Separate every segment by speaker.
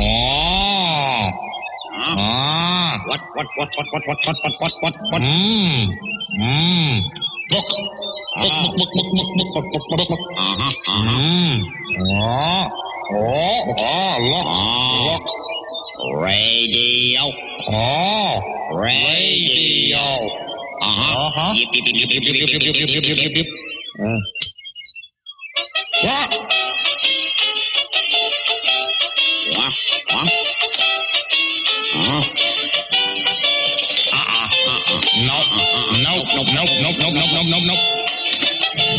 Speaker 1: Oh. What, what, what, what, what, what, what, what, what?
Speaker 2: Mmm. Mmm.
Speaker 1: Look.
Speaker 2: Ah.
Speaker 1: Look, look, look, look, look, look, look, look, look, look. Uh-huh, uh-huh.
Speaker 2: Mmm. Ah. Oh. Ah. Look.
Speaker 1: Ah. Look. Radio.
Speaker 2: Ah.
Speaker 1: Radio. Uh-huh.
Speaker 2: Uh-huh.
Speaker 1: Yip, yip, yip, yip, yip, yip, yip, yip, yip, yip, yip, yip.
Speaker 2: Mm. What?
Speaker 1: Wah, wah. Uh-huh. Uh-uh, uh-uh.
Speaker 2: Nope. Nope. Nope. Nope. Nope. Nope. Nope. Nope. Nope. Nope.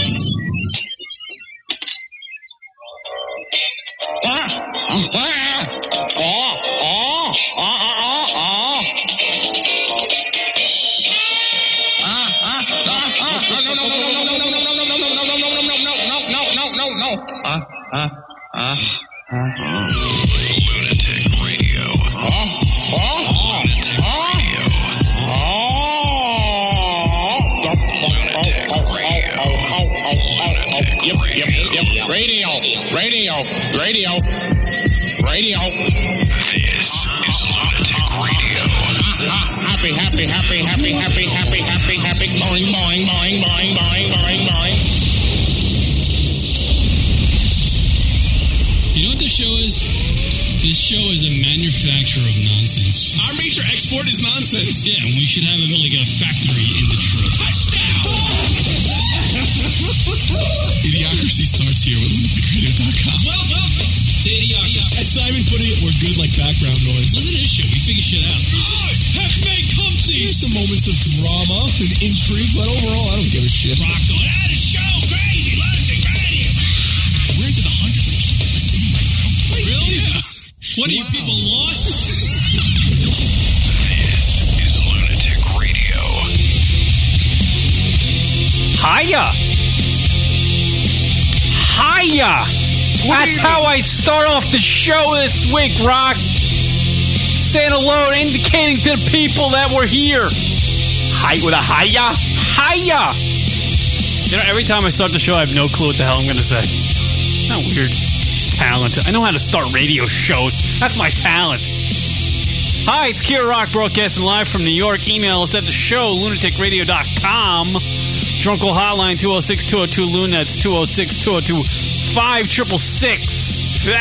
Speaker 2: Ah. Ah. Oh. Oh. Oh. Oh. Oh. Ah. Ah. Ah. Ah. No, no, no, no, no, no, no, no, no, no, no, no, no, no, no, no, no, no, no, no, no, no. Ah. Ah. Ah. Ah.
Speaker 3: Lunatic Radio.
Speaker 2: Oh. Oh.
Speaker 3: Lunatic
Speaker 2: Oh.
Speaker 3: Radio.
Speaker 2: Radio, radio, radio, radio.
Speaker 3: This is Lunatic Radio.
Speaker 2: Happy, happy, happy, happy, happy, happy, happy, happy. Boing, boing, boing, boing, boing, boing, boing.
Speaker 4: You know what this show is? This show is a manufacturer of nonsense.
Speaker 5: Our major export is nonsense.
Speaker 4: Yeah, and we should have a, like a factory in Detroit.
Speaker 5: Idiocracy starts here with lunaticradio.com.
Speaker 4: To Idiocracy.
Speaker 5: As Simon put it, we're good like background noise.
Speaker 4: Listen to this show. We figure shit out.
Speaker 5: Heckman Cumpsy! Some moments of drama and intrigue, but overall, I don't give a shit.
Speaker 4: Rock going, ah, the show, crazy, lunatic radio. We're into the hundreds of people listening right now. really? What are you people lost?
Speaker 3: This is Lunatic Radio.
Speaker 6: Hiya! Hiya! That's how I start off the show this week, Rock. Saying hello, and indicating to the people that we're here. Hi with a hiya, hiya. You know, every time I start the show, I have no clue what the hell I'm going to say. Not weird. Just talented. I know how to start radio shows. That's my talent. Hi, it's Kier Rock broadcasting live from New York. Email us at the show, lunaticradio.com. Drunkle hotline 206 202 Loon. That's 206 202 5666.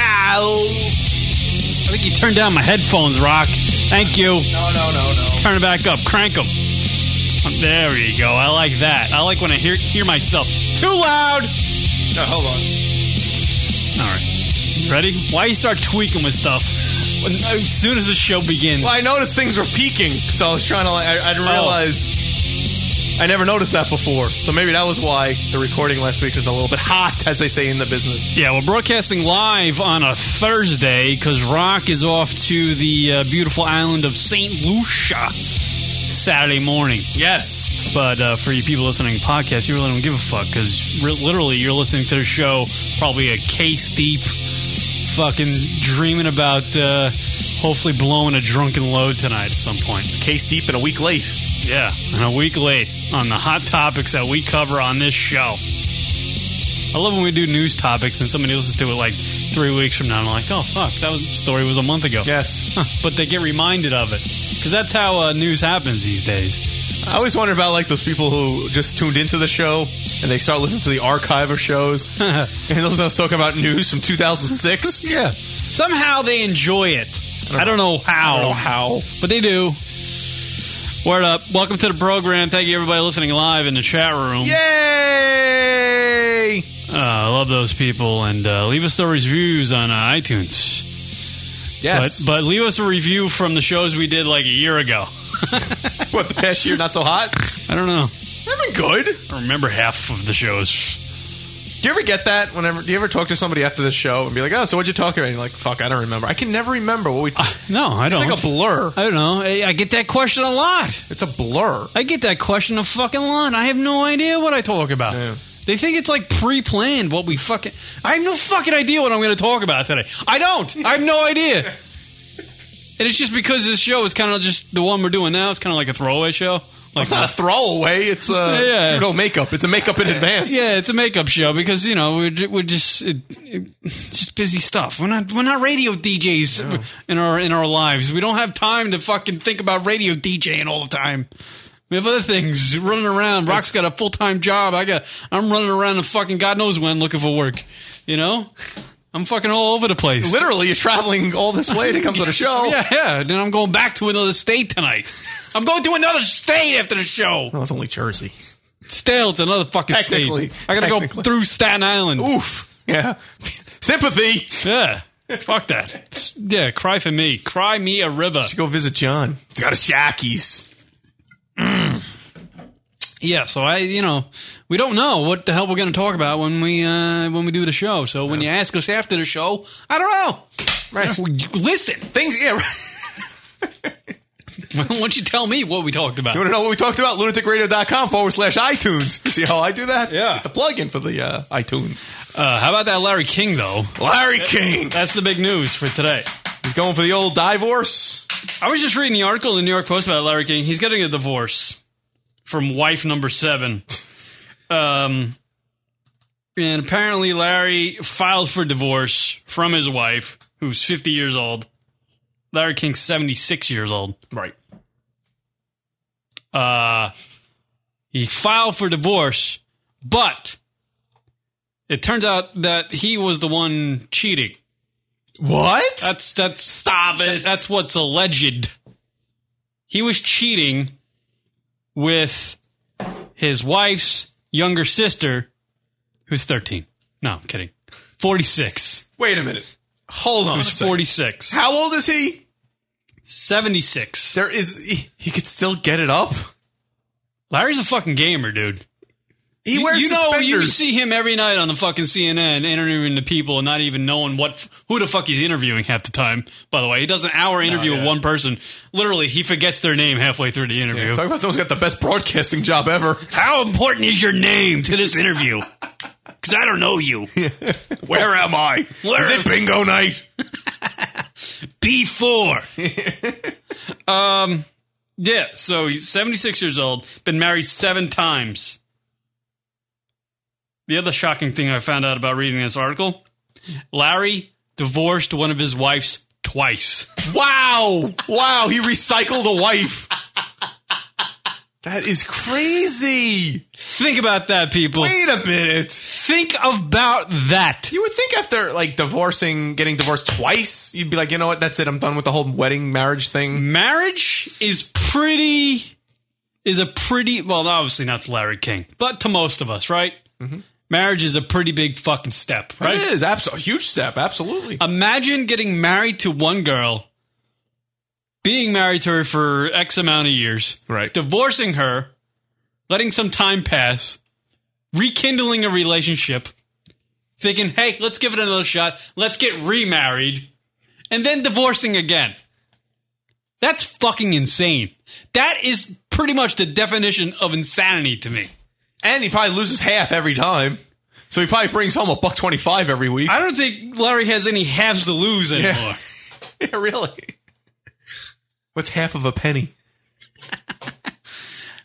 Speaker 6: I think you turned down my headphones, Rock. Thank you.
Speaker 5: No, no, no, no.
Speaker 6: Turn it back up. Crank them. There you go. I like that. I like when I hear, hear myself too loud.
Speaker 5: No, hold on.
Speaker 6: All right. You ready? Why you start tweaking with stuff when, as soon as the show begins?
Speaker 7: Well, I noticed things were peaking, so I was trying to. I, I didn't
Speaker 6: Oh.
Speaker 7: realize. I never noticed that before, so maybe that was why the recording last week was a little bit hot, as they say in the business.
Speaker 6: Yeah, we're broadcasting live on a Thursday because Rock is off to the uh, beautiful island of St. Lucia Saturday morning.
Speaker 7: Yes,
Speaker 6: But uh, for you people listening to podcasts, you really don't give a fuck because re- literally you're listening to the show probably a case deep, fucking dreaming about uh, hopefully blowing a drunken load tonight at some point.
Speaker 7: case deep and a week late.
Speaker 6: Yeah, and a week late on the hot topics that we cover on this show. I love when we do news topics and somebody listens to it like three weeks from now. And I'm like, oh fuck, that was, story was a month ago.
Speaker 7: Yes,
Speaker 6: Huh, but they get reminded of it because that's how uh, news happens these days.
Speaker 7: I always wonder about like those people who just tuned into the show and they start listening to the archive of shows and those us talking about news from 2006.
Speaker 6: Yeah, somehow they enjoy it. I don't know how.
Speaker 7: I don't know how.
Speaker 6: but they do. Word up! Welcome to the program. Thank you, everybody listening live in the chat room.
Speaker 7: Yay!
Speaker 6: Uh, I love those people, and uh, leave us those reviews on uh, iTunes.
Speaker 7: Yes,
Speaker 6: But, but leave us a review from the shows we did like a year ago.
Speaker 7: what the past year not so hot?
Speaker 6: I don't know.
Speaker 7: They've been good.
Speaker 6: I don't remember half of the shows.
Speaker 7: Do you ever get that? Whenever do you ever talk to somebody after the show and be like, "Oh, so what'd you talk about?" And you're like, "Fuck, I don't remember. I can never remember what we."
Speaker 6: No, I
Speaker 7: it's
Speaker 6: don't.
Speaker 7: like a blur.
Speaker 6: I don't know. I, I get that question a lot.
Speaker 7: It's a blur.
Speaker 6: I get that question a fucking lot. I have no idea what I talk about.
Speaker 7: Yeah.
Speaker 6: They think it's like pre-planned what we fucking. I have no fucking idea what I'm going to talk about today. I don't. I have no idea. And it's just because this show is kind of just the one we're doing now. It's kind of like a throwaway show.
Speaker 7: it's not a throwaway. It's a
Speaker 6: Yeah.
Speaker 7: pseudo makeup. It's a makeup in advance.
Speaker 6: Yeah, it's a makeup show because you know we're, ju- we're just it, it- it's just busy stuff. We're not we're not radio DJs in our in our lives. We don't have time to fucking think about radio DJing all the time. We have other things running around. Rock's got a full time job. I got I'm running around the fucking God knows when looking for work. You know, I'm fucking all over the place.
Speaker 7: Literally, you're traveling all this way to come to the show.
Speaker 6: Yeah, yeah. Then I'm going back to another state tonight. I'm going to another state after the show.
Speaker 7: Well, Oh, it's only Jersey.
Speaker 6: Still, it's another fucking
Speaker 7: Technically,
Speaker 6: state. I gotta go
Speaker 7: technically.
Speaker 6: through Staten Island.
Speaker 7: Oof. Yeah. Sympathy.
Speaker 6: Yeah. Fuck that. Yeah, cry for me. Cry me a river.
Speaker 7: Go visit John. He's got a Shackies.
Speaker 6: Yeah, so I, you know, we don't know what the hell we're going to talk about when we uh when we do the show. So when you ask us after the show, I don't know. Right. Listen.
Speaker 7: Things. Yeah. Right.
Speaker 6: Why don't you tell me what we talked about?
Speaker 7: You want to know what we talked about? Lunaticradio.com forward slash iTunes. See how I do that?
Speaker 6: Yeah.
Speaker 7: Get the plug-in for the uh, iTunes.
Speaker 6: Uh, how about that Larry King though?
Speaker 7: Larry King.
Speaker 6: That's the big news for today.
Speaker 7: He's going for the old divorce.
Speaker 6: I was just reading the article in the New York Post about Larry King. He's getting a divorce from wife number seven. Um, and apparently, Larry filed for divorce from his wife, who's 50 years old. Larry King's 76 years old.
Speaker 7: Right.
Speaker 6: Uh, he filed for divorce, but it turns out that he was the one cheating.
Speaker 7: What?
Speaker 6: That's that's stop it. That's what's alleged. He was cheating with his wife's younger sister, who's thirteen. No, I'm kidding. Forty six.
Speaker 7: Wait a minute. Hold on. a second.
Speaker 6: Forty six.
Speaker 7: How old is he?
Speaker 6: Seventy six.
Speaker 7: There is. He, he could still get it up.
Speaker 6: Larry's a fucking gamer, dude.
Speaker 7: He
Speaker 6: You,
Speaker 7: wears
Speaker 6: you know, you
Speaker 7: suspenders.
Speaker 6: see him every night on the fucking CNN interviewing the people and not even knowing what who the fuck he's interviewing half the time. By the way, he does an hour interview
Speaker 7: Oh, yeah.
Speaker 6: with one person. Literally, he forgets their name halfway through the interview.
Speaker 7: Talk about someone's got the best broadcasting job ever.
Speaker 6: How important is your name to this interview? Because I don't know you. Oh.
Speaker 7: Where am I?
Speaker 6: Where
Speaker 7: Is
Speaker 6: am-
Speaker 7: it bingo night?
Speaker 6: Before. um, yeah, so he's 76 years old, been married seven times. The other shocking thing I found out about reading this article Larry divorced one of his wives twice.
Speaker 7: Wow! Wow! He recycled a wife. That is crazy.
Speaker 6: Think about that, people.
Speaker 7: Wait a minute.
Speaker 6: Think about that.
Speaker 7: You would think after like divorcing, getting divorced twice, you'd be like, you know what? That's it. I'm done with the whole wedding marriage
Speaker 6: Mm,
Speaker 7: thing.
Speaker 6: marriage is pretty is a pretty well obviously not to larry king but to most of us right marriage is a pretty big fucking step right Um,
Speaker 7: It is abso- a huge step. Absolutely.
Speaker 6: imagine getting married to one girl being married to her for x amount of years
Speaker 7: Right.
Speaker 6: divorcing her letting some time pass rekindling a relationship thinking hey let's give it another shot let's get remarried and then divorcing again that's fucking insane that is pretty much the definition of insanity to me
Speaker 7: And he probably loses half every time. So he probably brings home a buck twenty-five every week.
Speaker 6: i don't think larry has any halves to lose anymore
Speaker 7: yeah, really. What's half of a penny?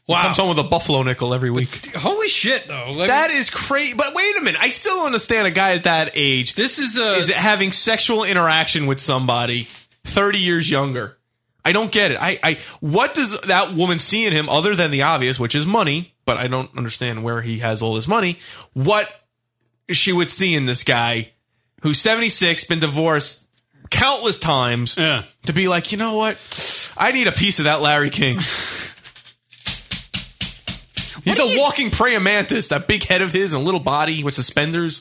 Speaker 6: wow
Speaker 7: comes home with a buffalo nickel every week.
Speaker 6: holy shit though Like,
Speaker 7: That is crazy. But wait a minute, I still don't understand a guy at that age
Speaker 6: this is a
Speaker 7: is having sexual interaction with somebody thirty years younger. I don't get it. I, I what does that woman see in him other than the obvious, which is money? But I don't understand where he has all his money. What she would see in this guy who's seventy six, been divorced countless times,
Speaker 6: yeah
Speaker 7: to be like, you know what? I need a piece of that Larry King. He's a walking praying mantis. That big head of his and little body with suspenders.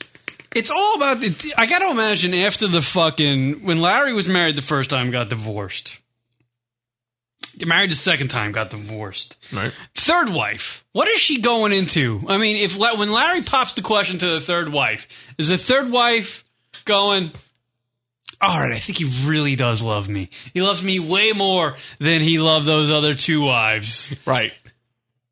Speaker 6: It's all about. The, I gotta imagine after the fucking when Larry was married the first time, got divorced. Get married the second time, got divorced.
Speaker 7: Right.
Speaker 6: Third wife. What is she going into? I mean, if La- when Larry pops the question to the third wife, is the third wife going? All right, I think he really does love me. He loves me way more than he loved those other two wives.
Speaker 7: Right.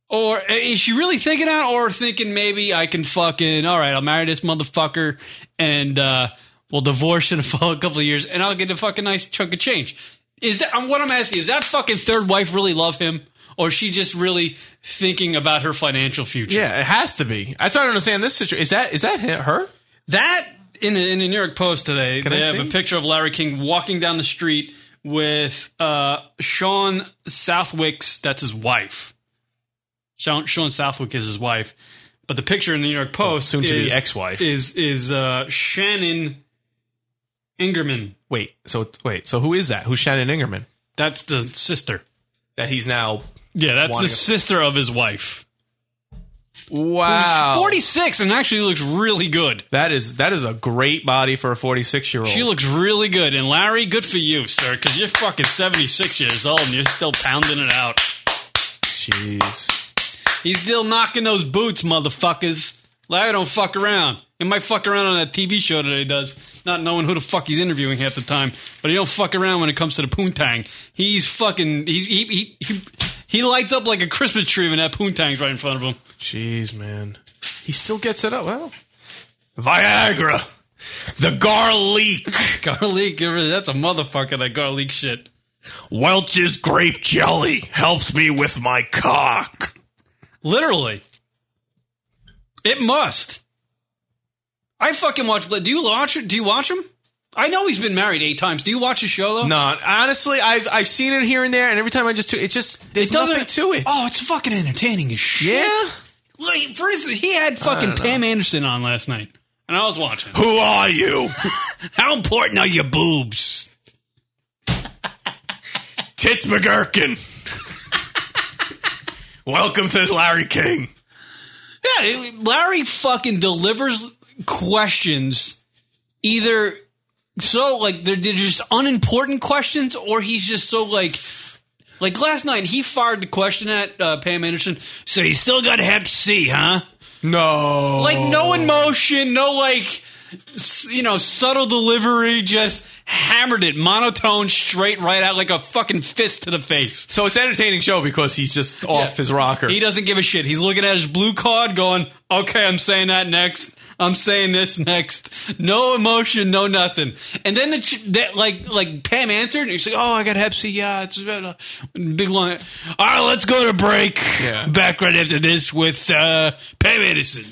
Speaker 6: Or eh, is she really thinking that, or thinking maybe I can fucking all right? I'll marry this motherfucker, and uh, we'll divorce in a fo- couple of years, and I'll get a fucking nice chunk of change. Is that um, what I'm asking? Is that fucking third wife really love him, or is she just really thinking about her financial future?
Speaker 7: Yeah, it has to be. I don't understand this situation. Is that is that hi- her?
Speaker 6: That in the in the New York Post today,
Speaker 7: Can
Speaker 6: they
Speaker 7: I
Speaker 6: have
Speaker 7: see?
Speaker 6: a picture of Larry King walking down the street with uh, Sean Southwick's. That's his wife. Sean, Sean Southwick is his wife, but the picture in the New York Post,
Speaker 7: soon to be
Speaker 6: is-
Speaker 7: ex-wife.
Speaker 6: is is uh, Shannon Ingerman.
Speaker 7: Wait, so wait, so who is that? Who's Shannon Ingerman?
Speaker 6: That's the sister.
Speaker 7: That he's now.
Speaker 6: Yeah, that's
Speaker 7: Wanting
Speaker 6: the
Speaker 7: a-
Speaker 6: sister of his wife.
Speaker 7: Wow,
Speaker 6: Forty six, and actually looks really good.
Speaker 7: That is that is a great body for a forty six year old.
Speaker 6: She looks really good. And Larry, good for you, sir, because you're fucking 76 years old and you're still pounding it out.
Speaker 7: Jeez.
Speaker 6: He's still knocking those boots, motherfuckers. Larry don't fuck around. He might fuck around on that TV show that he does, not knowing who the fuck he's interviewing half the time. But he don't fuck around when it comes to the poontang. He's fucking. He he he, he, he lights up like a Christmas tree when that poontang's right in front of him.
Speaker 7: Jeez, man. He still gets it up. Well, Viagra, the garlic,
Speaker 6: Garlic, that's a motherfucker. That garlic shit.
Speaker 7: Welch's grape jelly helps me with my cock.
Speaker 6: Literally. It must. I fucking watch. Do you watch? Do you watch him? I know he's been married eight times. Do you watch his show though?
Speaker 7: No, honestly, I've I've seen it here and there, and every time I just it just there's nothing to it.
Speaker 6: Oh, it's fucking entertaining as shit.
Speaker 7: Yeah.
Speaker 6: Like, for instance, he had fucking Pam Anderson on last night, and I was watching.
Speaker 7: Who are you?
Speaker 6: How important are your boobs?
Speaker 7: Tits McGurkin. Welcome to Larry King.
Speaker 6: Yeah, it- Larry fucking delivers questions, either so like they're, they're just unimportant questions, or he's just so like. Like last night, he fired the question at uh, Pam Anderson. So you still got Hep C, huh?
Speaker 7: No.
Speaker 6: Like no emotion, no like s- you know subtle delivery, just hammered it monotone, straight right out like a fucking fist to the face.
Speaker 7: So it's an entertaining show because he's just off
Speaker 6: Yeah.
Speaker 7: his rocker.
Speaker 6: He doesn't give a shit. He's looking at his blue card, going, "Okay, I'm saying that next. I'm saying this next. No emotion, no nothing." And then the ch- that like like Pam answered, and he's like, "Oh, I got Hep C. Yeah, it's about a big long. All right, let's go to break.
Speaker 7: Yeah.
Speaker 6: Back right after this with uh, Pam Anderson."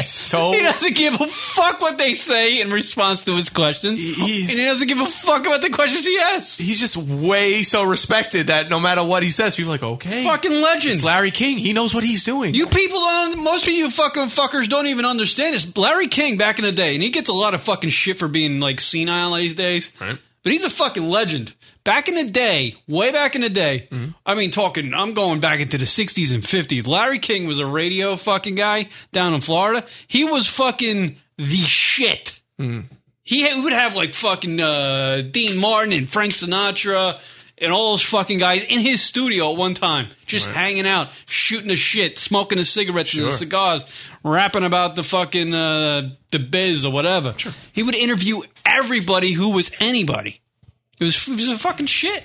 Speaker 7: so
Speaker 6: He doesn't give a fuck what they say in response to his questions.
Speaker 7: He's-
Speaker 6: and he doesn't give a fuck about the questions he asks.
Speaker 7: he's just way so respected that no matter what he says, people are like, okay,
Speaker 6: Fucking legend.
Speaker 7: it's Larry King. He knows what he's doing.
Speaker 6: You people don't, most of you fucking fuckers don't even understand this. Larry King back in the day, and he gets a lot of fucking shit for being like senile these days.
Speaker 7: Right.
Speaker 6: But he's a fucking legend. Back in the day, way back in the day, I mean, talking, I'm going back into the 60s and 50s. Larry King was a radio fucking guy down in Florida. He was fucking the shit. He had, we would have like fucking uh, Dean Martin and Frank Sinatra and all those fucking guys in his studio at one time, just hanging out, shooting the shit, smoking the cigarettes and the
Speaker 7: Sure.
Speaker 6: cigars, rapping about the fucking uh, the biz or whatever. Sure. He would interview everybody who was anybody. It was it was a fucking shit.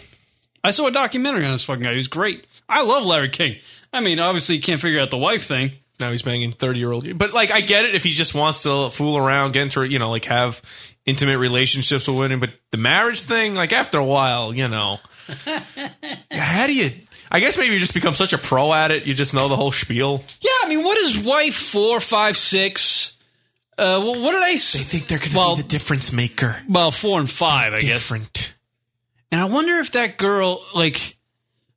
Speaker 6: I saw a documentary on this fucking guy. He was great. I love Larry King. I mean, obviously, you can't figure out the wife thing.
Speaker 7: now he's banging thirty year old. But like, I get it if he just wants to fool around, get into you know, like have intimate relationships with women. But the marriage thing, like after a while, you know, how do you? I guess maybe you just become such a pro at it, you just know the whole spiel.
Speaker 6: Yeah, I mean, what is wife four, five, six? Uh, wh- what did I say?
Speaker 7: they're going to
Speaker 6: Well-
Speaker 7: difference maker.
Speaker 6: Well, four and five, I guess.
Speaker 7: Different.
Speaker 6: And I wonder if that girl, like,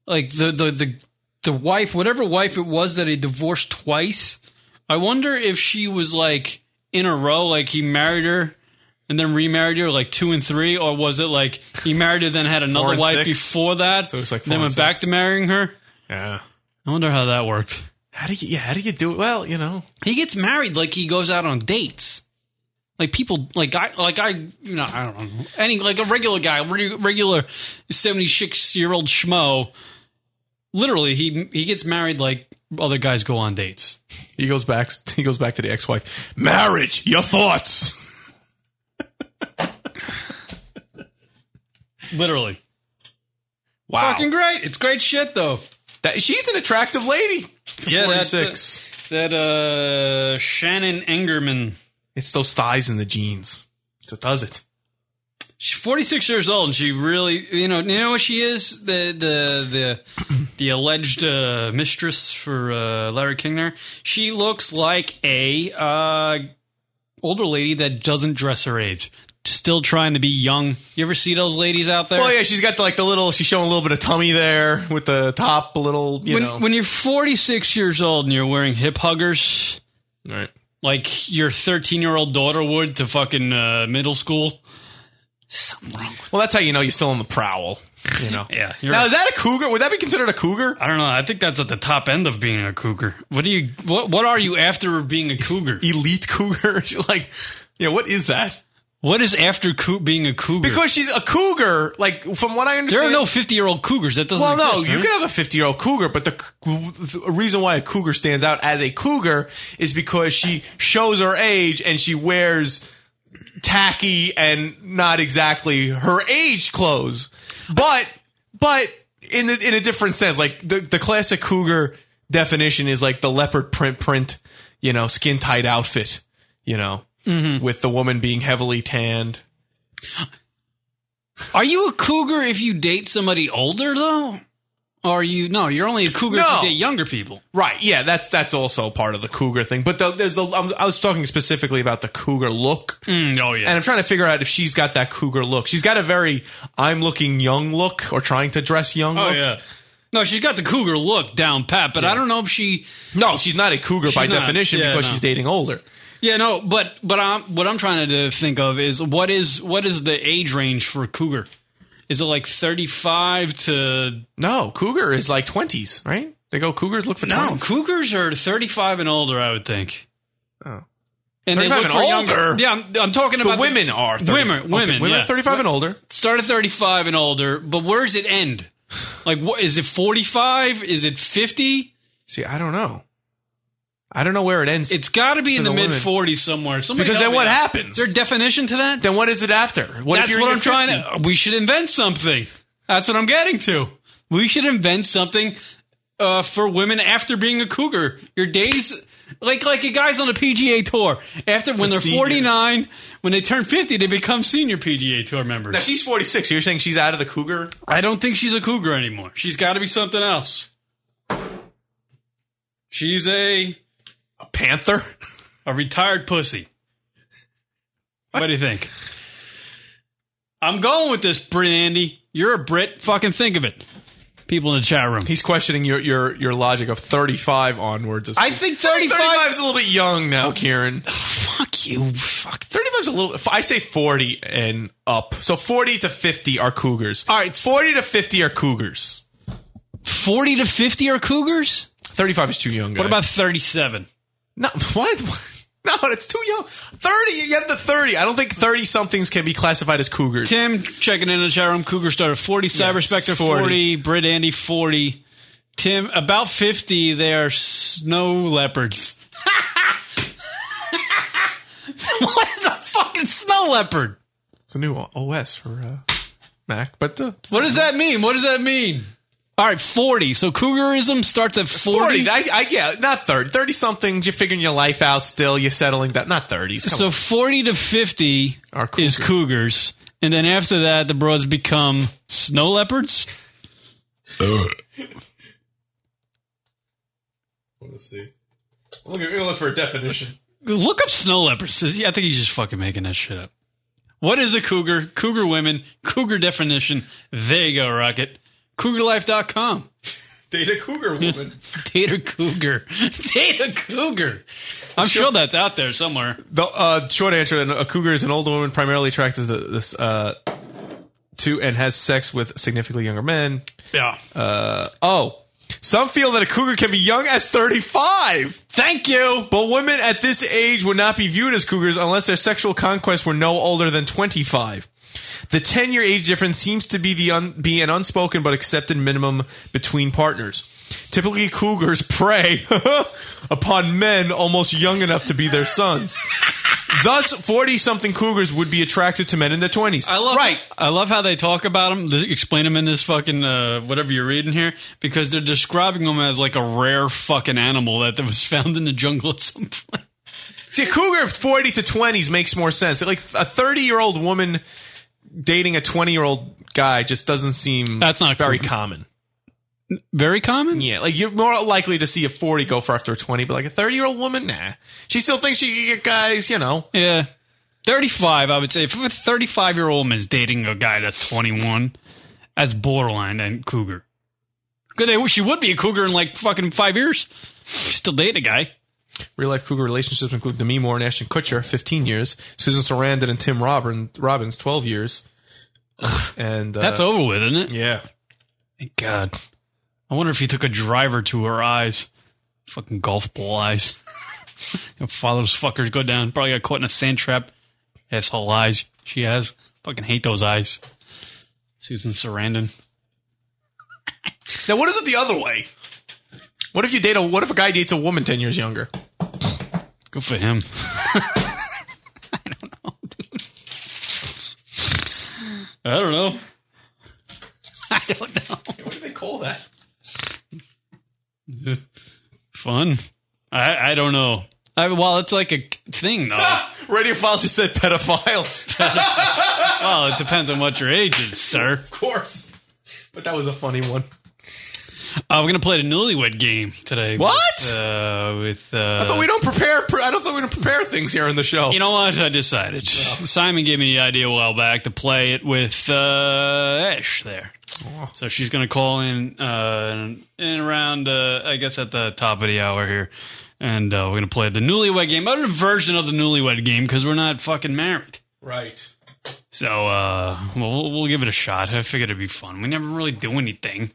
Speaker 6: like the the the the wife, whatever wife it was that he divorced twice. I wonder if she was like in a row, like he married her and then remarried her, like two and three, or was it like he married her then had another
Speaker 7: and
Speaker 6: wife
Speaker 7: six.
Speaker 6: before that,
Speaker 7: So it's like four
Speaker 6: then
Speaker 7: and
Speaker 6: went back
Speaker 7: six.
Speaker 6: to marrying her?
Speaker 7: Yeah.
Speaker 6: I wonder how that worked.
Speaker 7: How do you? Yeah. How do you do it? Well, you know.
Speaker 6: He gets married like he goes out on dates. Like people, like I, like I, you know, I don't know. Any like a regular guy, re- regular seventy-six-year-old schmo. Literally, he he gets married like other guys go on dates.
Speaker 7: He goes back. He goes back to the ex-wife. Marriage. Your thoughts.
Speaker 6: Literally,
Speaker 7: Wow.
Speaker 6: fucking great. It's great shit though.
Speaker 7: That, she's an attractive lady.
Speaker 6: Yeah, that-
Speaker 7: 46.
Speaker 6: That uh Shannon Engerman.
Speaker 7: it's those thighs and the jeans. So does it.
Speaker 6: She's 46 years old, and she really, you know, you know what she is the the the the alleged uh, mistress for uh, Larry King. There, she looks like a uh, older lady that doesn't dress her age, still trying to be young. You ever see those ladies out there?
Speaker 7: Well, yeah, she's got like the little. She's showing a little bit of tummy there with the top, a little. You
Speaker 6: when,
Speaker 7: know,
Speaker 6: when you're 46 years old and you're wearing hip huggers,
Speaker 7: right?
Speaker 6: like your 13 year old daughter would to fucking uh, middle school, something wrong. With
Speaker 7: Well, that's how you know you're still on the prowl. You know.
Speaker 6: yeah, you're
Speaker 7: Now is that a cougar? Would that be considered a cougar?
Speaker 6: I don't know. I think that's at the top end of being a cougar. What do you what what are you after being a cougar?
Speaker 7: Elite cougar? She's like, yeah. What is that?
Speaker 6: What is after coo- being a cougar?
Speaker 7: Because she's a cougar. Like from what I
Speaker 6: there
Speaker 7: understand,
Speaker 6: are no 50-year-old cougars. That doesn't
Speaker 7: Well, no,
Speaker 6: exist.
Speaker 7: you
Speaker 6: right?
Speaker 7: could have a 50 year old cougar, but the, cou- the reason why a cougar stands out as a cougar is because she shows her age and she wears tacky and not exactly her age clothes. But, but in a, in a different sense, like the, the classic cougar definition is like the leopard print print, you know, skin tight outfit, you know,
Speaker 6: Mm-hmm.
Speaker 7: with the woman being heavily tanned.
Speaker 6: Are you a cougar if you date somebody older though? Or are you no, you're only a cougar
Speaker 7: No.
Speaker 6: if you date younger people.
Speaker 7: Right. Yeah, that's that's also part of the cougar thing. But the, there's the I'm, I was talking specifically about the cougar look,
Speaker 6: oh yeah.
Speaker 7: and I'm trying to figure out if she's got that cougar look. She's got a very I'm looking young look, or trying to dress young.
Speaker 6: oh
Speaker 7: look.
Speaker 6: yeah. No, she's got the cougar look down pat, but I don't know if she
Speaker 7: No, she's not a cougar by
Speaker 6: She's not.
Speaker 7: definition
Speaker 6: Yeah,
Speaker 7: because
Speaker 6: no.
Speaker 7: she's dating older.
Speaker 6: Yeah, no, but but I'm what I'm trying to think of is what is what is the age range for cougar? Is it like 35 to
Speaker 7: No, cougar is like 20s, right? They go cougars look for
Speaker 6: no?
Speaker 7: 20s.
Speaker 6: Cougars are 35 and older, I would think.
Speaker 7: Oh.
Speaker 6: And they look
Speaker 7: 35 and
Speaker 6: for younger.
Speaker 7: older?
Speaker 6: Yeah, I'm, I'm talking
Speaker 7: The
Speaker 6: about
Speaker 7: women are 30.
Speaker 6: Women,
Speaker 7: Okay,
Speaker 6: women,
Speaker 7: women
Speaker 6: yeah.
Speaker 7: 35 and older.
Speaker 6: start at 35 and older, but where does it end? Like, what is it? 45? Is it 50?
Speaker 7: See, I don't know. I don't know where it ends.
Speaker 6: It's got to be in
Speaker 7: the
Speaker 6: the, mid
Speaker 7: women.
Speaker 6: 40s somewhere. Somebody
Speaker 7: because
Speaker 6: help
Speaker 7: then
Speaker 6: me
Speaker 7: what
Speaker 6: out.
Speaker 7: happens?
Speaker 6: Is there a definition to that?
Speaker 7: then what is it after? What if
Speaker 6: That's
Speaker 7: you're
Speaker 6: what
Speaker 7: in
Speaker 6: I'm
Speaker 7: your
Speaker 6: trying
Speaker 7: 50s?
Speaker 6: to. We should invent something. That's what I'm getting to. We should invent something uh, for women after being a cougar. Your days, like like a guys on a PGA tour after when they're
Speaker 7: seniors.
Speaker 6: 49, when they turn 50, they become senior PGA tour
Speaker 7: Now
Speaker 6: members.
Speaker 7: she's 46. You're saying she's out of the cougar?
Speaker 6: I don't think she's a cougar anymore. She's got to be something else. She's a
Speaker 7: A panther?
Speaker 6: a retired pussy. What, do you think? I'm going with this, Brandy. You're a Brit. Fucking think of it. People in the chat room.
Speaker 7: He's questioning your your, your logic of 35 onwards.
Speaker 6: I think
Speaker 7: 35
Speaker 6: 35.
Speaker 7: is a little bit young now, Kieran.
Speaker 6: Fuck you. Fuck.
Speaker 7: 35 is a little. I say 40 and up. So 40 to 50 are cougars.
Speaker 6: All right.
Speaker 7: 40 to 50 are cougars.
Speaker 6: 40 to 50 are Cougars?
Speaker 7: 35 is too young.
Speaker 6: What about 37?
Speaker 7: no? What? No, it's too young. 30. You have the 30. I don't think 30 somethings can be classified as cougars.
Speaker 6: Tim checking in the chat room. Cougar started 40. Cyber Spectre 40.
Speaker 7: 40.
Speaker 6: Brit Andy 40. Tim, about 50, they are snow leopards. what is a fucking snow leopard?
Speaker 7: It's a new OS for uh, Mac, but uh, it's
Speaker 6: What does that mean? What does that mean? All right, 40. So cougarism starts at 40.
Speaker 7: 40. I, I yeah, not 30. 30 somethings. You're figuring your life out still. You're settling that. Not 30s. Come
Speaker 6: so 40 to 50
Speaker 7: Are
Speaker 6: is cougars. And then after that, the broads become snow leopards.
Speaker 7: Let's see. Look, we're gonna look for a definition.
Speaker 6: Look up snow leopards. I think he's just fucking making that shit up. What is a cougar? Cougar women, cougar definition. There you go, Rocket. CougarLife.com.
Speaker 7: Data cougar woman.
Speaker 6: Date a cougar. Date a cougar. I'm sure that's out there somewhere.
Speaker 7: the uh, short answer: A cougar is an older woman primarily attracted to this uh, to and has sex with significantly younger men.
Speaker 6: Yeah.
Speaker 7: Uh, oh, some feel that a cougar can be young as thirty-five.
Speaker 6: Thank you.
Speaker 7: But women at this age would not be viewed as cougars unless their sexual conquests were no older than 25. The 10 year age difference seems to be, the un- be an unspoken but accepted minimum between partners. Typically, cougars prey upon men almost young enough to be their sons. Thus, 40 something cougars would be attracted to men in their 20s.
Speaker 6: I love
Speaker 7: right.
Speaker 6: I love how they talk about them, they explain them in this fucking uh, whatever you're reading here, because they're describing them as like a rare fucking animal that was found in the jungle at some point.
Speaker 7: See, a cougar 40 to 20s makes more sense. Like a 30 year old woman dating a 20 year old guy just doesn't seem
Speaker 6: That's not
Speaker 7: very
Speaker 6: cool.
Speaker 7: common.
Speaker 6: Very common.
Speaker 7: Yeah, like you're more likely to see a 40 go for after a 20, but like a 30 year old woman, nah. She still thinks she can get guys, you know.
Speaker 6: Yeah. 35, I would say. If a 35 year old woman is dating a guy that's 21, that's borderline and cougar. 'Cause they- She would be a cougar in like fucking five years. She's still dating a guy.
Speaker 7: Real life cougar relationships include Demi Moore and Ashton Kutcher, 15 years, Susan Sarandon and Tim Robin, Robbins, 12 years. And uh,
Speaker 6: That's over with, isn't it?
Speaker 7: Yeah.
Speaker 6: Thank God. I wonder if he took a driver to her eyes. Fucking golf ball eyes. and those fuckers go down. Probably got caught in a sand trap. Asshole eyes. She has. Fucking hate those eyes. Susan Sarandon.
Speaker 7: Now, what is it the other way? What if you date a what if a guy dates a woman 10 years younger?
Speaker 6: Good for him. I don't know, dude. I don't know. I don't know.
Speaker 7: What do they call that?
Speaker 6: Fun. I I don't know. I, well, it's like a thing though.
Speaker 7: Radiophile just said pedophile.
Speaker 6: well, it depends on what your age is, sir.
Speaker 7: of course. But that was a funny one.
Speaker 6: Uh, we're gonna play the newlywed game today.
Speaker 7: What?
Speaker 6: With, uh, with uh,
Speaker 7: I thought we don't prepare. Pre- I don't think we don't prepare things here on the show.
Speaker 6: You know what? I decided. Simon gave me the idea a while back to play it with uh, Ash there.
Speaker 7: Oh.
Speaker 6: So she's going to call in uh, in around, uh, I guess, at the top of the hour here. And uh, we're going to play the newlywed game, other version of the newlywed game, because we're not fucking married.
Speaker 7: right.
Speaker 6: So uh, we'll, we'll give it a shot. I figured it'd be fun. We never really do anything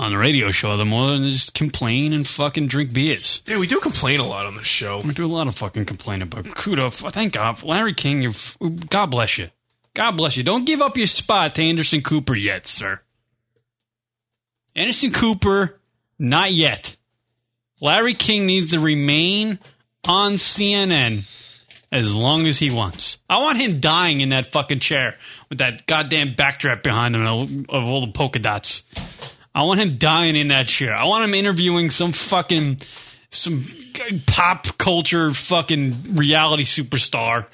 Speaker 6: on the radio show, other more than just complain and fucking drink beers.
Speaker 7: Yeah, we do complain a lot on the show.
Speaker 6: We do a lot of fucking complaining, but kudos. Thank God. Larry King, you f- God bless you. God bless you. Don't give up your spot to Anderson Cooper yet, sir. Anderson Cooper, not yet. Larry King needs to remain on CNN as long as he wants. I want him dying in that fucking chair with that goddamn backdrop behind him and all- of all the polka dots. I want him dying in that chair. I want him interviewing some fucking some g- pop culture fucking reality superstar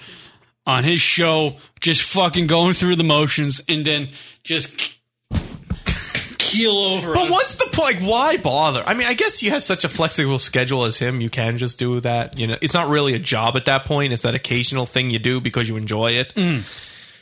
Speaker 6: on his show, just fucking going through the motions and then just k- keel over.
Speaker 7: But
Speaker 6: on-
Speaker 7: what's the point? Like, why bother? I mean, I guess you have such a flexible schedule as him. You can just do that. You know, it's not really a job at that point. It's that occasional thing you do because you enjoy it.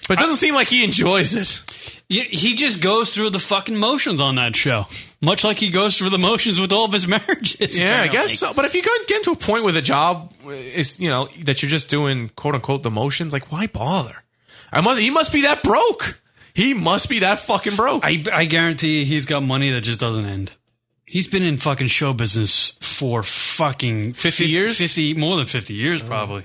Speaker 7: But it doesn't seem like he enjoys it.
Speaker 6: Y- He just goes through the fucking motions on that show, much like he goes through the motions with all of his marriages.
Speaker 7: Yeah, I
Speaker 6: apparently.
Speaker 7: guess so. But if you can't get to a point with a job, uh, is you know that you're just doing quote unquote the motions. Like, why bother? I must. He must be that broke. He must be that fucking broke.
Speaker 6: I, I guarantee he's got money that just doesn't end. He's been in fucking show business for fucking
Speaker 7: 50 years?
Speaker 6: 50 more than 50 years probably.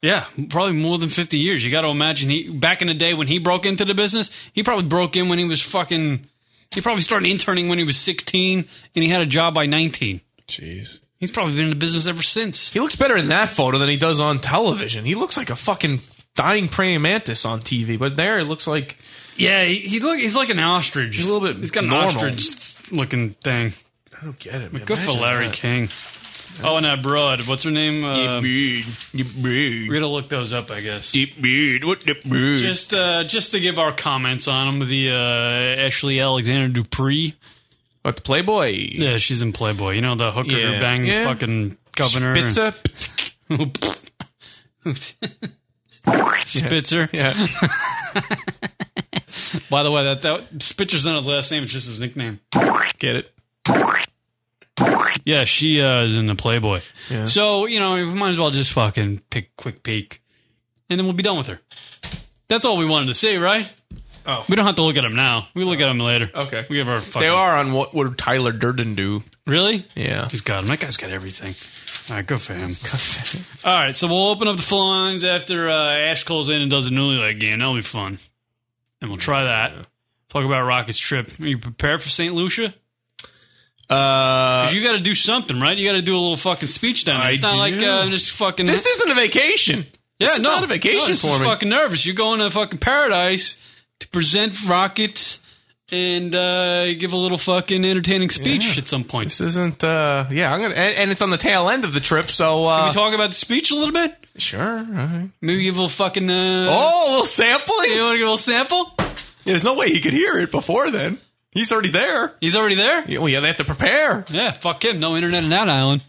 Speaker 6: Yeah, probably more than 50 years. You got to imagine he back in the day when he broke into the business, he probably broke in when he was fucking he probably started interning when he was 16 and he had a job by 19.
Speaker 7: Jeez.
Speaker 6: He's probably been in the business ever since.
Speaker 7: He looks better in that photo than he does on television. He looks like a fucking dying praying mantis on TV, but there it looks like
Speaker 6: Yeah, he, he look he's like an ostrich. He's
Speaker 7: a little bit
Speaker 6: He's got an
Speaker 7: normal.
Speaker 6: ostrich looking thing.
Speaker 7: I don't get it. Man.
Speaker 6: Good for
Speaker 7: Imagine
Speaker 6: Larry
Speaker 7: that.
Speaker 6: King. Oh, and that broad. What's her name? Uh, we're
Speaker 8: You bird.
Speaker 6: gonna look those up, I guess.
Speaker 8: You bird. What the bird?
Speaker 6: Just, uh, just to give our comments on them, the uh, Ashley Alexander Dupree.
Speaker 7: What Oh, the Playboy?
Speaker 6: Yeah, she's in Playboy. You know the hooker
Speaker 7: Yeah.
Speaker 6: who banged
Speaker 7: Yeah.
Speaker 6: the fucking governor.
Speaker 7: Spitzer.
Speaker 6: Spitzer.
Speaker 7: Yeah.
Speaker 6: By the way, that that Spitzer's not his last name; it's just his nickname.
Speaker 7: get it.
Speaker 6: Yeah, she uh, is in the Playboy.
Speaker 7: Yeah.
Speaker 6: So you know, we might as well just fucking take a quick peek, and then we'll be done with her. That's all we wanted to see, right?
Speaker 7: Oh.
Speaker 6: we don't have to look at them now. We look at them later.
Speaker 7: Okay.
Speaker 6: we give our fucking.
Speaker 7: They are on what would Tyler Durden do?
Speaker 6: really.
Speaker 7: Yeah.
Speaker 6: He's got him. That guy's got everything. All right, good for him. All right, so we'll open up the phone lines after uh, Ash calls in and does a newlywed game. That'll be fun, and we'll try that. Talk about Rocket's trip. Are you prepared for St. Lucia?
Speaker 7: Uh,
Speaker 6: 'Cause you got to do something, right? You got to do a little fucking speech down there.
Speaker 7: I
Speaker 6: It's not like
Speaker 7: do.
Speaker 6: uh, just fucking.
Speaker 7: this isn't a vacation.
Speaker 6: yeah,
Speaker 7: is
Speaker 6: no,
Speaker 7: not a vacation
Speaker 6: no, this
Speaker 7: for
Speaker 6: is
Speaker 7: me.
Speaker 6: Fucking nervous. You're going to fucking paradise to present rockets and uh, give a little fucking entertaining speech at some point.
Speaker 7: This isn't. uh Yeah, I'm gonna. And, and it's on the tail end of the trip, so.
Speaker 6: Can
Speaker 7: uh
Speaker 6: we talk about the speech a little bit?
Speaker 7: Sure. All right.
Speaker 6: Maybe give a little fucking. Uh,
Speaker 7: Oh, a little sampling.
Speaker 6: You want to give a little sample?
Speaker 7: Yeah, there's no way he could hear it before then. He's already there.
Speaker 6: He's already there?
Speaker 7: Yeah, well, yeah, they have to prepare.
Speaker 6: Yeah, fuck him. No internet in that island.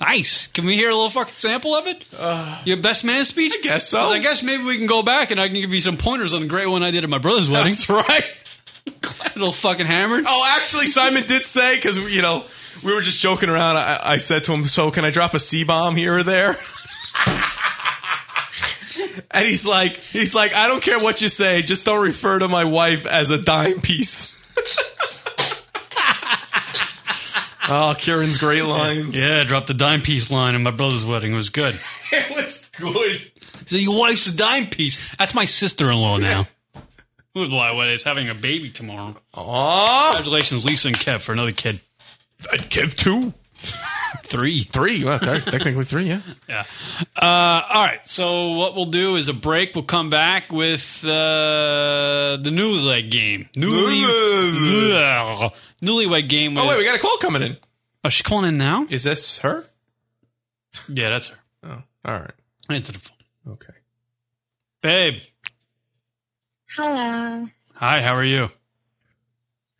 Speaker 6: Nice. Can we hear a little fucking sample of it? Your best man speech?
Speaker 7: Uh, I guess so.
Speaker 6: 'Cause I guess maybe we can go back and I can give you some pointers on the great one I did at my brother's wedding.
Speaker 7: That's right.
Speaker 6: little fucking hammered.
Speaker 7: Oh, actually, Simon did say because you know we were just joking around. I, I said to him, "So can I drop a C bomb here or there?" and he's like, "He's like, I don't care what you say, just don't refer to my wife as a dime piece." oh, Kieran's great lines.
Speaker 6: Yeah, I dropped a dime piece line at my brother's wedding. It was good.
Speaker 7: it was good.
Speaker 6: So your wife's a dime piece. That's my sister-in-law now. Who's my wife is having a baby tomorrow.
Speaker 7: Oh,
Speaker 6: Congratulations, Lisa and Kev, for another kid.
Speaker 7: I'd Uh, give two,
Speaker 6: Three.
Speaker 7: three. Well, te- technically three. Yeah.
Speaker 6: Yeah. Uh, all right. So what we'll do is a break. We'll come back with uh, the newlywed game. Newly,
Speaker 7: Newlywed.
Speaker 6: Ugh. newlywed game. With,
Speaker 7: Oh wait, we got a call coming in.
Speaker 6: oh, she's calling in now.
Speaker 7: Is this her?
Speaker 6: Yeah, that's her.
Speaker 7: Oh, all right.
Speaker 6: Answer the phone,
Speaker 7: Okay.
Speaker 6: babe.
Speaker 9: Hello.
Speaker 6: Hi. How are you?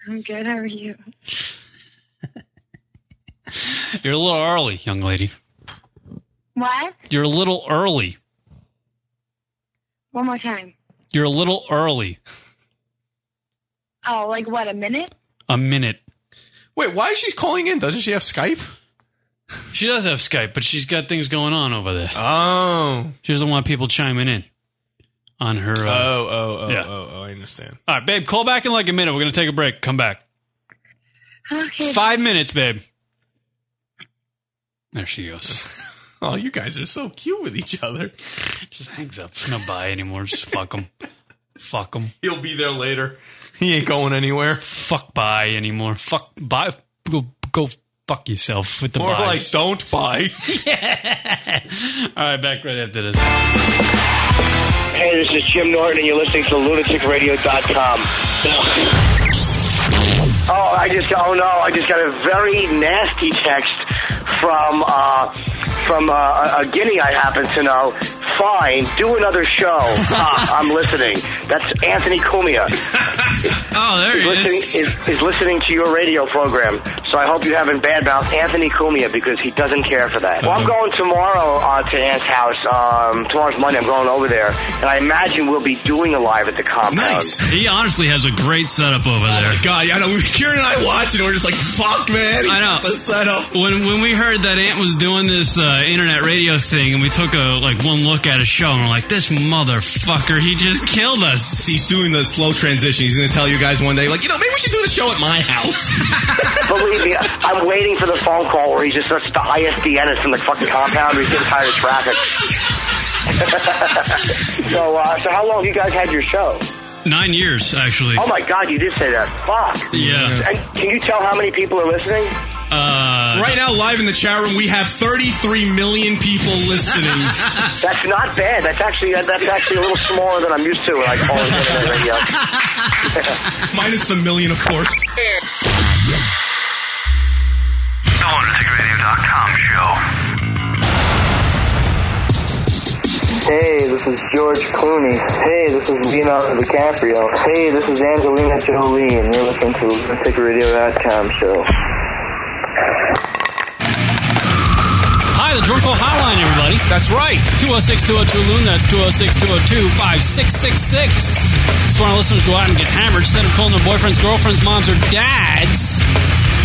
Speaker 9: I'm good. How are you?
Speaker 6: You're a little early, young lady.
Speaker 9: What?
Speaker 6: You're a little early.
Speaker 9: One more time.
Speaker 6: You're a little early.
Speaker 9: Oh, like what? A minute?
Speaker 6: A minute.
Speaker 7: Wait, why is she calling in? Doesn't she have Skype?
Speaker 6: She does have Skype, but she's got things going on over there.
Speaker 7: Oh.
Speaker 6: She doesn't want people chiming in on her. Uh,
Speaker 7: Oh, oh, oh,
Speaker 6: Yeah.
Speaker 7: oh, oh, I understand.
Speaker 6: all right, babe. Call back in like a minute. We're gonna take a break. Come back.
Speaker 9: Okay.
Speaker 6: Five minutes, babe. There she goes.
Speaker 7: Oh, you guys are so cute with each other.
Speaker 6: Just hangs up. No buy anymore. Just fuck them. fuck them.
Speaker 7: He'll be there later. He ain't going anywhere.
Speaker 6: Fuck buy anymore. Fuck buy. Go, go fuck yourself with the
Speaker 7: More like
Speaker 6: buys.
Speaker 7: don't buy.
Speaker 6: All right, back right after this.
Speaker 10: Hey, this is Jim Norton, and you're listening to lunaticradio.com. Oh, I just, oh no, I just got a very nasty text from, uh, from uh, a- a guinea I happen to know. Fine, do another show. Ah, I'm listening. That's Anthony Cumia.
Speaker 6: Oh, there he is.
Speaker 10: Listening, is, is listening to your radio program. So I hope you haven't bad mouth Anthony Cumia because he doesn't care for that. Well, I'm going tomorrow uh, to Ant's house. Um, tomorrow's Monday. I'm going over there, and I imagine we'll be doing a live at the compound.
Speaker 6: He honestly has a great setup over there.
Speaker 7: God, yeah, I know. Kieran and I watch it and we're just like, fuck, man. he
Speaker 6: I know.
Speaker 7: got The setup.
Speaker 6: when when we heard that Ant was doing this uh, internet radio thing, and we took a like one look at his show, and we're like, "This motherfucker, he just killed us."
Speaker 7: He's doing the slow transition. He's going to tell you guys one day, like, you know, maybe we should do the show at my house.
Speaker 10: Believe me, I'm waiting for the phone call where he's just such the highest DNS in the fucking compound. He's getting tired of traffic. so, uh, so how long have you guys had your show?
Speaker 6: Nine years, actually.
Speaker 10: Oh my God, you did say that. Fuck.
Speaker 6: Yeah.
Speaker 10: And can you tell how many people are listening?
Speaker 6: Uh,
Speaker 7: right now, live in the chat room, we have 33 million people listening.
Speaker 10: That's not bad. That's actually that, that's actually a little smaller than I'm used to when I call in internet radio.
Speaker 7: minus the million, of course.
Speaker 2: The lunaticradio.com show.
Speaker 10: Hey, this is George Clooney. Hey, this is Leonardo DiCaprio. Hey, this is Angelina Jolie, and you're listening to LunaticRadio.com show.
Speaker 6: hi, the Drunk Call Hotline, everybody.
Speaker 7: That's right.
Speaker 6: 206 202 Loon, that's 206 202 5666. Just want our listeners to go out and get hammered instead of calling their boyfriends, girlfriends, moms, or dads,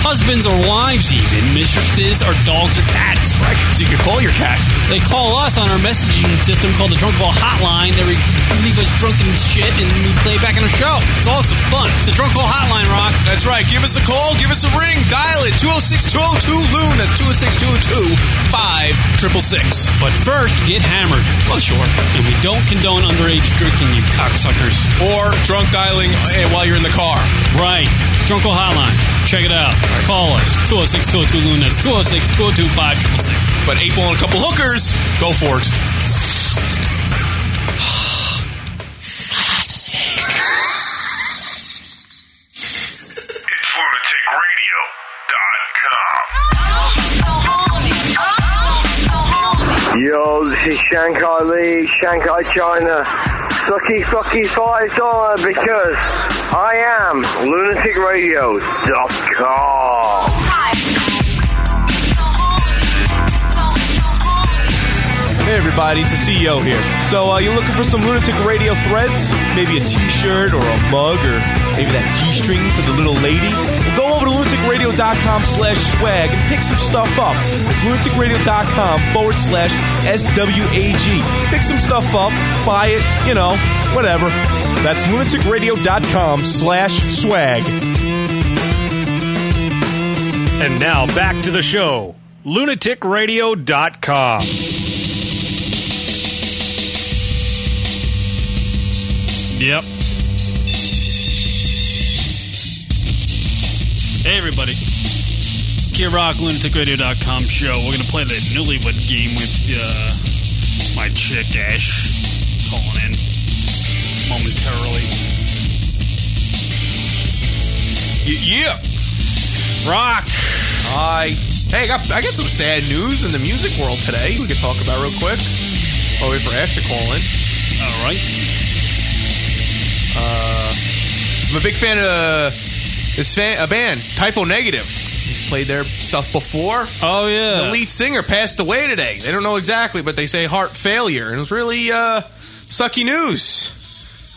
Speaker 6: husbands, or wives, even, mistresses, or dogs, or cats.
Speaker 7: Right, so you could call your cat.
Speaker 6: They call us on our messaging system called the Drunk Call Hotline. They re- leave us drunken shit and we play back on the show. It's awesome fun. It's the Drunk Call Hotline, Rock.
Speaker 11: That's right. Give us a call. Give us a ring. Dial it 206 202 Loon. That's 206 202 5666.
Speaker 6: But first, get hammered.
Speaker 11: Well, sure.
Speaker 6: And we don't condone underage drinking, you cocksuckers.
Speaker 11: Or drunk dialing eh, while you're in the car.
Speaker 6: Right. Drunk Call Hotline. Check it out. Call us. 206 202 Loon. That's 206 202 5666.
Speaker 11: But April and a couple hookers, go for it.
Speaker 2: It's lunaticradio.com.
Speaker 9: Oh,
Speaker 10: Yo, this is Shanghai Lee, Shanghai, China. Sucky, sucky, five dollar because I am lunaticradio.com.
Speaker 12: Hey everybody, it's the CEO here. So uh, you're looking for some Lunatic Radio threads? Maybe a t-shirt or a mug or maybe that G-string for the little lady? Well, go over to lunaticradio.com slash swag and pick some stuff up. It's lunaticradio.com forward slash S-W-A-G. Pick some stuff up, buy it, you know, whatever. That's lunaticradio.com slash swag.
Speaker 13: And now back to the show. LunaticRadio.com. Yep.
Speaker 6: Hey, everybody. Kid Rock, lunaticradio.com show. We're going to play the newlywed game with uh, my chick, Ash, calling in momentarily.
Speaker 7: yeah.
Speaker 14: Rock.
Speaker 7: I hey, I got I got some sad news in the music world today. We could talk about real quick. Oh, wait for Ash to call in.
Speaker 6: All right.
Speaker 7: Uh, I'm a big fan of this fan, a band, Typo Negative. Played their stuff before.
Speaker 14: Oh yeah.
Speaker 7: The lead singer passed away today. They don't know exactly, but they say heart failure, and it was really uh, sucky news.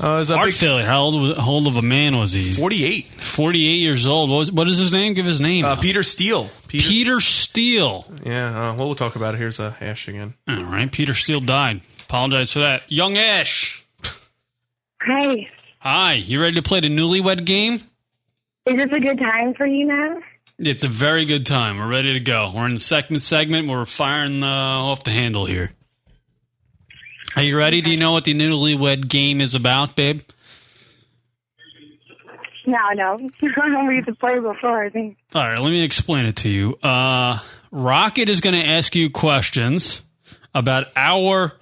Speaker 7: Uh, is
Speaker 6: Heart failure. How old, was- how old of a man was he?
Speaker 7: 48.
Speaker 6: 48 years old. What, was, what is his name? Give his name. Uh,
Speaker 7: Peter Steele.
Speaker 6: Peter, Steele.
Speaker 7: Yeah, uh, well, we'll talk about it. Here's uh, Ash again.
Speaker 6: All right. Peter Steele died. Apologize for that. Young Ash.
Speaker 9: Hey,
Speaker 6: Hi. You ready to play the newlywed game?
Speaker 9: is this a good time for you now?
Speaker 6: It's a very good time. We're ready to go. We're in the second segment. We're firing uh, off the handle here. Are you ready? Do you know what the newlywed game is about, babe?
Speaker 9: No, no. I don't read the play before, I think.
Speaker 6: All right, let me explain it to you. Uh, Rocket is going to ask you questions about our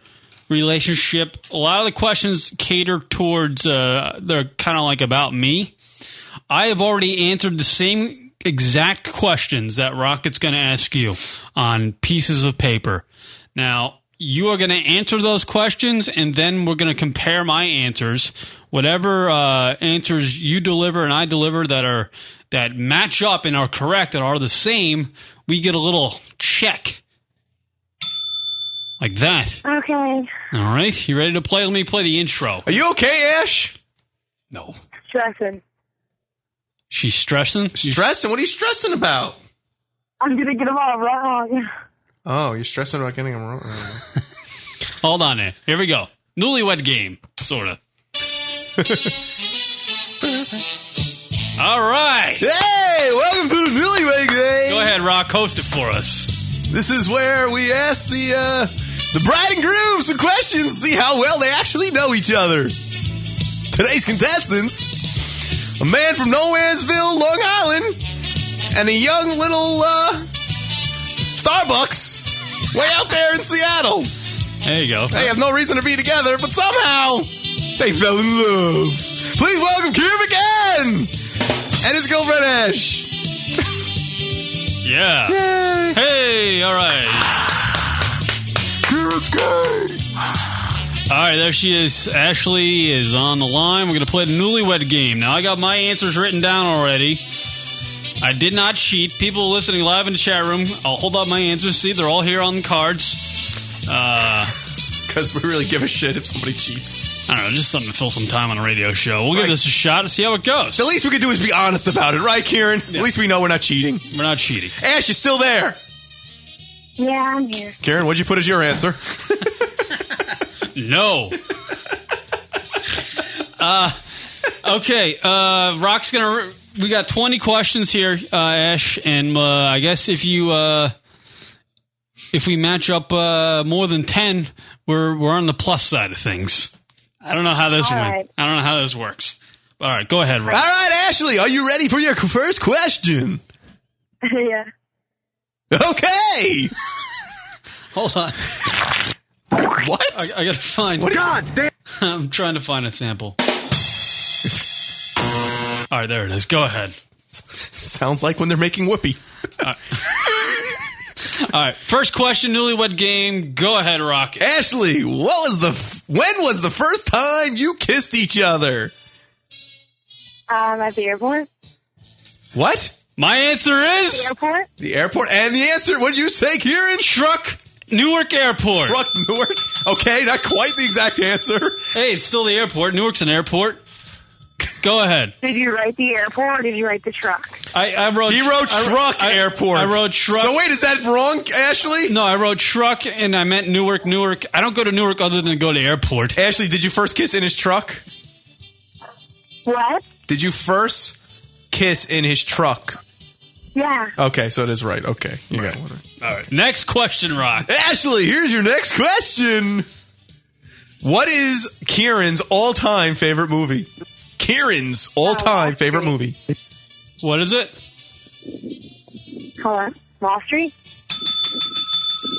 Speaker 6: relationship. A lot of the questions cater towards, uh, they're kind of like about me. I have already answered the same exact questions that Rocket's going to ask you on pieces of paper. Now, you are going to answer those questions, and then we're going to compare my answers. Whatever uh, answers you deliver and I deliver that are that match up and are correct and are the same, we get a little check like that.
Speaker 9: Okay.
Speaker 6: All right, you ready to play? Let me play the intro.
Speaker 7: Are you okay, Ash?
Speaker 6: No.
Speaker 9: Stressing.
Speaker 6: She's stressing.
Speaker 7: Stressing? What are you stressing about?
Speaker 9: I'm going to get them all wrong.
Speaker 7: Oh, you're stressing about getting them wrong.
Speaker 6: Hold on there. Here we go. Newlywed game, sort of. All right.
Speaker 12: Hey, welcome to the Newlywed Game.
Speaker 6: Go ahead, Rock. Host it for us.
Speaker 12: This is where we ask the uh, the bride and groom some questions, see how well they actually know each other. Today's contestants: a man from Nowheresville, Long Island, and a young little uh, Starbucks way out there in Seattle.
Speaker 6: There you go.
Speaker 12: They have no reason to be together, but somehow they fell in love. Please welcome Kieran again and his girlfriend Ash.
Speaker 6: Yeah. Hey, all right.
Speaker 12: Kieran's gay.
Speaker 6: All right, there she is. Ashley is on the line. We're going to play the newlywed game. Now, I got my answers written down already. I did not cheat. People listening live in the chat room, I'll hold up my answers. See, they're all here on the cards. Uh,
Speaker 7: Because we really give a shit if somebody cheats.
Speaker 6: I don't know, just something to fill some time on a radio show. We'll give this a shot to see how it goes.
Speaker 12: The least we could do is be honest about it, right, Kieran? At least we know we're not cheating.
Speaker 6: We're not cheating.
Speaker 12: Ash, you're still there.
Speaker 9: Yeah, I'm here.
Speaker 7: Karen, what'd you put as your answer?
Speaker 6: No. uh, okay. Uh, Rock's gonna. Re- we got twenty questions here, uh, Ash, and uh, I guess if you uh, if we match up uh, more than ten, we're we're on the plus side of things. I don't know how this
Speaker 12: All
Speaker 6: went.
Speaker 12: right.
Speaker 6: I don't know how this works. All right, go ahead,
Speaker 12: All
Speaker 6: Rock.
Speaker 12: right, Ashley, are you ready for your first question?
Speaker 9: yeah.
Speaker 12: Okay.
Speaker 6: Hold on.
Speaker 12: What?
Speaker 6: I, I gotta find.
Speaker 12: What is- God
Speaker 6: damn! I'm trying to find a sample. All right, there it is. Go ahead.
Speaker 12: Sounds like when they're making whoopee.
Speaker 6: All right. First question, newlywed game. Go ahead, Rock.
Speaker 7: Ashley, what was the f- when was the first time you kissed each other?
Speaker 9: Um, at the airport.
Speaker 7: What?
Speaker 6: My answer is
Speaker 9: The airport.
Speaker 7: The airport and the answer. What did you say, Kieran?
Speaker 6: Truck Newark Airport.
Speaker 7: Truck Newark. Okay, not quite the exact answer.
Speaker 6: Hey, it's still the airport. Newark's an airport. Go ahead.
Speaker 9: Did you write the airport or did you write the truck?
Speaker 6: I, I wrote.
Speaker 7: He wrote
Speaker 6: I-
Speaker 7: truck
Speaker 6: I-
Speaker 7: airport.
Speaker 6: I wrote truck.
Speaker 7: So wait, is that wrong, Ashley?
Speaker 6: No, I wrote truck, and I meant Newark, Newark. I don't go to Newark other than go to airport.
Speaker 7: Ashley, did you first kiss in his truck?
Speaker 9: What?
Speaker 7: Did you first kiss in his truck?
Speaker 9: Yeah.
Speaker 7: Okay, so it is right. Okay, you got one.
Speaker 6: All right. Next question, Rock.
Speaker 7: Ashley, here's your next question. What is Kieran's all-time favorite movie? Kieran's all-time favorite movie.
Speaker 6: What is it?
Speaker 9: Hold on. Wall Street.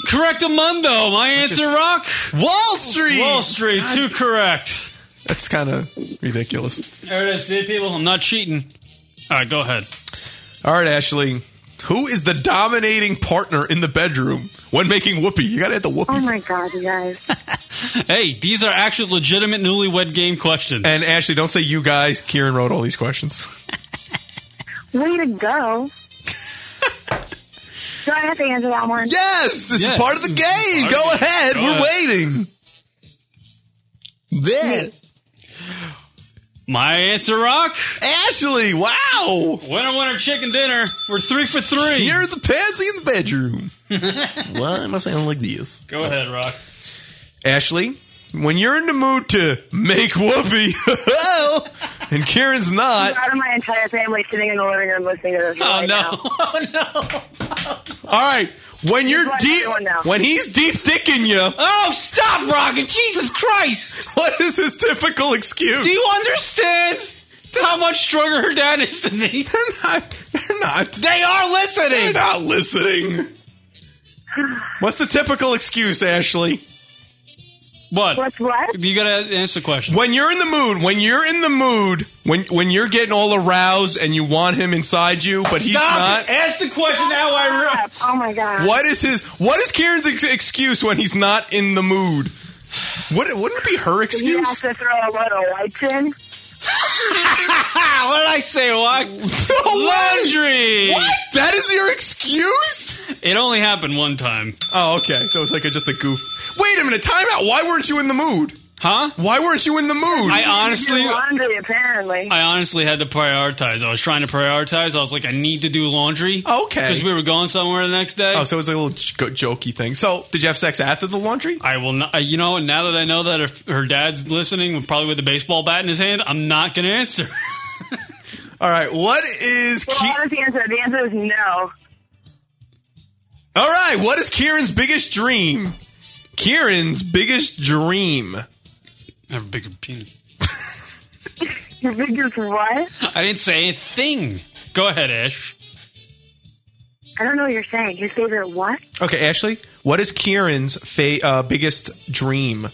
Speaker 6: Correct, Amundo. My answer, Rock.
Speaker 7: Wall Street.
Speaker 6: Wall Street. Two correct.
Speaker 7: That's kind of ridiculous.
Speaker 6: There it is. See, people, I'm not cheating. All right, go ahead.
Speaker 7: All right, Ashley. Who is the dominating partner in the bedroom when making whoopee? You got to hit the whoopee.
Speaker 9: Oh my God, you guys.
Speaker 6: Hey, these are actual legitimate newlywed game questions.
Speaker 7: And Ashley, don't say you guys. Kieran wrote all these questions.
Speaker 9: Way to go. Do I have to answer that one?
Speaker 7: Yes, this
Speaker 6: Yes.
Speaker 7: is part of the game.
Speaker 6: Part
Speaker 7: Go
Speaker 6: of it.
Speaker 7: ahead.
Speaker 6: Go
Speaker 7: We're
Speaker 6: ahead.
Speaker 7: waiting. There.
Speaker 6: My answer, Rock.
Speaker 7: Ashley, wow.
Speaker 6: Winner, winner, chicken dinner. We're three for three.
Speaker 7: Kieran's a pansy in the bedroom. Why am I sounding like this?
Speaker 6: Go ahead, Rock.
Speaker 7: Ashley, when you're in the mood to make whoopee, and Kieran's
Speaker 9: I'm
Speaker 7: not,
Speaker 9: proud of my entire family sitting in the living room listening to this.
Speaker 6: Oh
Speaker 9: right
Speaker 6: no!
Speaker 9: now.
Speaker 6: Oh no!
Speaker 7: all right. When you're
Speaker 9: what
Speaker 7: deep,
Speaker 9: everyone knows.
Speaker 7: when he's deep dicking you,
Speaker 6: Oh, stop, Rocket! Jesus Christ!
Speaker 7: what is his typical excuse?
Speaker 6: Do you understand how much stronger her dad is than me?
Speaker 7: they're not. They're not.
Speaker 6: They are
Speaker 7: They're
Speaker 6: listening.
Speaker 7: not listening. What's the typical excuse, Ashley?
Speaker 6: What?
Speaker 9: What's what?
Speaker 6: You gotta answer the question.
Speaker 7: When you're in the mood, when you're in the mood, when when you're getting all aroused and you want him inside you, but he's
Speaker 6: Stop!
Speaker 7: not.
Speaker 6: it. Ask the question now. I re-
Speaker 9: Oh my God.
Speaker 7: What is his? What is Kieran's ex- excuse when he's not in the mood? Would it, wouldn't it be her
Speaker 9: You have
Speaker 7: excuse?
Speaker 9: to throw a load of lights in.
Speaker 6: Ah, what did I say? What?
Speaker 7: No way!
Speaker 6: Laundry.
Speaker 7: What? That is your excuse?
Speaker 6: It only happened one time.
Speaker 7: Oh, okay. So it's like a, just a goof. Wait a minute. Time out. Why weren't you in the mood?
Speaker 6: Huh?
Speaker 7: Why weren't you in the mood?
Speaker 6: I honestly,
Speaker 9: Your laundry, apparently.
Speaker 6: I honestly had to prioritize. I was trying to prioritize. I was like, I need to do laundry.
Speaker 7: Okay.
Speaker 6: Because we were going somewhere the next day.
Speaker 7: Oh, so it was a little j- go- jokey thing. So, did you have sex after the laundry?
Speaker 6: I will not. uh, You know, and now that I know that if her dad's listening, probably with a baseball bat in his hand, I'm not going to answer.
Speaker 7: All right. What is Ki-
Speaker 9: well, what is the answer? The answer is no.
Speaker 7: All right, what is Kieran's biggest dream? Kieran's biggest dream.
Speaker 6: I have a bigger penis.
Speaker 9: Your biggest what?
Speaker 6: I didn't say a thing. Go ahead, Ash.
Speaker 9: I don't know what you're saying. His favorite what?
Speaker 7: Okay, Ashley, what is Kieran's fa- uh, biggest dream?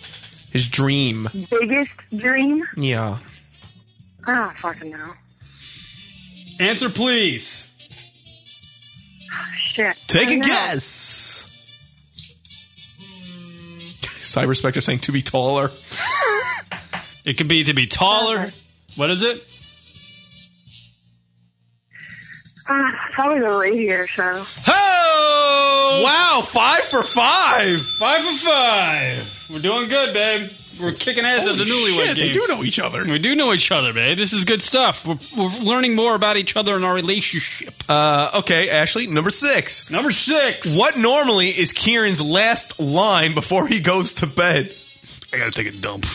Speaker 7: His dream.
Speaker 9: Biggest dream?
Speaker 7: Yeah.
Speaker 9: I don't fucking know.
Speaker 6: Answer, please.
Speaker 9: Shit.
Speaker 7: Take
Speaker 9: I
Speaker 7: a
Speaker 9: don't know.
Speaker 7: guess. Cyber Spectre saying to be taller.
Speaker 6: It could be to be taller. What is it?
Speaker 9: Uh, probably the radio show.
Speaker 7: Oh! Wow, five for five.
Speaker 6: Five for five. We're doing good, babe. We're kicking ass at the newlywed
Speaker 7: Shit, they
Speaker 6: games.
Speaker 7: do know each other.
Speaker 6: we do know each other, babe. This is good stuff. We're, we're learning more about each other and our relationship.
Speaker 7: Uh, okay, Ashley, number six.
Speaker 6: Number six.
Speaker 7: What normally is Kieran's last line before he goes to bed?
Speaker 6: I gotta take a dump.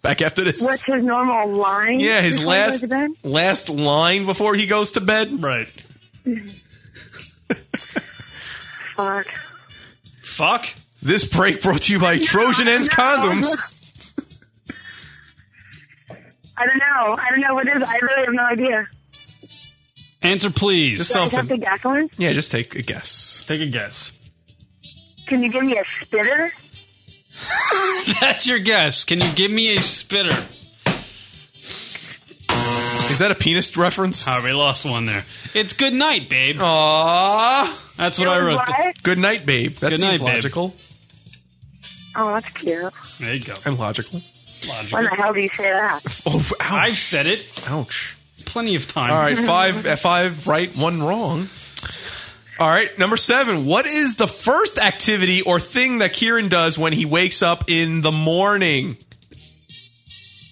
Speaker 7: Back after this.
Speaker 9: What's his normal line?
Speaker 7: Yeah, his
Speaker 9: before he goes
Speaker 7: last
Speaker 9: to bed?
Speaker 7: last line before he goes to bed.
Speaker 6: Right.
Speaker 9: Fuck.
Speaker 6: Fuck.
Speaker 7: This break brought to you by Trojan Ends Condoms.
Speaker 9: I don't know. I don't know what it is. I really have no idea.
Speaker 6: Answer, please.
Speaker 7: Just
Speaker 9: Do I have to
Speaker 7: something.
Speaker 9: guess one?
Speaker 7: Yeah, just take a guess.
Speaker 6: Take a guess.
Speaker 9: Can you give me a spitter?
Speaker 6: That's your guess. Can you give me a spitter?
Speaker 7: Is Is that a penis reference?
Speaker 6: Oh, we lost one there. It's good night, babe.
Speaker 7: Aww.
Speaker 6: That's what I wrote.
Speaker 9: What?
Speaker 7: Good night, babe. That
Speaker 6: Good
Speaker 7: seems
Speaker 6: night, babe.
Speaker 7: logical
Speaker 9: Oh, that's cute.
Speaker 6: There you go.
Speaker 7: and logical.
Speaker 9: When the hell do you say that?
Speaker 7: Oh,
Speaker 6: I've said it
Speaker 7: ouch.
Speaker 6: plenty of times.
Speaker 7: All right, five uh, five right, one wrong. All right, number seven. What is the first activity or thing that Kieran does when he wakes up in the morning?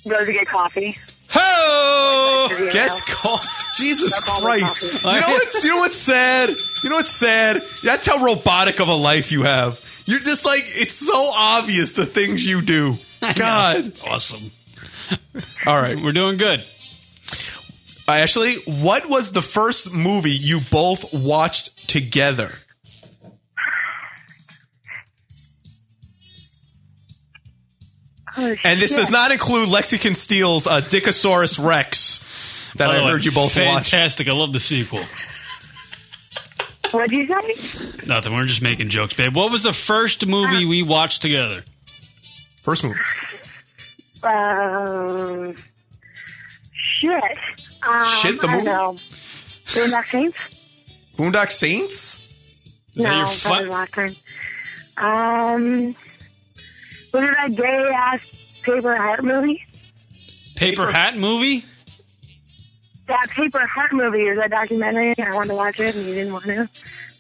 Speaker 9: Go to get coffee.
Speaker 7: Ho! Gets called. Jesus Christ! You know what? You know what's sad? You know what's sad? That's how robotic of a life you have. You're just like it's so obvious the things you do. God,
Speaker 6: awesome.
Speaker 7: All right,
Speaker 6: we're doing good.
Speaker 7: Ashley, what was the first movie you both watched together? And this does not include Lexicon Steel's uh, Dickosaurus Rex that
Speaker 6: By the
Speaker 7: I
Speaker 6: way,
Speaker 7: heard you both watch.
Speaker 6: Oh, Fantastic. I love the sequel.
Speaker 9: What'd you say?
Speaker 6: Nothing. We're just making jokes, babe. What was the first
Speaker 9: Uh,
Speaker 6: movie we watched together?
Speaker 7: First movie.
Speaker 9: Um, shit. Um,
Speaker 7: Shit, the
Speaker 9: I don't
Speaker 7: movie?
Speaker 9: know. Doing that thing?
Speaker 7: Boondock Saints?
Speaker 6: Is that
Speaker 9: no,
Speaker 6: your
Speaker 9: that
Speaker 6: fi-
Speaker 9: was last time. Um, was it that gay ass paper hat movie?
Speaker 6: Paper Hat movie?
Speaker 9: That paper hat movie is that documentary. I wanted to watch it, and you didn't want to.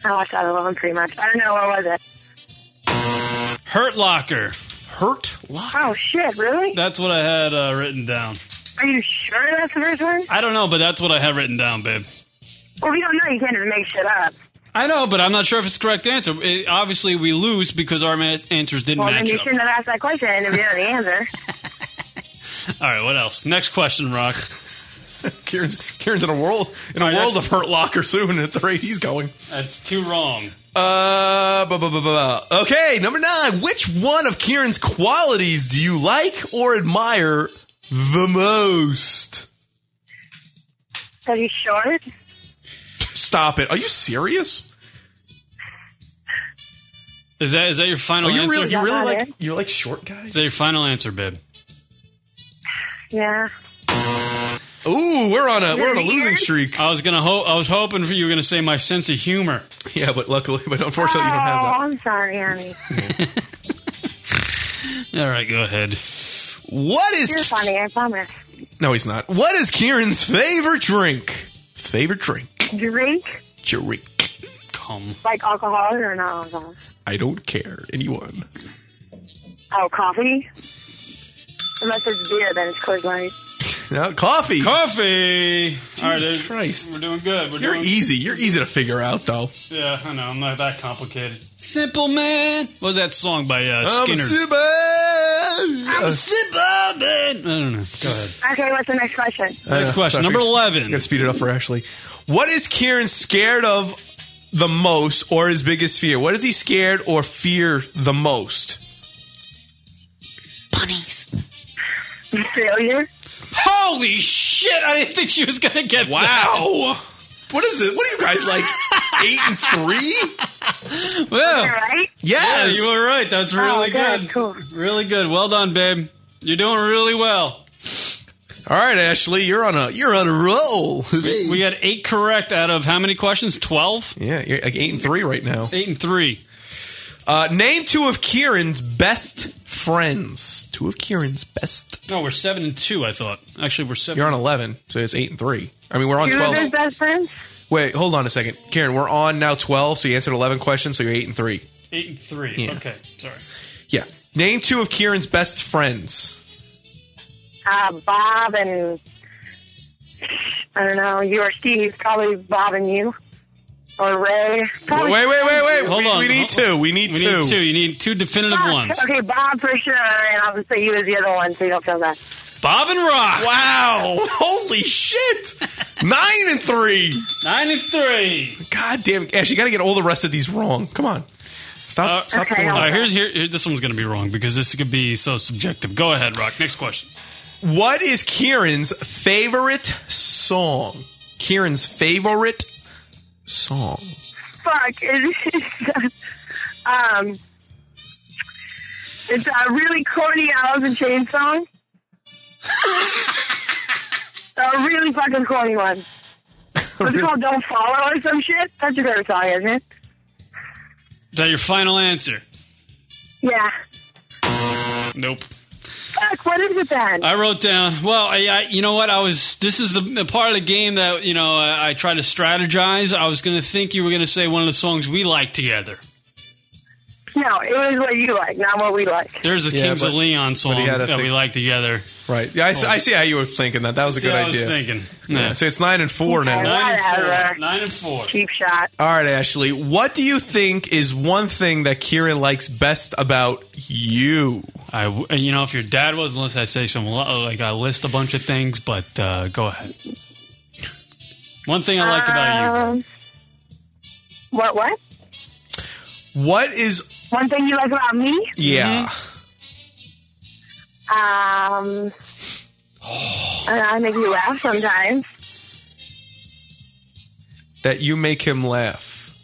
Speaker 9: I watched all of them pretty much. I don't know what was it.
Speaker 6: Hurt Locker.
Speaker 7: Hurt Locker?
Speaker 9: Oh shit! Really?
Speaker 6: That's what I had uh, written down.
Speaker 9: Are you sure that's the first one?
Speaker 6: I don't know, but that's what I had written down, babe.
Speaker 9: Well, if you don't know, you can't even make shit up.
Speaker 6: I know, but I'm not sure if it's the correct answer. It- obviously, we lose because our ma- answers didn't
Speaker 9: Well, then
Speaker 6: match
Speaker 9: you
Speaker 6: up.
Speaker 9: shouldn't have asked that question if you know the answer.
Speaker 6: All right, what else? Next question, Rock.
Speaker 7: Kieran's, Kieran's in a world in a
Speaker 6: All right,
Speaker 7: world of
Speaker 6: that's-
Speaker 7: Hurt Locker soon at the rate he's going.
Speaker 6: That's too wrong.
Speaker 7: Uh, bu- bu- bu- bu- bu- okay, number nine. Which one of Kieran's qualities do you like or admire the most?
Speaker 9: Are you short?
Speaker 7: Stop it. Are you serious?
Speaker 6: Is that is that your final
Speaker 7: Are you
Speaker 6: answer?
Speaker 7: really you
Speaker 9: Is
Speaker 7: really
Speaker 9: that
Speaker 7: like
Speaker 9: it?
Speaker 7: you like short guys?
Speaker 6: Is that your final answer, babe?
Speaker 9: Yeah.
Speaker 7: Ooh, we're on a
Speaker 9: Is
Speaker 7: we're on
Speaker 9: it
Speaker 7: a losing
Speaker 9: weird? Oh.
Speaker 7: streak.
Speaker 6: I was gonna ho- I was hoping for you were gonna say my sense of humor.
Speaker 7: Yeah, but luckily, but
Speaker 9: Oh,
Speaker 7: unfortunately, you don't have that.
Speaker 9: I'm sorry, honey.
Speaker 6: All right, go ahead.
Speaker 7: What
Speaker 9: You're
Speaker 7: is
Speaker 9: funny, I promise.
Speaker 7: no? He's not. What is Kieran's favorite drink? Favorite drink?
Speaker 9: Drink
Speaker 7: Drink.
Speaker 6: Come.
Speaker 9: like alcohol or not alcohol?
Speaker 7: I don't care. Anyone?
Speaker 9: Oh, coffee. Unless it's beer, then it's Coors Light.
Speaker 7: No, coffee.
Speaker 6: Coffee. All right,
Speaker 7: Jesus
Speaker 6: there's-
Speaker 7: Christ.
Speaker 6: We're doing good. We're
Speaker 7: You're
Speaker 6: doing
Speaker 7: easy. You're easy to figure out, though.
Speaker 6: Yeah, I know. I'm not that complicated. Simple man. What was that song by uh,
Speaker 7: I'm
Speaker 6: Skinner?
Speaker 7: super-
Speaker 6: I'm a suburban. I don't know. Go ahead.
Speaker 9: Okay, what's the next question?
Speaker 7: I
Speaker 6: Next
Speaker 7: know.
Speaker 6: question,
Speaker 7: Uh, Sorry.
Speaker 6: number
Speaker 7: I'm
Speaker 6: 11.
Speaker 7: gonna speed it up for Ashley. What is Kieran scared of the most, or his biggest fear? What is he scared or fear the most?
Speaker 9: Failure.
Speaker 6: Holy shit! I didn't think she was going to get wow.
Speaker 7: Ow! What is it? What are you guys like? eight and three?
Speaker 9: All
Speaker 6: Well,
Speaker 9: right.
Speaker 6: yeah,
Speaker 7: Yes.
Speaker 6: you were right. That's really
Speaker 9: oh, good.
Speaker 6: good.
Speaker 9: Cool.
Speaker 6: Really good. Well done, babe. You're doing really well.
Speaker 7: All right, Ashley, you're on a you're on a roll.
Speaker 6: We got eight correct out of how many questions? 12?
Speaker 7: yeah, you're like eight and three right now.
Speaker 6: Eight and three.
Speaker 7: Uh, name two of Kieran's best friends. Two of Kieran's best.
Speaker 6: No, we're seven and two, I thought. Actually, we're seven.
Speaker 7: You're on eleven, so it's eight and three. I mean, we're on
Speaker 9: You were his
Speaker 7: twelve.
Speaker 9: best friends?
Speaker 7: Wait, hold on a second, Kieran. We're on now twelve. So you answered eleven questions, so you're eight and three.
Speaker 6: eight and three.
Speaker 7: Yeah.
Speaker 6: Okay, sorry.
Speaker 7: Yeah. Name two of Kieran's best friends.
Speaker 9: Uh, Bob and I don't know. You or Steve? Probably Bob and you, or Ray.
Speaker 7: Wait,
Speaker 9: Probably
Speaker 7: wait, wait, wait.
Speaker 6: Hold
Speaker 7: we,
Speaker 6: on.
Speaker 7: we need
Speaker 6: Hold-
Speaker 7: two. We need
Speaker 6: We
Speaker 7: two.
Speaker 6: need two. You need two definitive
Speaker 9: Fuck.
Speaker 6: ones.
Speaker 9: Okay, Bob for sure, and I'll just say you as the other one, so you don't feel bad.
Speaker 6: Bob and Rock.
Speaker 7: Wow. Holy shit. Nine and three.
Speaker 6: Nine and three.
Speaker 7: God damn. Ash, you got to get all the rest of these wrong. Come on. Stop.
Speaker 6: Uh,
Speaker 7: stop
Speaker 9: okay,
Speaker 7: doing
Speaker 6: All
Speaker 9: I'll-
Speaker 6: right, here's here, here. This one's going to be wrong because this could be so subjective. Go ahead, Rock. Next question.
Speaker 7: What is Kieran's favorite song? Kieran's favorite song.
Speaker 9: Fuck. It's, it's, um, it's a really corny Alice in Chains song. A really fucking corny one. What's it called Don't Follow or some shit? That's your favorite song, isn't it?
Speaker 6: Is that your final answer?
Speaker 9: Yeah.
Speaker 6: Nope. Uh,
Speaker 9: Fuck, what is it then?
Speaker 6: I wrote down. Well, I, I, you know what? I was. This is the, the part of the game that you know I, I try to strategize. I was going to think you were going to say one of the songs we like together.
Speaker 9: No, it was what you like, not what we like.
Speaker 6: There's the
Speaker 7: Yeah,
Speaker 6: Kings of
Speaker 7: but-
Speaker 6: Leon song
Speaker 7: he had
Speaker 6: that
Speaker 7: a
Speaker 6: we
Speaker 7: thing-
Speaker 6: like together.
Speaker 7: Right. Yeah, I, s- I see how you were thinking that. That was a
Speaker 6: See
Speaker 7: good
Speaker 6: how Oh. I was
Speaker 7: idea.
Speaker 6: thinking.
Speaker 7: Yeah. So it's nine and four now.
Speaker 6: Nine and four.
Speaker 9: Whatever.
Speaker 6: Nine and four.
Speaker 9: Cheap shot.
Speaker 7: All right, Ashley. What do you think is one thing that Kieran likes best about you?
Speaker 6: I, w- you know, if your dad was, unless I say some, lo- like I list a bunch of things, but uh, go ahead. One thing I like about you.
Speaker 9: Um, What, what?
Speaker 7: What is.
Speaker 9: One thing you like about me?
Speaker 7: Yeah.
Speaker 9: Um, I, I make you laugh sometimes.
Speaker 7: That you make him laugh.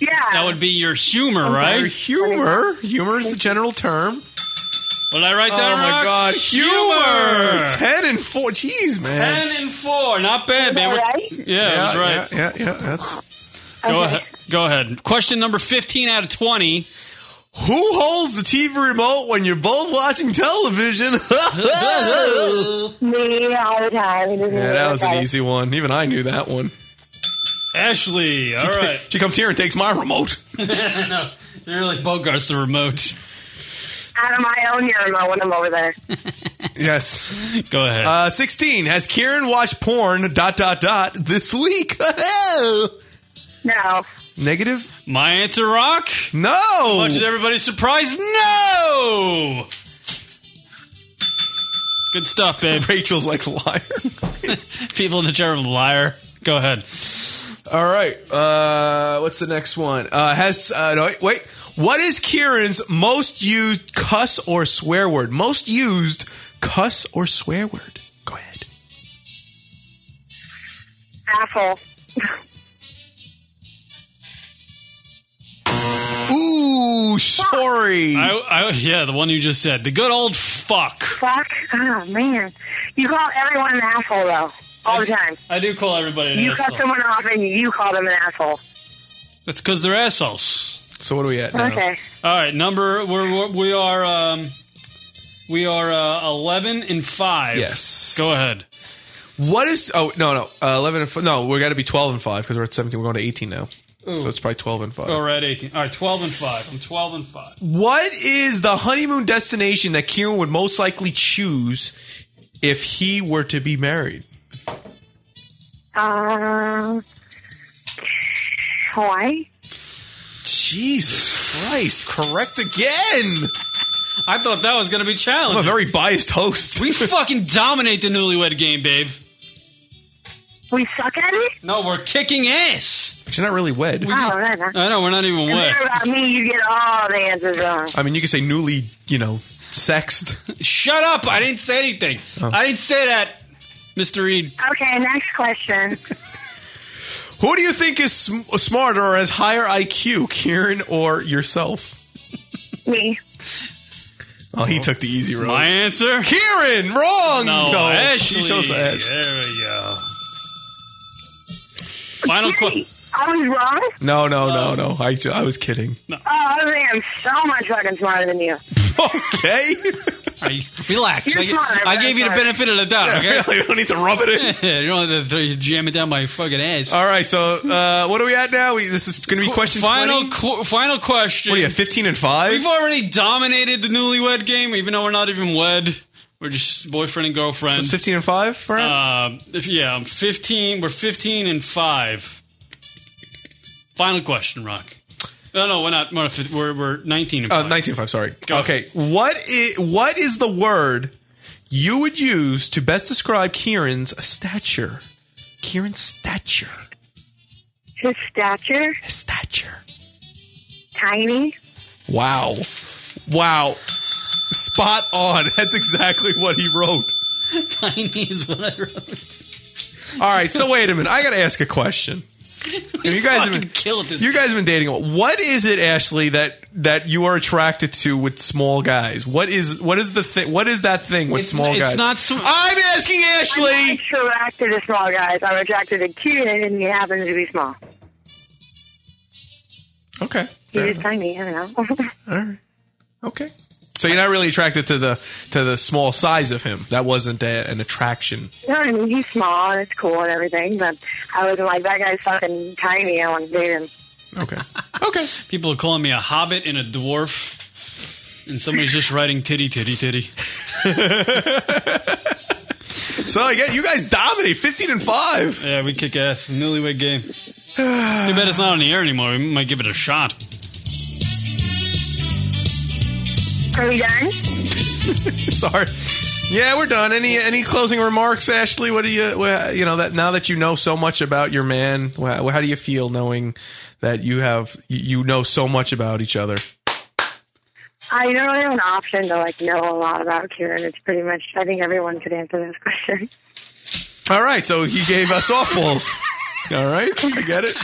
Speaker 9: Yeah.
Speaker 6: That would be your humor,
Speaker 7: Or
Speaker 6: right?
Speaker 7: Humor. Humor is the general term.
Speaker 6: What did I write down?
Speaker 7: oh my
Speaker 6: Rock?
Speaker 7: god, humor.
Speaker 6: Humor.
Speaker 7: Ten and four. Jeez, man.
Speaker 6: Ten and four. Not bad, man.
Speaker 9: Was I
Speaker 6: We're-
Speaker 9: right?
Speaker 6: Yeah,
Speaker 7: yeah,
Speaker 6: I was right.
Speaker 7: Yeah, yeah, yeah, That's
Speaker 6: Go
Speaker 9: Okay.
Speaker 6: ahead. Go ahead. Question number fifteen out of twenty.
Speaker 7: who holds the TV remote when you're both watching television. yeah,
Speaker 9: Me all the time. It doesn't
Speaker 7: that
Speaker 9: really
Speaker 7: was an
Speaker 9: matter.
Speaker 7: easy one. Even I knew that one.
Speaker 6: Ashley. All right.
Speaker 7: She comes here and takes my remote.
Speaker 6: no, you're like Bogart's the remote.
Speaker 9: Adam, I own your remote when I'm over there.
Speaker 7: Yes.
Speaker 6: Go ahead.
Speaker 7: Uh, 16. Has Kieran watched porn dot dot dot this week?
Speaker 9: No.
Speaker 7: Negative?
Speaker 6: my answer, Rock.
Speaker 7: No.
Speaker 6: Much to everybody's surprise, no. Good stuff, babe.
Speaker 7: Rachel's like a liar.
Speaker 6: People in the chair are liar. Go ahead.
Speaker 7: All right. Uh, what's the next one? Uh, has uh, no, wait, wait. What is Kieran's most used cuss or swear word? Most used cuss or swear word? Go ahead.
Speaker 9: Asshole.
Speaker 7: Ooh, sorry.
Speaker 6: I, I, yeah, the one you just said. The good old fuck.
Speaker 9: Fuck. Oh, man. You call everyone an asshole, though. All the time.
Speaker 6: I do call everybody an
Speaker 9: You cut
Speaker 6: asshole.
Speaker 9: someone off and you call them an asshole.
Speaker 6: That's because they're assholes.
Speaker 7: So what are we at now?
Speaker 9: Okay.
Speaker 6: All right, number we're, we're we are um, we are uh, eleven and five.
Speaker 7: Yes.
Speaker 6: Go ahead.
Speaker 7: What is? Oh no no. Uh, Eleven and f- no. We got to be twelve and five because we're at seventeen. We're going to eighteen now.
Speaker 6: Ooh.
Speaker 7: So it's probably twelve and five.
Speaker 6: All right, eighteen. All right, twelve and five. I'm twelve and five.
Speaker 7: What is the honeymoon destination that Kieran would most likely choose if he were to be married?
Speaker 9: Um, Hawaii?
Speaker 7: Jesus Christ! Correct again.
Speaker 6: I thought that was gonna be
Speaker 7: I'm a
Speaker 6: challenging.
Speaker 7: very biased host.
Speaker 6: we fucking dominate the newlywed game, babe.
Speaker 9: We suck at it?
Speaker 6: No, we're kicking ass.
Speaker 7: But you're not really wed.
Speaker 9: Oh, right. huh?
Speaker 6: I know we're not even
Speaker 9: And
Speaker 6: wet.
Speaker 9: then about me, you get all the answers wrong.
Speaker 7: I mean, you could say newly, you know, sexed.
Speaker 6: Shut up! I didn't say anything. I didn't say that, Mister Reed.
Speaker 9: Okay, next question.
Speaker 7: Who do you think is sm- smarter or has higher IQ, Kieran or yourself?
Speaker 9: me.
Speaker 7: Oh, he took the easy road.
Speaker 6: My answer.
Speaker 7: Kieran, wrong.
Speaker 6: No, Ashley.
Speaker 7: he chose Ash.
Speaker 6: There we go. Final question.
Speaker 9: Hey, I was wrong?
Speaker 7: No, no, no, no. I, I was kidding.
Speaker 9: Oh, I am so much fucking smarter than you.
Speaker 7: okay.
Speaker 6: Relax.
Speaker 9: You're
Speaker 6: I,
Speaker 9: fine,
Speaker 6: I gave you the
Speaker 9: I'm fine.
Speaker 6: benefit of the doubt. Okay.
Speaker 7: really, we don't need to rub it in.
Speaker 6: you don't have to th- jam it down my fucking ass.
Speaker 7: All right, so uh, what are we at now? We, this is going to be question
Speaker 6: final
Speaker 7: 20?
Speaker 6: qu- final question.
Speaker 7: What are you, 15 and 5?
Speaker 6: We've already dominated the newlywed game, even though we're not even wed. We're just boyfriend and girlfriend.
Speaker 7: It's 15 and 5 for him?
Speaker 6: Um, if, yeah, I'm 15. We're 15 and 5. Final question, Rock. No, no, we're not. We're, not fif- we're, we're 19 and
Speaker 7: Uh,
Speaker 6: 5.
Speaker 7: 19 and 5, sorry.
Speaker 6: Go
Speaker 7: okay, what is, what is the word you would use to best describe Kieran's stature? Kieran's stature.
Speaker 9: His stature?
Speaker 7: His stature.
Speaker 9: Tiny?
Speaker 7: Wow. Wow. Spot on. That's exactly what he wrote.
Speaker 6: Tiny is what I wrote.
Speaker 7: All right, so wait a minute. I got to ask a question. If you guys have been,
Speaker 15: Fucking kill it this-
Speaker 7: you guys have been dating. What is it, Ashley, that that you are attracted to with small guys? What is what is the thing? What is that thing with small guys? I'm asking Ashley.
Speaker 9: I'm not attracted to small guys. I'm attracted to cute, and he happens to be small.
Speaker 7: Okay.
Speaker 9: He
Speaker 7: fair
Speaker 9: is tiny. I don't know.
Speaker 7: All right. Okay. So you're not really attracted to the to the small size of him. That wasn't a, an attraction.
Speaker 9: No, I mean he's small and it's cool and everything, but I was like, that guy's fucking tiny. I want to date him.
Speaker 7: Okay. Okay.
Speaker 6: People are calling me a hobbit and a dwarf. And somebody's just writing titty, titty, titty.
Speaker 7: so again, you guys dominate fifteen and five.
Speaker 6: Yeah, we kick ass. Newlywed game. Too bad it's not on the air anymore. We might give it a shot.
Speaker 9: Are you done?
Speaker 7: Sorry. Yeah, we're done. Any any closing remarks, Ashley? What do you what, you know that now that you know so much about your man? How, how do you feel knowing that you have you you know so much about each other?
Speaker 9: I don't really have an option to like know a lot about Kieran. It's pretty much. I think everyone could answer this question.
Speaker 7: All right, so he gave us softballs. All right, I get it.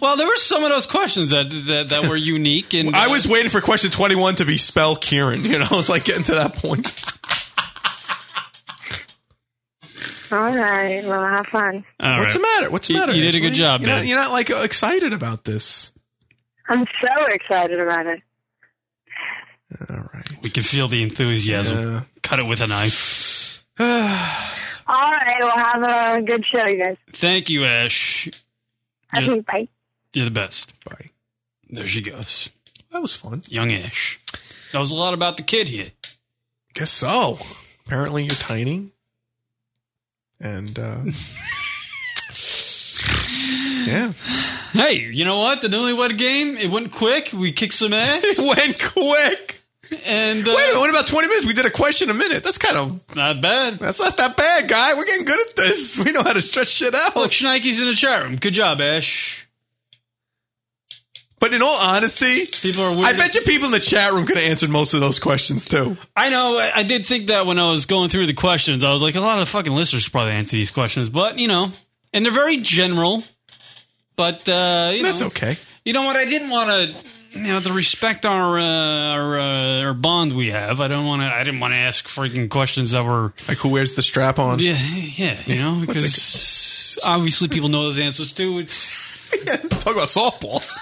Speaker 6: Well, there were some of those questions that that, that were unique, and
Speaker 7: I was waiting for question 21 to be spell Kieran. You know, I was like getting to that point.
Speaker 9: All right. Well, have fun.
Speaker 7: What's the matter? What's the
Speaker 6: You-
Speaker 7: matter?
Speaker 6: you did a good
Speaker 7: Ashley?
Speaker 6: job,
Speaker 7: you're not,
Speaker 6: man.
Speaker 7: you're not like excited about this.
Speaker 9: I'm so excited about it.
Speaker 6: We can feel the enthusiasm.
Speaker 7: Uh,
Speaker 6: Cut it with a knife.
Speaker 9: All right. Well, have a good show, you guys.
Speaker 6: Thank you, Ash.
Speaker 9: Okay,
Speaker 6: You're,
Speaker 9: bye.
Speaker 6: you're the best.
Speaker 7: Bye.
Speaker 6: There she goes.
Speaker 7: That was fun.
Speaker 6: Young Ash. That was a lot about the kid here.
Speaker 7: Guess so. Apparently, you're tiny. And, uh. yeah.
Speaker 6: Hey, you know what? The newlywed game, it went quick. We kicked some ass. it
Speaker 7: went quick.
Speaker 6: And uh,
Speaker 7: Wait a minute, what about 20 minutes? We did a question a minute. That's kind of.
Speaker 6: Not bad.
Speaker 7: That's not that bad, guy. We're getting good at this. We know how to stretch shit out.
Speaker 6: Look, Schneike's in the chat room. Good job, Ash.
Speaker 7: But in all honesty,
Speaker 6: people are. Weird.
Speaker 7: I bet you people in the chat room could have answered most of those questions too.
Speaker 6: I know. I I did think that when I was going through the questions, I was like, a lot of the fucking listeners could probably answer these questions, but you know, and they're very general. But uh, you
Speaker 7: That's
Speaker 6: know,
Speaker 7: okay.
Speaker 6: You know what? I didn't want to, you know, to respect our uh, our, uh, our bond we have. I don't want to. I didn't want to ask freaking questions that were
Speaker 7: Like who wears the strap on?
Speaker 6: yeah, yeah, you know,
Speaker 7: What's it-
Speaker 6: because obviously people know those answers too. It's
Speaker 7: Talk about softballs.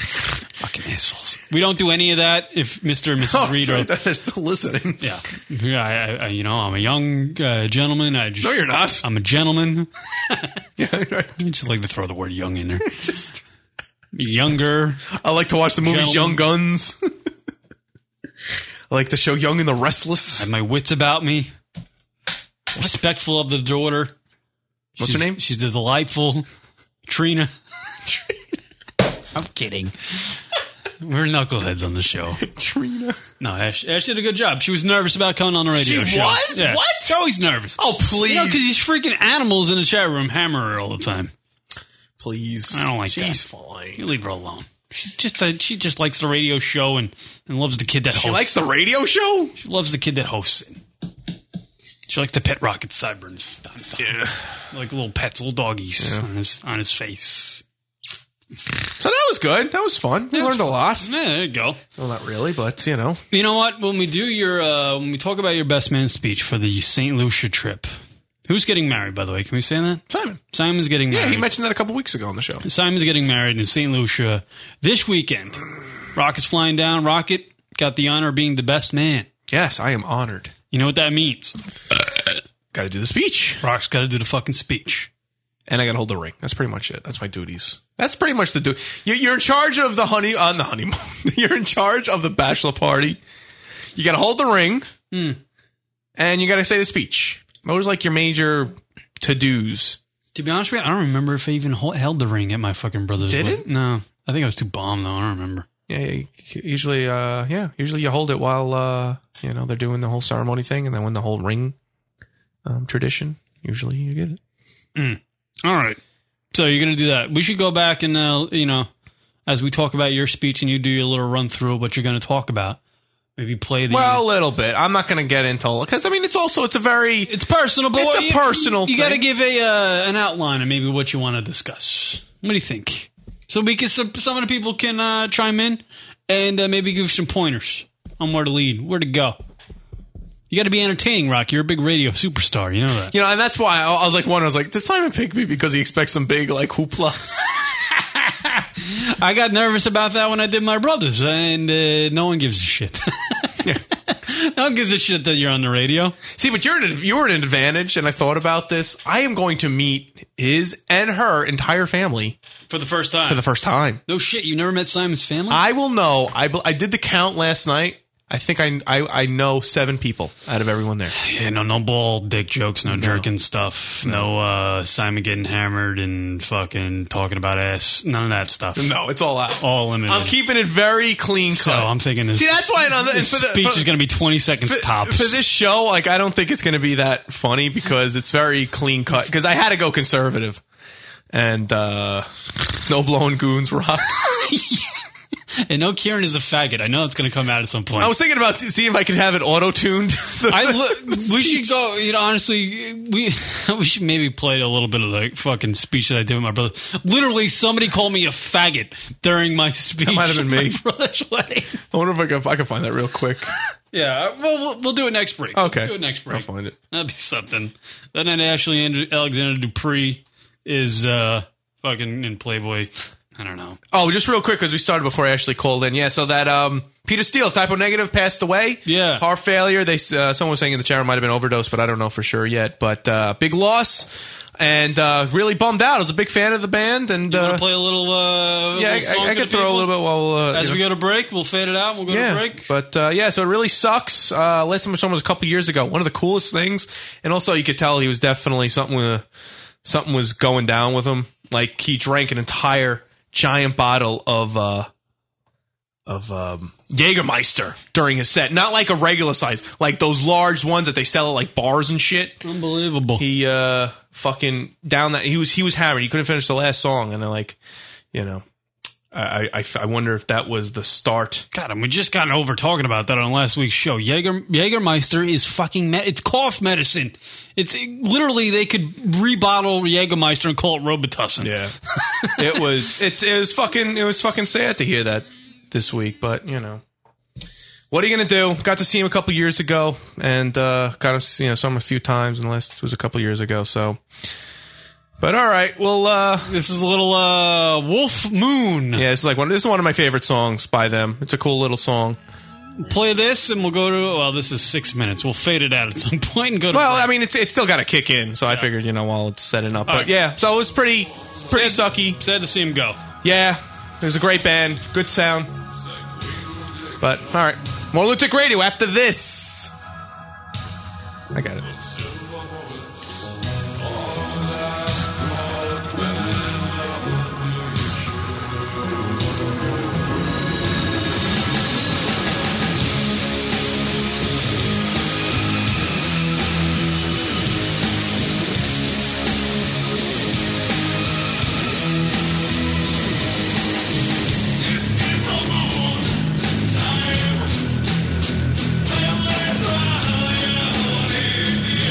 Speaker 6: fucking assholes. We don't do any of that. If Mister and
Speaker 7: Oh,
Speaker 6: Mrs. Reed are
Speaker 7: they're still listening.
Speaker 6: Yeah. Yeah, I, I, I- you know, I'm a young uh, gentleman. I just,
Speaker 7: No, you're not.
Speaker 6: I'm a gentleman.
Speaker 7: yeah,
Speaker 6: I just like to throw the word "young" in there. just younger.
Speaker 7: I like to watch the movies
Speaker 6: Gentlemen.
Speaker 7: Young Guns. I like the show Young and the Restless.
Speaker 6: Have my wits about me. Respectful of the daughter.
Speaker 7: What's
Speaker 6: she's,
Speaker 7: her name?
Speaker 6: She's delightful. Trina. I'm kidding. We're knuckleheads on the show.
Speaker 7: Trina.
Speaker 6: No, Ash, Ash did a good job. She was nervous about coming on the radio
Speaker 7: She
Speaker 6: show.
Speaker 7: was? What?
Speaker 6: She's always nervous.
Speaker 7: Oh please,
Speaker 6: You know, because these freaking animals in the chat room hammer her all the time.
Speaker 7: please.
Speaker 6: I don't like
Speaker 7: She's
Speaker 6: that.
Speaker 7: fine.
Speaker 6: You leave her alone. She's just a, she just likes the radio show and, and loves the kid that
Speaker 7: She
Speaker 6: hosts.
Speaker 7: likes the radio show.
Speaker 6: she loves the kid that hosts it. She likes to pet Rocket sideburns, Dun, dun.
Speaker 7: Yeah.
Speaker 6: like little pets, little doggies on his on his face.
Speaker 7: So that was good. That was fun. We
Speaker 6: Yeah, it was
Speaker 7: learned a lot.
Speaker 6: Yeah, there you go.
Speaker 7: Well, not really, but you know.
Speaker 6: You know what? When we do your uh, when we talk about your best man speech for the St. Lucia trip, who's getting married? By the way, can we say that
Speaker 7: Simon.
Speaker 6: Simon's getting
Speaker 7: Yeah,
Speaker 6: married?
Speaker 7: he mentioned that a couple weeks ago on the show.
Speaker 6: Simon's getting married in St. Lucia this weekend. Rocket's flying down. Rocket got the honor of being the best man.
Speaker 7: Yes, I am honored.
Speaker 6: You know what that means?
Speaker 7: Got to do the speech,
Speaker 6: Rock's got to do the fucking speech.
Speaker 7: and I got to hold the ring. That's pretty much it. That's my duties. That's pretty much the duty. You're in charge of the honey on the honeymoon. you're in charge of the bachelor party. You got to hold the ring, and you got to say the speech. Those are like your major to dos.
Speaker 6: To be honest with you, I don't remember if I even hol- held the ring at my fucking brother's.
Speaker 7: Did
Speaker 6: wedding.
Speaker 7: it?
Speaker 6: No, I think I was too bomb though. I don't remember.
Speaker 7: Yeah, you- usually, uh, yeah, usually you hold it while uh, you know they're doing the whole ceremony thing, and then when the whole ring um, tradition, usually you get it.
Speaker 6: All right. So you're gonna do that. We should go back and uh, you know, as we talk about your speech and you do your little run through of what you're gonna talk about. Maybe play the
Speaker 7: well, a little bit. I'm not going to get into because I mean it's also it's a very
Speaker 6: it's personal. But
Speaker 7: it's
Speaker 6: what-
Speaker 7: a
Speaker 6: you-
Speaker 7: personal.
Speaker 6: You, got to
Speaker 7: thing.
Speaker 6: give a uh, an outline of maybe what you want to discuss. What do you think? So we can some, some of the people can uh, chime in and uh, maybe give some pointers on where to lead, where to go. You got to be entertaining, Rock. You're a big radio superstar. You know that.
Speaker 7: You know, and that's why I, I was like, one, I was like, did Simon pick me because he expects some big like hoopla?
Speaker 6: I got nervous about that when I did my brothers, and uh, no one gives a shit. no one gives a shit that you're on the radio.
Speaker 7: See, but you're an, you're an advantage, and I thought about this. I am going to meet his and her entire family
Speaker 6: for the first time.
Speaker 7: For the first time,
Speaker 6: No shit, you never met Simon's family.
Speaker 7: I will know. I bel- I did the count last night. I think I I, I know seven people out of everyone there.
Speaker 6: Yeah, no, no ball dick jokes, no, jerking stuff, no uh, Simon getting hammered and fucking talking about ass, none of that stuff.
Speaker 7: No, it's all out.
Speaker 6: All limited.
Speaker 7: I'm keeping it very clean.
Speaker 6: so
Speaker 7: cut.
Speaker 6: I'm thinking this.
Speaker 7: See, that's why. and on the- and
Speaker 6: this
Speaker 7: for the-
Speaker 6: speech
Speaker 7: for-
Speaker 6: is going to be 20 seconds tops.
Speaker 7: for this show, like I don't think it's going to be that funny because it's very clean cut. Because I had to go conservative, and uh no blowing goons rock.
Speaker 6: and no, Kieran is a faggot. I know it's going to come out at some point.
Speaker 7: I was thinking about t- seeing if I could have it auto tuned.
Speaker 6: I look. we should go. You know, honestly, we we should maybe play a little bit of the fucking speech that I did with my brother. Literally, somebody called me a faggot during my speech.
Speaker 7: might have been
Speaker 6: at my
Speaker 7: me.
Speaker 6: brother's wedding.
Speaker 7: I wonder if I can, I can find that real quick.
Speaker 6: Yeah, uh, well, we'll, we'll do it next break.
Speaker 7: Okay.
Speaker 6: We'll do it next break.
Speaker 7: I'll find it.
Speaker 6: That'd be something. That night, Ashley Andrew, Alexander Dupree is uh, fucking in Playboy. I don't know.
Speaker 7: Oh, just real quick because we started before Ashley called in. Yeah, so that um, Peter Steele, typo negative, passed away.
Speaker 6: Yeah,
Speaker 7: heart failure. They uh, someone was saying in the chat room might have been overdose, but I don't know for sure yet. But uh, big loss, and uh, really bummed out. I was a big fan of the band, and
Speaker 6: You want
Speaker 7: uh,
Speaker 6: to play a little? Uh, little
Speaker 7: yeah, I- I-
Speaker 6: song
Speaker 7: I
Speaker 6: to
Speaker 7: could
Speaker 6: the
Speaker 7: throw a
Speaker 6: people?
Speaker 7: little bit while, uh,
Speaker 6: as
Speaker 7: you
Speaker 6: we
Speaker 7: know.
Speaker 6: go to break. We'll fade it out. We'll go to break.
Speaker 7: But uh, yeah, so it really sucks. Uh, last time with someone was a couple years ago. One of the coolest things, and also you could tell he was definitely something. With, something was going down with him. Like he drank an entire giant bottle of uh, of um, Jägermeister during his set. Not like a regular size, like those large ones that they sell at like bars and shit.
Speaker 6: Unbelievable.
Speaker 7: He uh, fucking down that. He was he was hammered. He couldn't finish the last song, and then like, you know. I, I, I wonder if that was the start.
Speaker 6: God, and we just got over talking about that on last week's show. Jaeger, Jägermeister is fucking med- it's cough medicine. It's literally they could rebottle Jägermeister and call it Robitussin.
Speaker 7: Yeah, it was it's it was fucking it was fucking sad to hear that this week, but you know. What are you gonna do? Got to see him a couple years ago, and uh, got to you know saw him a few times, unless it was a couple years ago. So, but all right, well, uh,
Speaker 6: this is a little uh, Wolf Moon.
Speaker 7: Yeah, it's like one. This is one of my favorite songs by them. It's a cool little song.
Speaker 6: play this and we'll go to. Well, this is six minutes. We'll fade it out at some point and go to.
Speaker 7: Well, I mean, it's it's still got to kick in, so I figured you know while it's setting up.
Speaker 6: All
Speaker 7: but
Speaker 6: right.
Speaker 7: yeah, so it was pretty pretty sucky.
Speaker 6: Sad to see him go.
Speaker 7: Yeah, it was a great band, good sound. But all right, more Lunatic Radio after this. I got it.
Speaker 16: Time.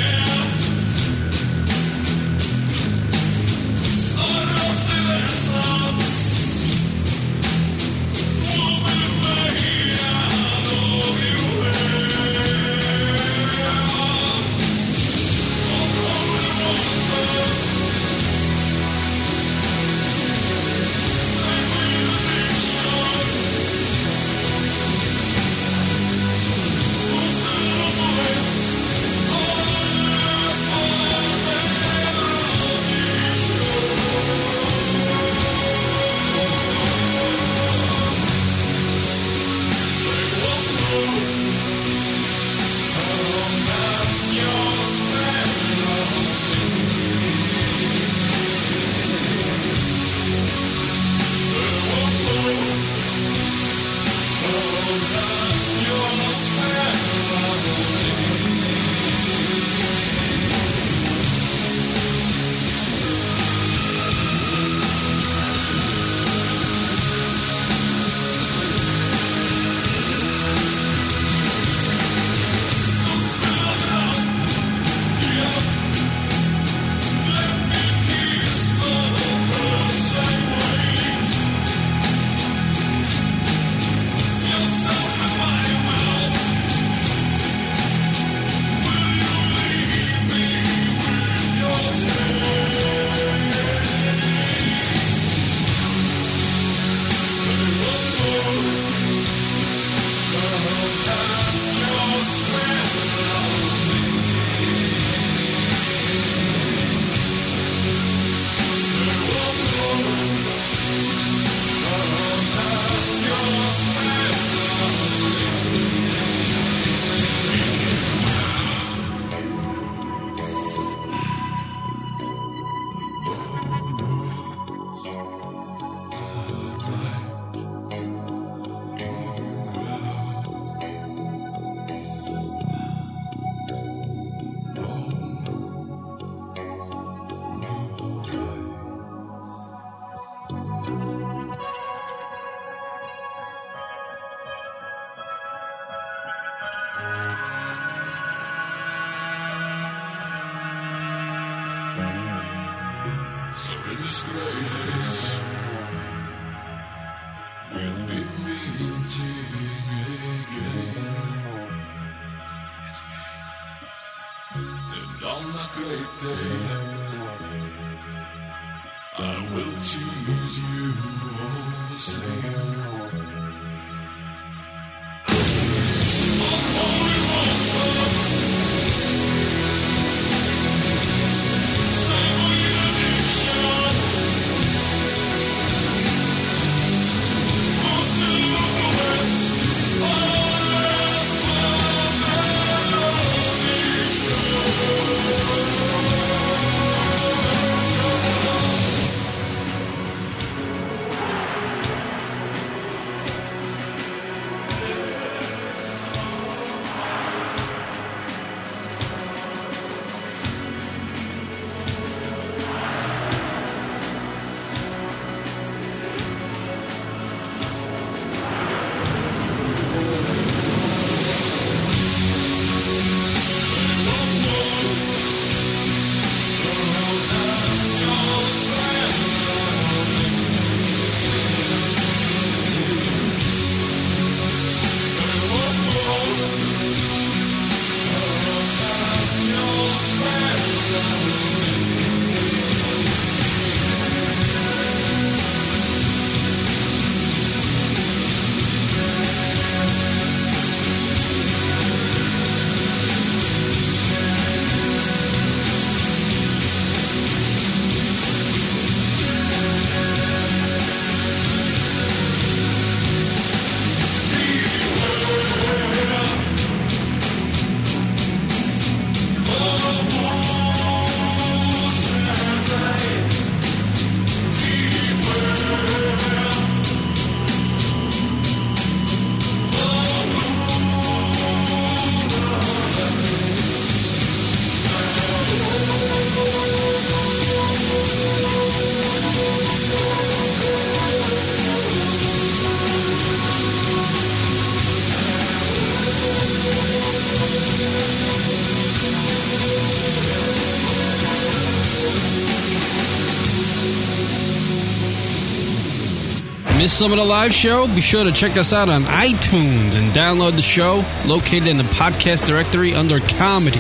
Speaker 6: Miss some of the live show? Be sure to check us out on iTunes and download the show
Speaker 7: Oh,
Speaker 6: located in the podcast directory under comedy.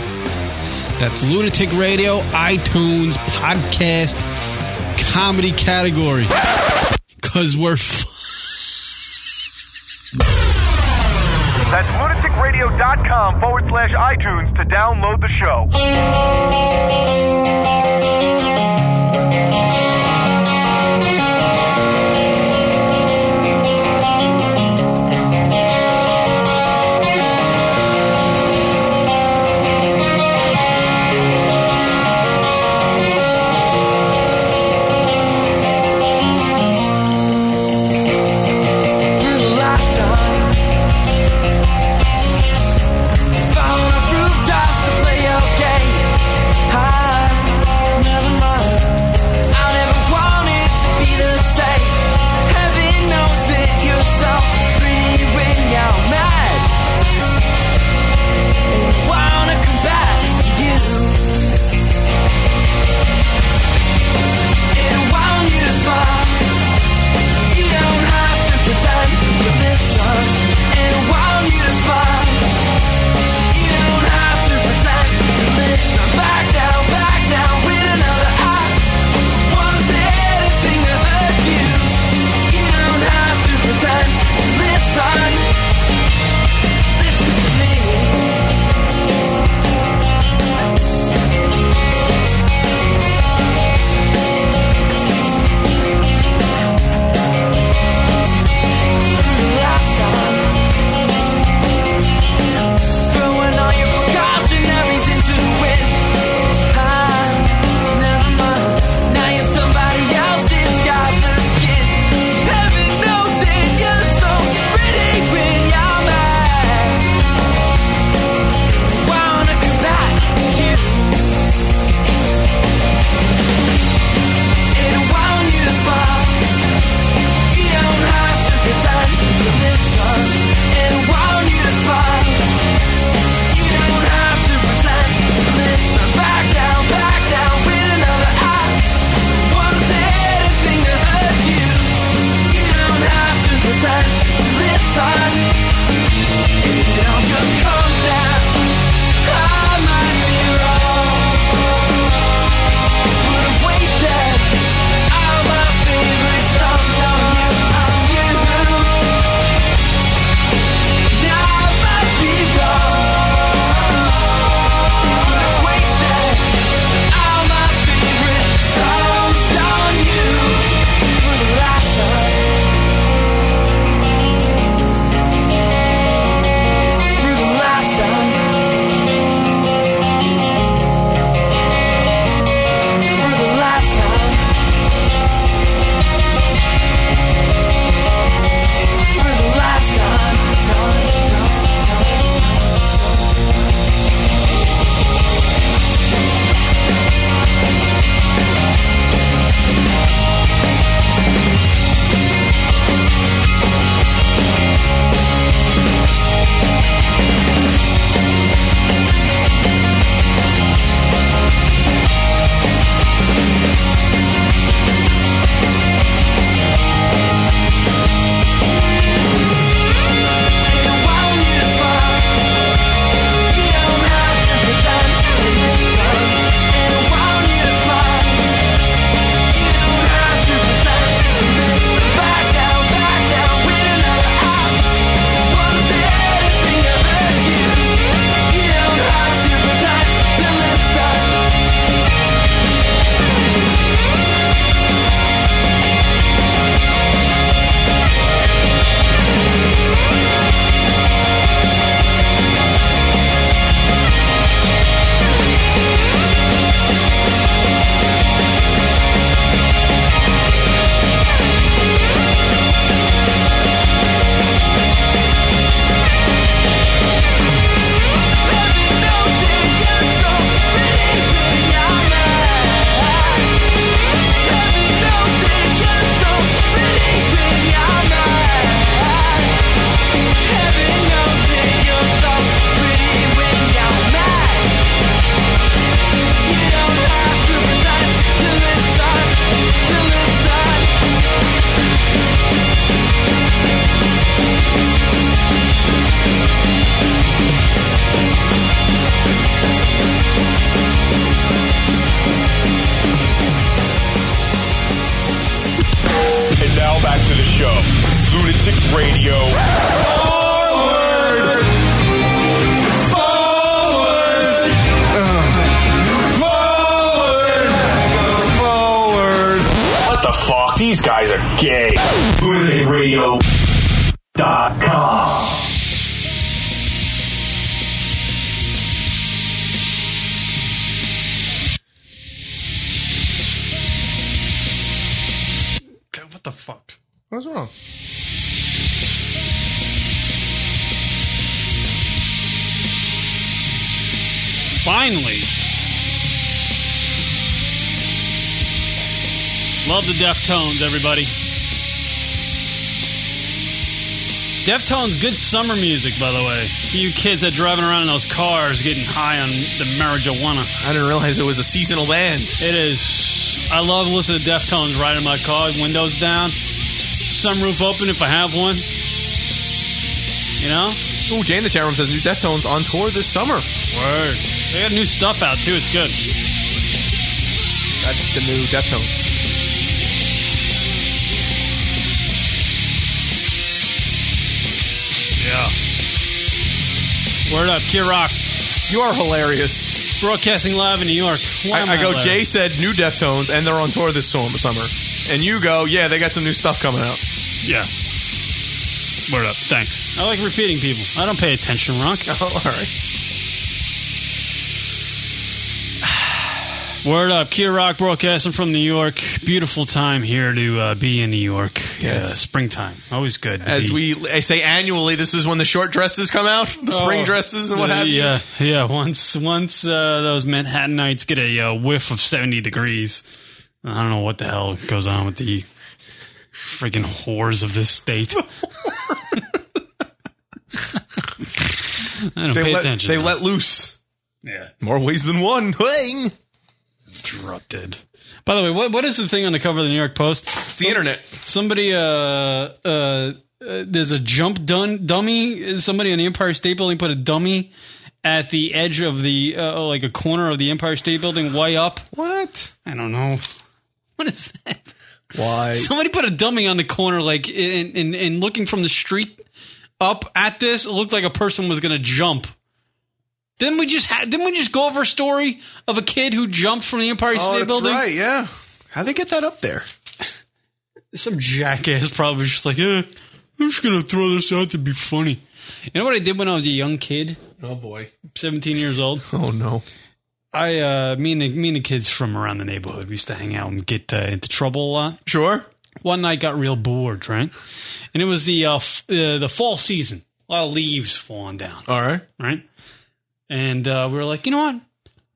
Speaker 6: That's Lunatic Radio, iTunes, podcast, comedy category. Because we're f-
Speaker 5: That's lunaticradio.com forward slash iTunes to download the
Speaker 2: Never mind. I
Speaker 17: Now back to the show. Lunatic Radio. Forward! Forward! Forward! Forward! What the fuck? These guys are gay. LunaticRadio.com.
Speaker 7: What the fuck? What's wrong?
Speaker 6: Finally. Love the Deftones, everybody. Deftones, good summer music, by the way. You kids that driving around in those cars getting high on the marijuana.
Speaker 7: I didn't realize it was a seasonal band.
Speaker 6: It is. I love listening to Deftones riding in my car, windows down, sunroof open if I have one. You know?
Speaker 7: Ooh, Jane in the chat room says New Deftones on tour this summer.
Speaker 6: Word. They got new stuff out, too. It's good.
Speaker 7: That's the new Deftones.
Speaker 6: Yeah. Word up, Kid Rock.
Speaker 7: You are hilarious.
Speaker 6: Broadcasting live in New York. Why am
Speaker 7: I, I go,
Speaker 6: hilarious?
Speaker 7: Jay said new Deftones and they're on tour this sum- summer. And you go, yeah, they got some new stuff coming out.
Speaker 6: Yeah. Word up. Thanks. I like repeating people. I don't pay attention, Rock.
Speaker 7: Oh, all right.
Speaker 6: Word up, Kid Rock broadcasting from New York. Beautiful time here to uh, be in New York.
Speaker 7: Yes.
Speaker 6: Uh, springtime, always good. to
Speaker 7: As
Speaker 6: be-
Speaker 7: we I say annually, this is when the short dresses come out, the spring
Speaker 6: Oh,
Speaker 7: dresses and what
Speaker 6: uh,
Speaker 7: have you.
Speaker 6: Yeah, yeah. Once once uh, those Manhattanites get a uh, whiff of seventy degrees, I don't know what the hell goes on with the freaking whores of this state. I don't
Speaker 7: They
Speaker 6: pay
Speaker 7: let,
Speaker 6: attention.
Speaker 7: they
Speaker 6: now.
Speaker 7: let loose.
Speaker 6: Yeah.
Speaker 7: More ways than one.
Speaker 6: Interrupted. By the way, what what is the thing on the cover of the New York Post? It's
Speaker 7: the internet.
Speaker 6: Somebody, uh, uh, uh, there's a jump dun- dummy. Somebody on the Empire State Building put a dummy at the edge of the uh, like a corner of the Empire State Building, way up.
Speaker 7: What?
Speaker 6: I don't know. What is that?
Speaker 7: Why?
Speaker 6: Somebody put a dummy on the corner, like in in, in looking from the street up at this. It looked like a person was going to jump. Didn't we just ha- didn't we just go over a story of a kid who jumped from the Empire State
Speaker 7: Oh, that's
Speaker 6: Building?
Speaker 7: right. Yeah. How they get that up there?
Speaker 6: Some jackass probably was just like, eh, I'm just gonna throw this out to be funny. You know what I did when I was a young kid?
Speaker 7: Oh boy.
Speaker 6: 17 years old.
Speaker 7: Oh no.
Speaker 6: I, uh, me and the, me and the kids from around the neighborhood, we used to hang out and get uh, into trouble a lot.
Speaker 7: Sure.
Speaker 6: One night got real bored, right? And it was the uh, f- uh, the fall season. A lot of leaves falling down,
Speaker 7: All right.
Speaker 6: right? And uh, we were like, you know what?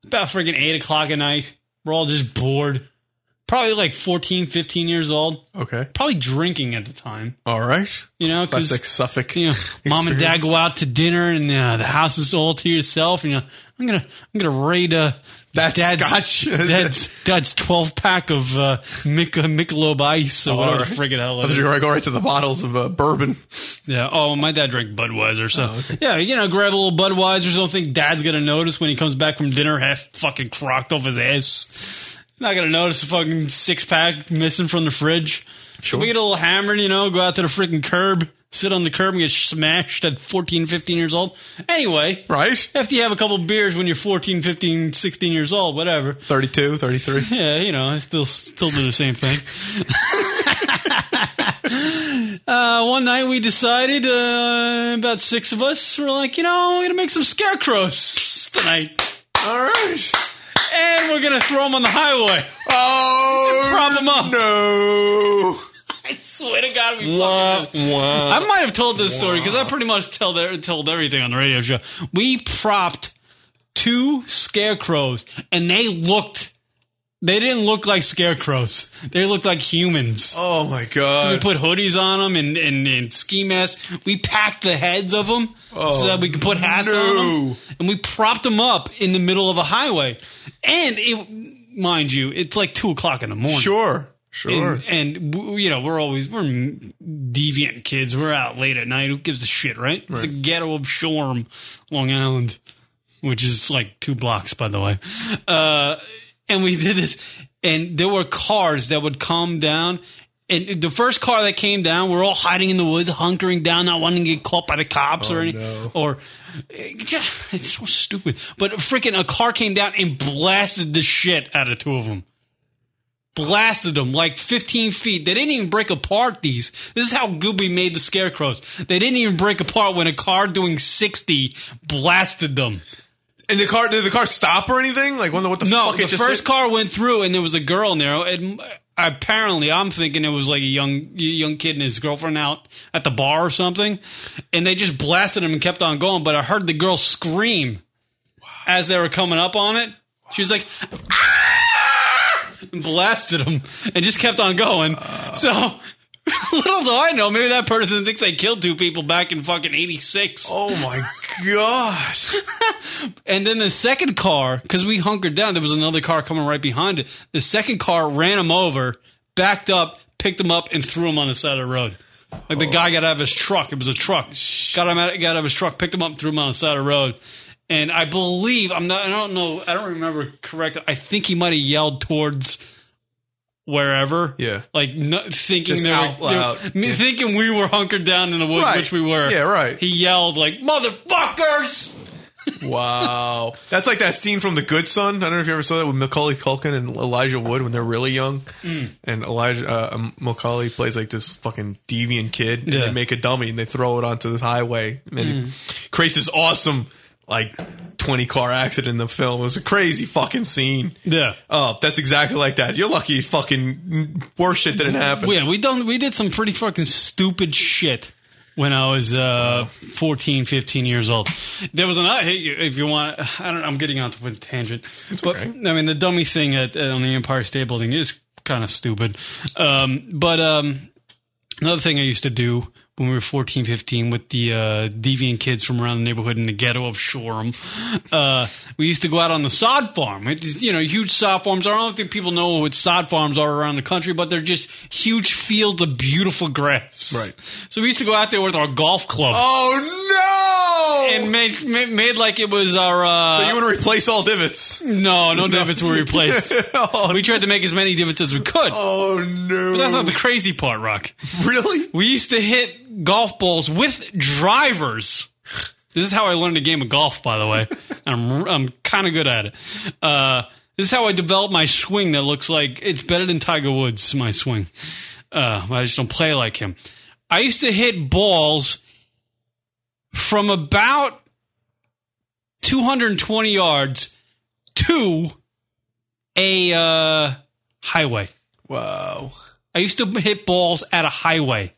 Speaker 6: It's about freaking 8 o'clock at night. We're all just bored. Probably like 14, 15 years old.
Speaker 7: Okay.
Speaker 6: Probably drinking at the time.
Speaker 7: All right.
Speaker 6: You know, 'cause-
Speaker 7: Classic Suffolk.
Speaker 6: you know, mom and dad
Speaker 7: experience.
Speaker 6: go out to dinner and uh, the house is all to yourself and you know, I'm gonna I'm gonna raid uh
Speaker 7: That
Speaker 6: dad's,
Speaker 7: scotch.
Speaker 6: dad's dad's twelve pack of uh Mic- uh, Michelob Ice or
Speaker 7: All
Speaker 6: whatever the
Speaker 7: right.
Speaker 6: friggin' hell it
Speaker 7: I thought
Speaker 6: is.
Speaker 7: you were gonna go right to the bottles of uh, bourbon.
Speaker 6: Yeah. Oh, my dad drank Budweiser, so yeah, you know, grab a little Budweiser. Don't think dad's gonna notice when he comes back from dinner, half fucking crocked off his ass. He's not gonna notice a fucking six pack missing from the fridge. Sure. We get a little hammered, you know, go out to the freaking curb, sit on the curb and get smashed at 14, 15 years old. Anyway,
Speaker 7: Right.
Speaker 6: after you have a couple beers when you're 14, 15, 16 years old, whatever.
Speaker 7: 32, 33.
Speaker 6: Yeah, you know, I still still do the same thing. uh, one night we decided, uh, about six of us, were like, you know, we're gonna make some scarecrows tonight,
Speaker 7: All right.
Speaker 6: and we're gonna throw them on the highway.
Speaker 7: Oh.
Speaker 6: Prop 'em up.
Speaker 7: No.
Speaker 6: I swear to God, we fucking
Speaker 7: Wah, wah.
Speaker 6: I might have told this story because I pretty much tell the, told everything on the radio show. We propped two scarecrows, and they looked. They didn't look like scarecrows. They looked like humans.
Speaker 7: Oh my
Speaker 6: We
Speaker 7: god.
Speaker 6: put hoodies on them and, and, and ski masks. We packed the heads of them
Speaker 7: Oh,
Speaker 6: so that we could put hats on
Speaker 7: no.
Speaker 6: them. And we propped them up in the middle of a highway. And it, mind you, it's like two o'clock in the morning.
Speaker 7: Sure. Sure.
Speaker 6: And, and w- you know, we're always we're m- deviant kids. We're out late at night. Who gives a shit, right? It's the
Speaker 7: Right.
Speaker 6: ghetto of Shoreham, Long Island, which is like two blocks, by the way. Uh, and we did this, and there were cars that would come down and the first car that came down, we're all hiding in the woods, hunkering down, not wanting to get caught by the cops or
Speaker 14: Oh,
Speaker 6: anything.
Speaker 14: no.
Speaker 6: Or eh, it's so stupid. But freaking a car came down and blasted the shit out of two of them. Blasted them like 15 feet. They didn't even break apart these. This is how Gooby made the scarecrows. They didn't even break apart when a car doing 60 blasted them.
Speaker 7: And the car did the car stop or anything? Like wonder what the
Speaker 6: no,
Speaker 7: fuck it
Speaker 6: the
Speaker 7: just
Speaker 6: first
Speaker 7: hit?
Speaker 6: car went through, and there was a girl in there. And apparently, I'm thinking it was like a young young kid and his girlfriend out at the bar or something. And they just blasted him and kept on going. But I heard the girl scream as they were coming up on it. She was like, "Ah!" and blasted him, and just kept on going. so. Little do I know, maybe that person thinks they killed two people back in fucking '86.
Speaker 7: Oh my god!
Speaker 6: and then the second car, because we hunkered down, there was another car coming right behind it. The second car ran him over, backed up, picked him up, and threw him on the side of the road. Like the guy got out of his truck. It was a truck. Got him out. Got out of his truck, picked him up, and threw him on the side of the road. And I believe I'm not. I don't know. I don't remember correctly. I think he might have yelled towards wherever. Yeah. Like no, thinking
Speaker 7: Just
Speaker 6: they were-
Speaker 7: out
Speaker 6: they were-
Speaker 7: loud.
Speaker 6: me-
Speaker 7: Yeah.
Speaker 6: thinking we were hunkered down in the woods,
Speaker 7: Right.
Speaker 6: which we were.
Speaker 7: Yeah, right.
Speaker 6: He yelled like motherfuckers.
Speaker 7: Wow. That's like that scene from The Good Son. I don't know if you ever saw that with Macaulay Culkin and Elijah Wood when they're really young.
Speaker 14: Mm.
Speaker 7: And Elijah uh, Macaulay plays like this fucking deviant kid. And
Speaker 14: Yeah.
Speaker 7: they make a dummy and they throw it onto this highway. And then he creates this awesome like 20 car accident in the film. It was a crazy fucking scene.
Speaker 6: Yeah.
Speaker 7: Oh, that's exactly like that. You're lucky fucking worse shit didn't happen.
Speaker 6: Yeah, we done we did some pretty fucking stupid shit when I was uh 14, 15 years old. There was another hey, you- if you want I don't I'm getting onto a tangent. but I mean the dummy thing at, at- on the Empire State Building is kind of stupid. Um but um another thing I used to do when we were 14, 15 with the uh, deviant kids from around the neighborhood in the ghetto of Shoreham. Uh, we used to go out on the sod farm. It, you know, huge sod farms. I don't think people know what sod farms are around the country, but they're just huge fields of beautiful grass. Right. So we used to go out there with our golf clubs.
Speaker 7: Oh
Speaker 6: no! And made, made made like it was our. Uh,
Speaker 7: So you want to replace all divots?
Speaker 6: No, no divots were replaced. we tried to make as many divots as we could.
Speaker 7: Oh no!
Speaker 6: But that's not the crazy part, Rock.
Speaker 7: Really?
Speaker 6: We used to hit golf balls with drivers. This is how I learned the game of golf, by the way. I'm I'm kind of good at it. Uh, this is how I developed my swing that looks like it's better than Tiger Woods. My swing. Uh, I just don't play like him. I used to hit balls from about 220 yards to a uh, highway.
Speaker 7: Wow.
Speaker 6: I used to hit balls at a highway.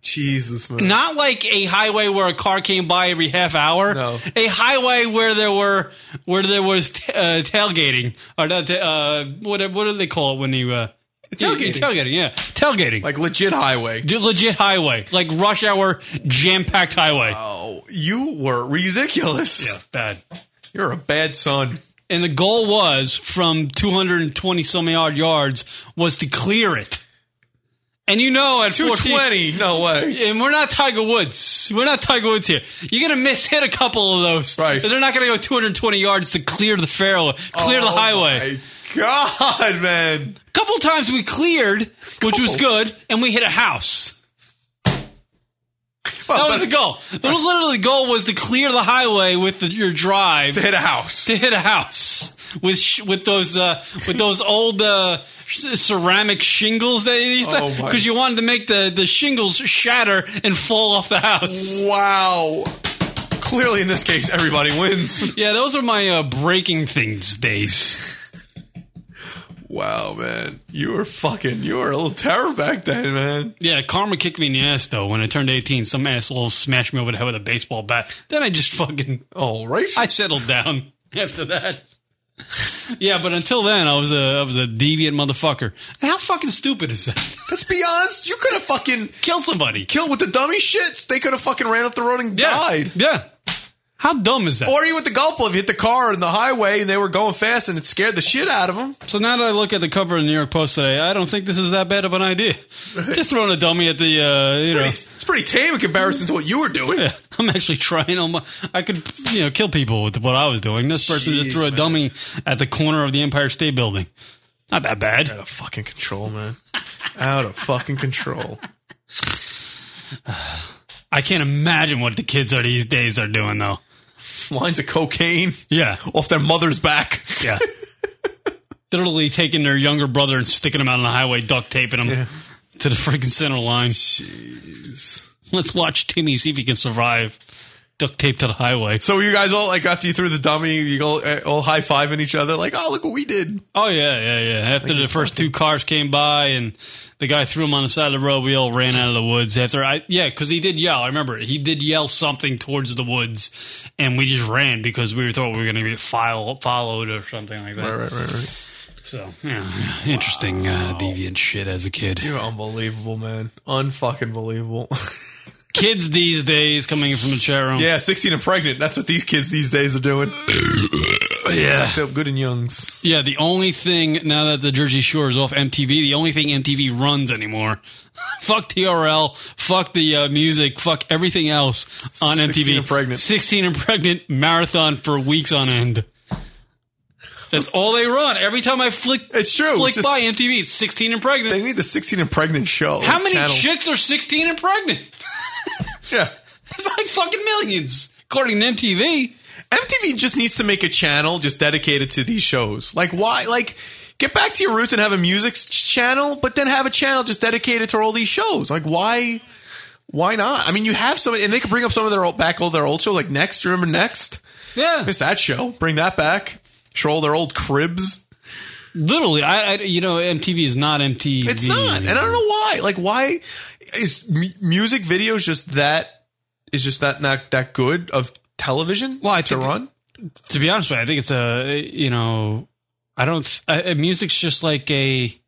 Speaker 7: Jesus, man.
Speaker 6: Not like a highway where a car came by every half hour. No. A highway where there were where there was t- uh, tailgating or not ta- uh, what what do they call it when you uh,
Speaker 7: Tailgating.
Speaker 6: tailgating, yeah, tailgating,
Speaker 7: like legit highway,
Speaker 6: legit highway, like rush hour, jam packed highway.
Speaker 7: Oh, you were ridiculous.
Speaker 6: Yeah, bad.
Speaker 7: You're a bad son.
Speaker 6: And the goal was from 220 some odd yards was to clear it. And you know at
Speaker 7: 220,
Speaker 6: 14
Speaker 7: no way.
Speaker 6: And we're not Tiger Woods. We're not Tiger Woods here. You're going to miss hit a couple of those. Right. They're not going to go 220 yards to clear the fairway, clear the
Speaker 14: Oh,
Speaker 6: highway.
Speaker 7: God, man.
Speaker 6: A couple times we cleared, which was good, and we hit a house. that was the goal. The- Literally, the goal was to clear the highway with the, your drive
Speaker 7: To hit a house.
Speaker 6: To hit a house with sh- with those uh, with those old uh, c- ceramic shingles that you used
Speaker 14: Oh,
Speaker 6: to
Speaker 14: my.
Speaker 6: because you wanted to make the the shingles shatter and fall off the house.
Speaker 7: Wow. Clearly, in this case, everybody wins.
Speaker 6: yeah, those are my uh, breaking things days.
Speaker 7: Wow, man. You were fucking, you were a little terror back then, man.
Speaker 6: Yeah, karma kicked me in the ass though. When I turned eighteen, some asshole smashed me over the head with a baseball bat. Then I just fucking
Speaker 7: oh right,
Speaker 6: I settled down after that. yeah, but until then, I was a I was a deviant motherfucker. And how fucking stupid is that?
Speaker 7: Let's be honest, you could have fucking
Speaker 6: killed somebody.
Speaker 7: Killed with the dummy shits. They could have fucking ran up the road and died.
Speaker 6: Yeah. How dumb is that?
Speaker 7: Or you with the golf club, you hit the car in the highway and they were going fast and it scared the shit out of them.
Speaker 6: So now that I look at the cover of the New York Post today, I don't think this is that bad of an idea. Just throwing a dummy at the uh, you know.
Speaker 7: It's pretty tame in comparison to what you were doing.
Speaker 6: Yeah, I'm actually trying on my. I could, you know, kill people with what I was doing. This person just
Speaker 7: Jeez,
Speaker 6: threw a
Speaker 7: man.
Speaker 6: dummy at the corner of the Empire State Building. Not that bad.
Speaker 7: Out of fucking control, man. Out of fucking control.
Speaker 6: I can't imagine what the kids are these days are doing though.
Speaker 7: Lines of cocaine.
Speaker 6: Yeah.
Speaker 7: Off their mother's back.
Speaker 6: Yeah. Literally taking their younger brother and sticking him out on the highway, duct taping him to the freaking center line.
Speaker 7: Jeez.
Speaker 6: Let's watch Timmy see if he can survive. Duct tape to the highway.
Speaker 7: So were you guys all like after you threw the dummy, you all, uh, all high fiving each other, like, oh look what we did.
Speaker 6: Oh yeah, yeah, yeah. After the first two cars came by and the guy threw him on the side of the road, we all ran out of the woods. After I, yeah, because he did yell. I remember it. he did yell something towards the woods, and we just ran because we thought we were going to get file, followed or something like that.
Speaker 7: Right, right, right, right.
Speaker 6: So yeah, interesting uh, deviant shit as a kid.
Speaker 7: You're unbelievable, man. Unfucking believable.
Speaker 6: Kids these days coming from the chat room.
Speaker 7: yeah, sixteen and pregnant. That's what these kids these days are doing.
Speaker 6: Yeah.
Speaker 7: Fucked up good and youngs.
Speaker 6: Yeah, the only thing now that the Jersey Shore is off MTV, the only thing MTV runs anymore. fuck TRL, fuck the uh, music, fuck everything else on
Speaker 7: 16
Speaker 6: MTV.
Speaker 7: and pregnant.
Speaker 6: sixteen and pregnant marathon for weeks on end. That's all they run. Every time I flick,
Speaker 7: It's true.
Speaker 6: flick
Speaker 7: Just-
Speaker 6: by MTV, it's sixteen and pregnant.
Speaker 7: They need the sixteen and pregnant show.
Speaker 6: How many
Speaker 7: channel.
Speaker 6: chicks are sixteen and pregnant?
Speaker 7: Yeah.
Speaker 6: It's like fucking millions, according to MTV.
Speaker 7: MTV just needs to make a channel just dedicated to these shows. Like why? Like get back to your roots and have a music s- channel, but then have a channel just dedicated to all these shows. Like why? Why not? I mean, you have some, and they could bring up some of their old, back all their old shows. Like Next, remember Next?
Speaker 6: Yeah,
Speaker 7: Miss that show. Bring that back. Show all their old cribs.
Speaker 6: literally. I, I, you know, MTV is not MTV.
Speaker 7: It's not, and I don't know why. Like, why is m- music videos just that? Is just that not that good of television?
Speaker 6: Well, I
Speaker 7: to
Speaker 6: think-
Speaker 7: run?
Speaker 6: to be honest with you, I think it's a you know, I don't. th- I, I- music's just like a.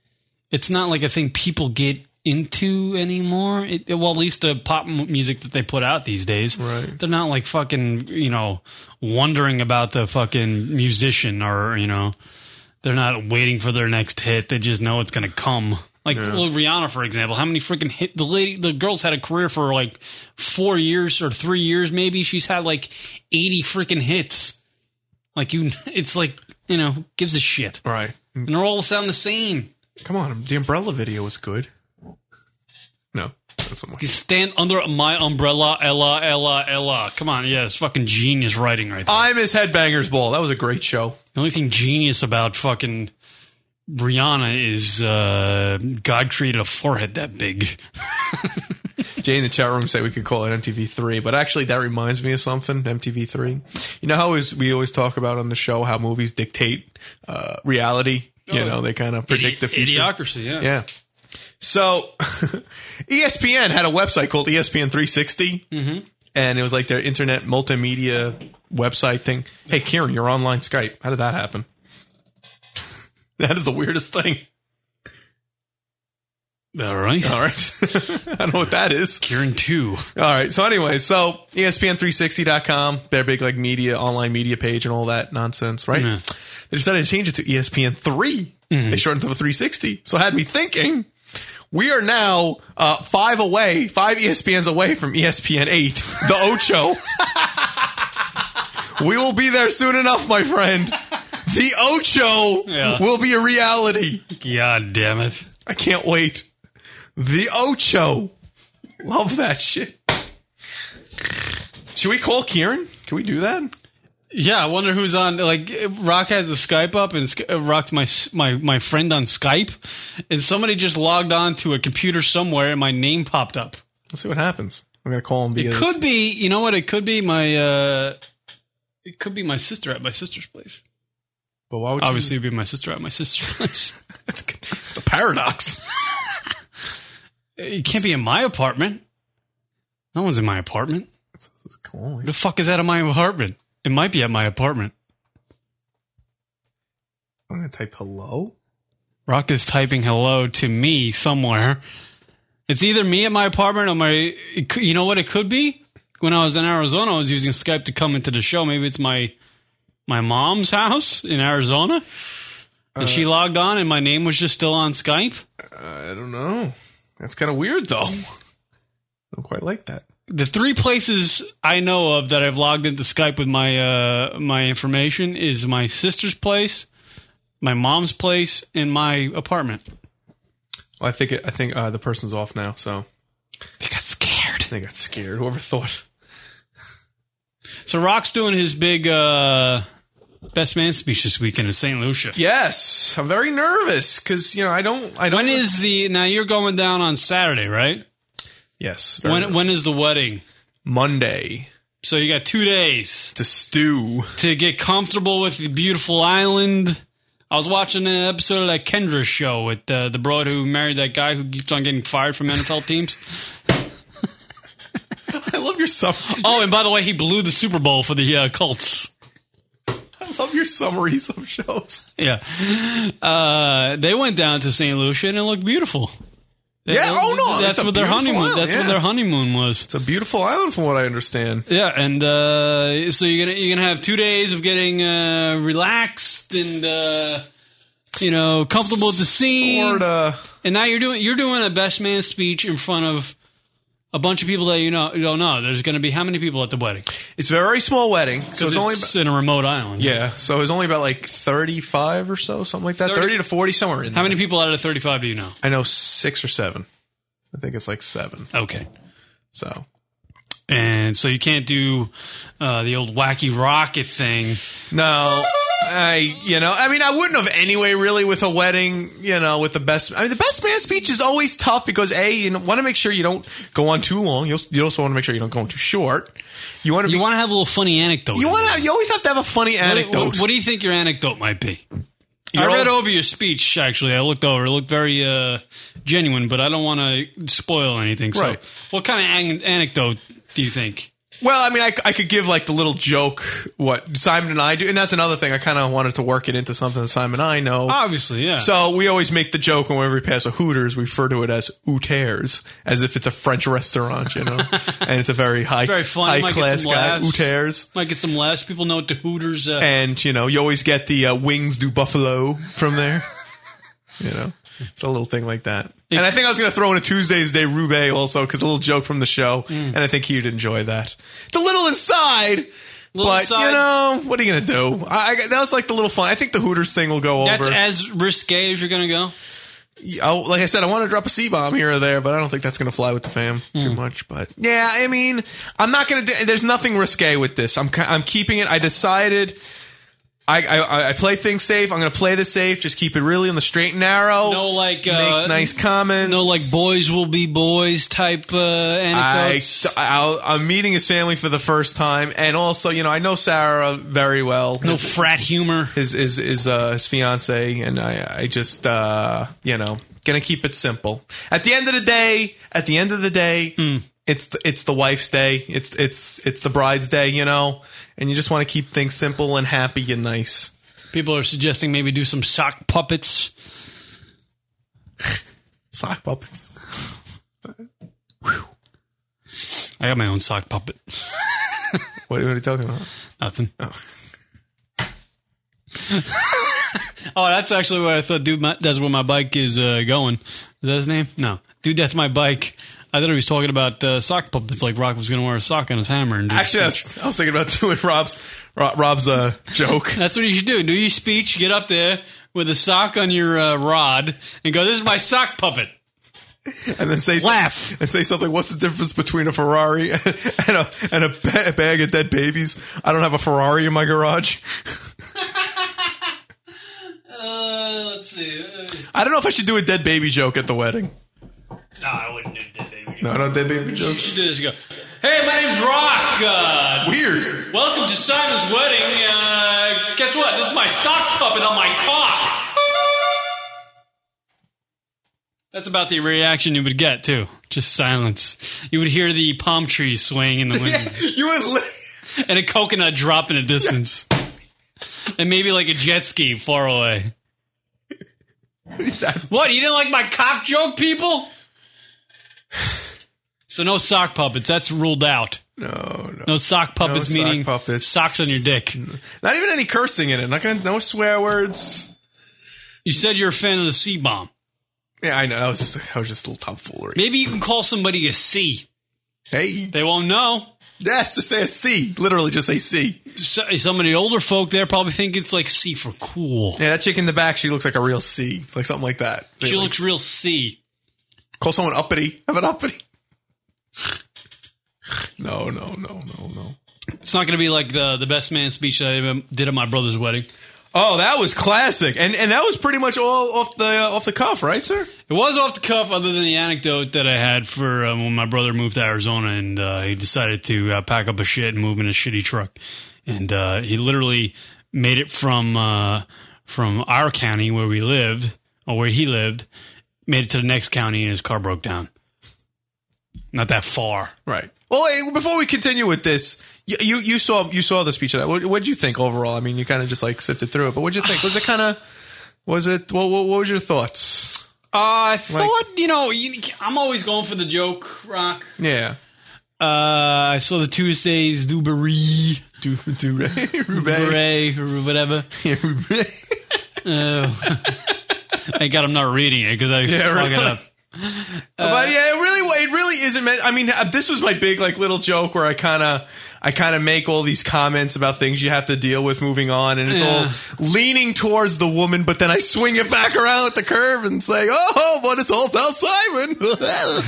Speaker 6: It's not like a thing people get into anymore. It, it- well, at least the pop m- music that they put out these days,
Speaker 7: Right.
Speaker 6: They're not like fucking you know wondering about the fucking musician or you know, they're not waiting for their next hit. They just know it's gonna come. Like well, Rihanna, for example, how many freaking hit the lady? The girl's had a career for like four years or three years, maybe. She's had like eighty freaking hits. Like you, it's like you know, who gives a shit,
Speaker 7: Right.
Speaker 6: and they're all sound the same.
Speaker 7: Come on, the umbrella video was good. No, that's not
Speaker 6: You stand under my umbrella, Ella, Ella, Ella. Come on, yeah, it's fucking genius writing right there.
Speaker 7: I miss Headbangers Ball. That was a great show.
Speaker 6: the only thing genius about fucking Brianna is uh, God created a forehead that big.
Speaker 7: Jay in the chat room said we could call it MTV3, but actually that reminds me of something. MTV3. You know how always, we always talk about on the show how movies dictate uh, reality. You
Speaker 6: Oh,
Speaker 7: know they kind of predict the future.
Speaker 6: Idiocracy, yeah.
Speaker 7: Yeah. So E ESPN had a website called E ESPN 360,
Speaker 6: Mhm.
Speaker 7: and it was like their internet multimedia website thing. Hey, Kieran, you're online Skype. How did that happen? That is the weirdest thing.
Speaker 6: All right,
Speaker 7: All right. I don't know what that is.
Speaker 6: Kieran two.
Speaker 7: All right. So anyway, so E ESPN360.com, their big like media, online media page and all that nonsense, right?
Speaker 6: Yeah. Mm-hmm.
Speaker 7: They decided to change it to E ESPN3. They shortened it to 360. So it had me thinking we are now uh, five away, five E ESPNs away from ESPN8, the Ocho. we will be there soon enough, my friend. The Ocho
Speaker 6: Yeah.
Speaker 7: will be a reality.
Speaker 6: God damn it!
Speaker 7: I can't wait. The Ocho. Love that shit. Should we call Kieran? Can we do that?
Speaker 6: Yeah, I wonder who's on. Like, Rock has a Skype up, and Sk- uh, Rock's my my my friend on Skype, and somebody just logged on to a computer somewhere, and my name popped up.
Speaker 7: Let's see what happens. I'm gonna call him
Speaker 6: It
Speaker 7: because
Speaker 6: could be, you know what? It could be my. uh It could be my sister at my sister's place.
Speaker 7: but why would
Speaker 6: Obviously, it'd be my sister at my sister's place.
Speaker 7: it's, it's a paradox.
Speaker 6: It can't be in my apartment. No one's in my apartment.
Speaker 7: It's calling.
Speaker 6: The fuck is that in my apartment? It might be at my apartment.
Speaker 7: I'm gonna type hello.
Speaker 6: Rock is typing hello to me somewhere. It's either me at my apartment or my. it cou- You know what it could be? When I was in Arizona, I was using Skype to come into the show. Maybe it's my my mom's house in Arizona, and she logged on, and my name was just still on Skype.
Speaker 7: I don't know. That's kind of weird though. I don't quite like that.
Speaker 6: The three places I know of that I've logged into Skype with my uh, my information is my sister's place, my mom's place and my apartment.
Speaker 7: Well, I think it, I think uh, the person's off now, so they got scared. They got scared. Whoever thought?
Speaker 6: So Rock's doing his big uh, best man speech this weekend in St. Lucia.
Speaker 7: Yes, I'm very nervous because you know I don't. I don't.
Speaker 6: When is the now? You're going down on Saturday, right?
Speaker 7: Yes. very
Speaker 6: When
Speaker 7: nervous.
Speaker 6: when is the wedding?
Speaker 7: Monday
Speaker 6: So you got two days
Speaker 7: to stew,
Speaker 6: to get comfortable with the beautiful island. I was watching an episode of that Kendra show with uh, the broad who married that guy who keeps on getting fired from NFL teams.
Speaker 7: I love your sum.
Speaker 6: Oh, and by the way, he blew the Super Bowl for the uh, Colts.
Speaker 7: I love your summaries of shows.
Speaker 6: Yeah, uh, they went down to St. Lucia and it looked beautiful.
Speaker 7: Yeah, oh, no, it's
Speaker 6: that's
Speaker 7: a
Speaker 6: what their
Speaker 7: beautiful
Speaker 6: honeymoon.
Speaker 7: island,
Speaker 6: that's what
Speaker 7: yeah.
Speaker 6: their honeymoon was.
Speaker 7: It's a beautiful island, from what I understand.
Speaker 6: Yeah, and uh, so you're gonna you're gonna have two days of getting uh, relaxed and uh, you know comfortable with the scene.
Speaker 7: Sorta.
Speaker 6: And now you're doing you're doing a best man speech in front of a bunch of people that you know you don't know. There's gonna be how many people at the wedding?
Speaker 7: It's a very small wedding, so it's, only
Speaker 6: in a remote island.
Speaker 7: yeah. So it's only about like 35 or so, something like that. 30,
Speaker 6: 30
Speaker 7: to 40 somewhere in
Speaker 6: How
Speaker 7: there.
Speaker 6: many people out of 35 do you know?
Speaker 7: I know six or seven. I think it's like seven.
Speaker 6: Okay.
Speaker 7: So
Speaker 6: And so you can't do uh, the old wacky rocket thing.
Speaker 7: no, I you know I mean I wouldn't have anyway really with a wedding you know with the best I mean the best man speech is always tough because a you want to make sure you don't go on too long you also- you also want to make sure you don't go on too short you want to
Speaker 6: You want to have a little funny anecdote.
Speaker 7: you
Speaker 6: in
Speaker 7: want
Speaker 6: there.
Speaker 7: to you always have to have a funny
Speaker 6: What-
Speaker 7: anecdote
Speaker 6: What, what do you think your anecdote might be?
Speaker 7: You're
Speaker 6: I read
Speaker 7: all-
Speaker 6: over your speech. Actually, I looked over. It looked very uh, genuine, but I don't want to spoil anything. So,
Speaker 7: Right.
Speaker 6: what kind of an- anecdote do you think?
Speaker 7: Well, I mean, I, I could give like the little joke what Simon and I do, and that's another thing. I kind of wanted to work it into something that Simon and I know.
Speaker 6: Obviously, yeah.
Speaker 7: So we always make the joke whenever we pass a Hooters, we refer to it as Hooters, as if it's a French restaurant, you know, and it's a very high,
Speaker 6: Very funny.
Speaker 7: high
Speaker 6: Might get
Speaker 7: class
Speaker 6: some
Speaker 7: guy,
Speaker 6: laughs.
Speaker 7: Hooters.
Speaker 6: Might get some laughs. People know what the Hooters. Uh,
Speaker 7: And you know, you always get the uh, wings do buffalo from there. you know, it's a little thing like that. And I think I was going to throw in a Tuesday's Day Roubaix also because a little joke from the show,
Speaker 6: Mm.
Speaker 7: and I think he'd enjoy that. It's a little inside. but
Speaker 6: inside.
Speaker 7: you know what are you gonna do? I, I, that was like the little fun. I think the Hooters thing will go
Speaker 6: that's
Speaker 7: over.
Speaker 6: as risque as you're gonna go.
Speaker 7: Oh, like I said, I want to drop a C bomb here or there, but I don't think that's gonna fly with the fam too much. But yeah, I mean, I'm not gonna. Do, there's nothing risque with this. I'm ki- I'm keeping it. I decided. I, I I play things safe. I'm gonna play this safe. Just keep it really on the straight and narrow.
Speaker 6: No, like
Speaker 7: Make
Speaker 6: uh,
Speaker 7: nice comments.
Speaker 6: No, like boys will be boys type uh,
Speaker 7: I,
Speaker 6: anecdotes.
Speaker 7: I'll, I'm meeting his family for the first time, and also, you know, I know Sarah very well.
Speaker 6: no frat humor.
Speaker 7: his is is uh, his fiance, and I I just uh, you know gonna keep it simple. At the end of the day, at the end of the day, it's the, it's the wife's day, it's it's it's the bride's day, you know, and you just want to keep things simple and happy and nice.
Speaker 6: People are suggesting maybe do some sock puppets.
Speaker 7: Sock puppets.
Speaker 6: I got my own sock puppet.
Speaker 7: What, what are you talking about?
Speaker 6: Nothing. Oh. Oh, that's actually what I thought. Dude, my, that's where my bike is uh, going. Is that his name? No, dude, that's my bike. I thought he was talking about uh, sock puppets. Like Rock was going to wear a sock on his hammer. And do
Speaker 7: Actually, I
Speaker 6: speech.
Speaker 7: was, I was thinking about doing Rob's Rob, Rob's uh, joke.
Speaker 6: that's what you should do. Do your speech. Get up there with a sock on your uh, rod and go. This is my sock puppet.
Speaker 7: and then say
Speaker 6: laugh
Speaker 7: and say something. What's the difference between a Ferrari and a and a ba- bag of dead babies? I don't have a Ferrari in my garage.
Speaker 6: Uh, let's see. Uh,
Speaker 7: I don't know if I should do a dead baby joke at the wedding.
Speaker 6: no, I wouldn't do dead baby.
Speaker 7: No, no dead baby jokes.
Speaker 6: She did this. She go, hey, my name's Rock. Uh,
Speaker 7: Weird.
Speaker 6: Welcome to Simon's wedding. Uh, guess what? This is my sock puppet on my cock. That's about the reaction you would get too. Just silence. You would hear the palm trees swaying in the wind
Speaker 7: You was li-
Speaker 6: and a coconut drop in a distance, and maybe like a jet ski far away. what? You didn't like my cock joke, people? So no sock puppets. That's ruled out.
Speaker 7: no, no,
Speaker 6: No sock puppets,
Speaker 7: sock
Speaker 6: meaning
Speaker 7: puppets.
Speaker 6: socks on your dick.
Speaker 7: not even any cursing in it. Not gonna no swear words.
Speaker 6: You said you're a fan of the C bomb.
Speaker 7: Yeah, I know. I was just I was just a little tomfoolery.
Speaker 6: Maybe you can call somebody a C.
Speaker 7: Hey,
Speaker 6: They won't know.
Speaker 4: That's just say a C. Literally, just say C.
Speaker 6: So, some of the older folk there probably think it's like C for cool.
Speaker 4: Yeah, that chick in the back, she looks like a real C, like something like that.
Speaker 6: She
Speaker 4: Really.
Speaker 6: looks real C.
Speaker 4: Call someone uppity. Have an uppity. No, no, no, no, no.
Speaker 6: It's not going to be like the the best man speech that I ever did at my brother's wedding.
Speaker 7: Oh, that was classic, and and that was pretty much all off the uh, off the cuff, right, sir?
Speaker 6: It was off the cuff, other than the anecdote that I had for um, when my brother moved to Arizona and uh, he decided to uh, pack up his shit and move in a shitty truck, and uh, he literally made it from uh, from our county where we lived or where he lived, made it to the next county and his car broke down. Not that far,
Speaker 7: right? Well, hey, before we continue with this, you you, you saw you saw the speech of that. What what'd you think overall? I mean, you kind of just like sifted through it, but what'd you think? Was it kind of was it what, what what was your thoughts?
Speaker 6: Uh, I thought you know you, I'm always going for the joke, Rock.
Speaker 7: Yeah.
Speaker 6: Uh, I saw the Tuesdays Duberry,
Speaker 4: Du
Speaker 6: Duberry, or whatever. Oh. Thank God I'm not reading it because I
Speaker 7: Yeah,
Speaker 6: fuck
Speaker 7: really.
Speaker 6: it up.
Speaker 7: but yeah, it really it really isn't meant. I mean, uh, this was my big like little joke where I kind of I kind of make all these comments about things you have to deal with moving on, and it's
Speaker 4: Yeah.
Speaker 7: all leaning towards the woman, but then I swing it back around at the curve and say, "Oh, but it's all about Simon."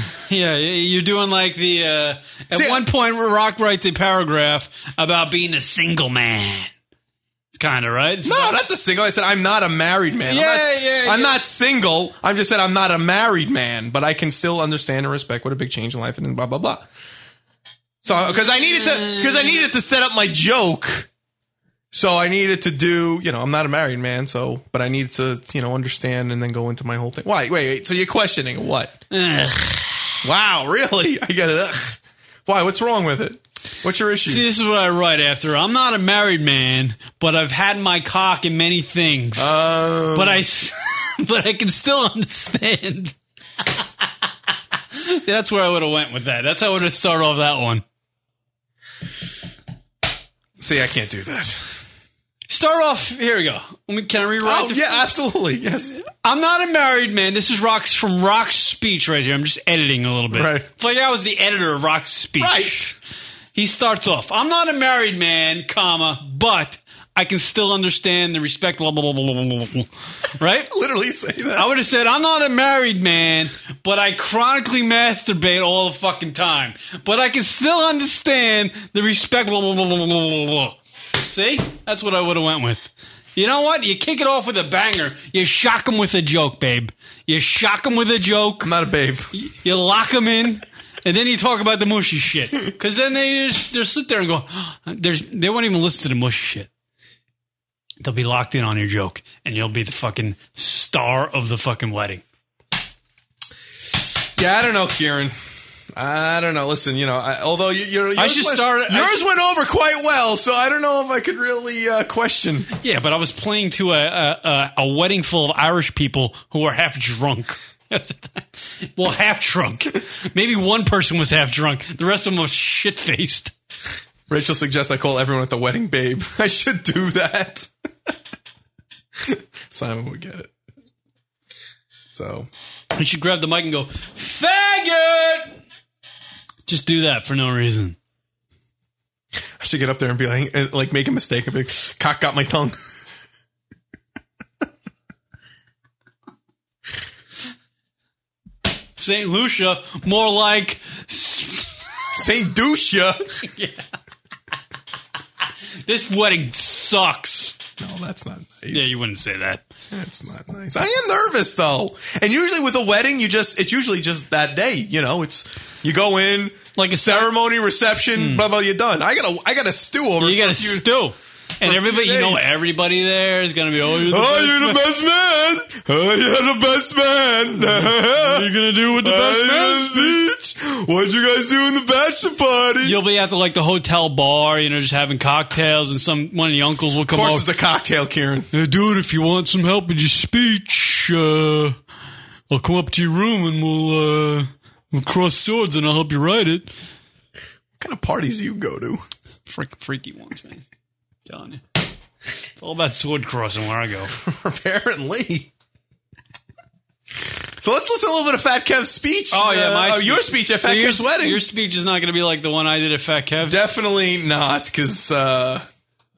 Speaker 6: Yeah, you're doing like the. Uh, at one point, Rock writes a paragraph about being a single man. It's kind of right. It's
Speaker 7: no, not the single. I said I'm not a married man. I'm
Speaker 6: Yeah,
Speaker 7: not,
Speaker 6: yeah,
Speaker 7: I'm
Speaker 6: yeah.
Speaker 7: not single. I'm just said I'm not a married man, but I can still understand and respect what a big change in life and blah blah blah. So because I needed to because I needed to set up my joke. So I needed to do, you know, I'm not a married man, so but I needed to, you know, understand and then go into my whole thing. Why? Wait, wait. So you're questioning what? Wow, really? I get it. Ugh. Why? What's wrong with it? What's your issue?
Speaker 6: See, this is what I write after. I'm not a married man, but I've had my cock in many things.
Speaker 7: Uh,
Speaker 6: but I, s- but I can still understand. See, that's where I would have went with that. That's how I would have started off that one.
Speaker 7: See, I can't do that.
Speaker 6: Start off. Here we go. Let me- Can I rewrite?
Speaker 7: Oh, yeah, absolutely. Yes.
Speaker 6: I'm not a married man. This is Rock's from Rock's speech right here. I'm just editing a little bit.
Speaker 7: Right.
Speaker 6: It's like I was the editor of Rock's speech. Right. He starts off. I'm not a married man, comma, but I can still understand and respect blah blah blah blah blah blah. blah. Right?
Speaker 4: Literally say that.
Speaker 6: I would have said I'm not a married man, but I chronically masturbate all the fucking time. But I can still understand the respect blah blah blah blah blah blah. blah. See? That's what I would have went with. You know what? You kick it off with a banger. You shock them with a joke, babe. You shock them with a joke. I'm
Speaker 7: not a babe.
Speaker 6: You, lock them in, and then you talk about the mushy shit. Because then they just they sit there and go, there's they won't even listen to the mushy shit. They'll be locked in on your joke, and you'll be the fucking star of the fucking wedding.
Speaker 7: Yeah, I don't know, Kieran. I don't know. Listen, you know, I, although you, you're, yours
Speaker 6: I should
Speaker 7: went,
Speaker 6: start- I
Speaker 7: Yours
Speaker 6: should-
Speaker 7: went over quite well, so I don't know if I could really uh, question.
Speaker 6: Yeah, but I was playing to a a, a, a wedding full of Irish people who were half drunk. well, half drunk. Maybe one person was half drunk. The rest of them were shit faced.
Speaker 7: Rachel suggests I call everyone at the wedding, babe. I should do that. Simon would get it. So
Speaker 6: You should grab the mic and go, faggot. Just do that for no reason.
Speaker 7: I should get up there and be like, and, like make a mistake and be like, cock got my tongue.
Speaker 6: Saint Lucia, more like
Speaker 7: Saint Ducia.
Speaker 6: yeah. This wedding sucks.
Speaker 7: No, that's not.
Speaker 6: Yeah, you wouldn't say that.
Speaker 7: That's not nice. I am nervous though, and usually with a wedding, you just it's usually just that day. You know, it's you go in like a ceremony, reception, blah blah. You're done. I gotta I gotta stew over.
Speaker 6: Hmm. You
Speaker 7: got
Speaker 6: gotta stew, and everybody, you know, everybody there is gonna be, oh, you're the
Speaker 7: Oh,
Speaker 6: best
Speaker 7: you're the
Speaker 6: man."
Speaker 7: best man. Oh, you're the best man. what
Speaker 6: are you gonna do with the best man
Speaker 7: speech? What'd you guys do in the bachelor party?
Speaker 6: You'll be at the, like the hotel bar, you know, just having cocktails, and some one of the uncles will come
Speaker 7: course
Speaker 6: over.
Speaker 7: it's a cocktail, Kieran.
Speaker 6: dude, if you want some help with your speech, uh, I'll come up to your room and we'll uh, we'll cross swords and I'll help you write it.
Speaker 7: kind of parties do you go to?
Speaker 6: Freak, freaky ones, man. Telling you. It's all about sword crossing where I go.
Speaker 7: Apparently. So let's listen a little bit of Fat Kev's speech.
Speaker 6: Oh yeah,
Speaker 7: uh,
Speaker 6: my
Speaker 7: oh, your speech at
Speaker 6: So
Speaker 7: Fat
Speaker 6: your-
Speaker 7: Kev's wedding.
Speaker 6: Your speech is not going to be like the one I did at Fat Kev.
Speaker 7: Definitely not, because uh,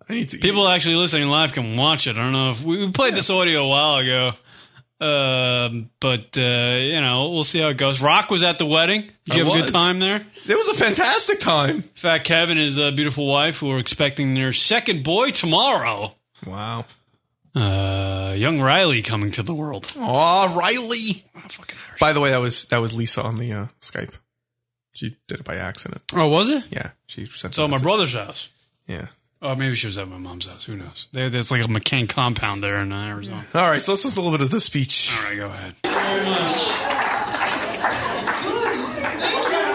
Speaker 7: I need to.
Speaker 6: People actually listening live can watch it. I don't know if we, we played this audio a while ago, Um but uh, you know we'll see how it goes. Rock was at the wedding. Did you
Speaker 7: I
Speaker 6: have a
Speaker 7: was.
Speaker 6: good time there?
Speaker 7: It was a fantastic time.
Speaker 6: Fat Kevin and his uh, beautiful wife, who are expecting their second boy tomorrow.
Speaker 7: Wow.
Speaker 6: Uh, young Riley coming to the world.
Speaker 7: Aw, Riley.
Speaker 6: Oh,
Speaker 7: By the way, that was that was Lisa on the uh, Skype. She did it by accident.
Speaker 6: Oh, was it?
Speaker 7: Yeah, she sent.
Speaker 6: So
Speaker 7: a
Speaker 6: at my
Speaker 7: message.
Speaker 6: brother's house.
Speaker 7: Yeah.
Speaker 6: Oh, maybe she was at my mom's house. Who knows? There, there's like a McCain compound there in uh, Arizona.
Speaker 7: All right, so let's listen to a little bit of the speech.
Speaker 6: All right, go ahead.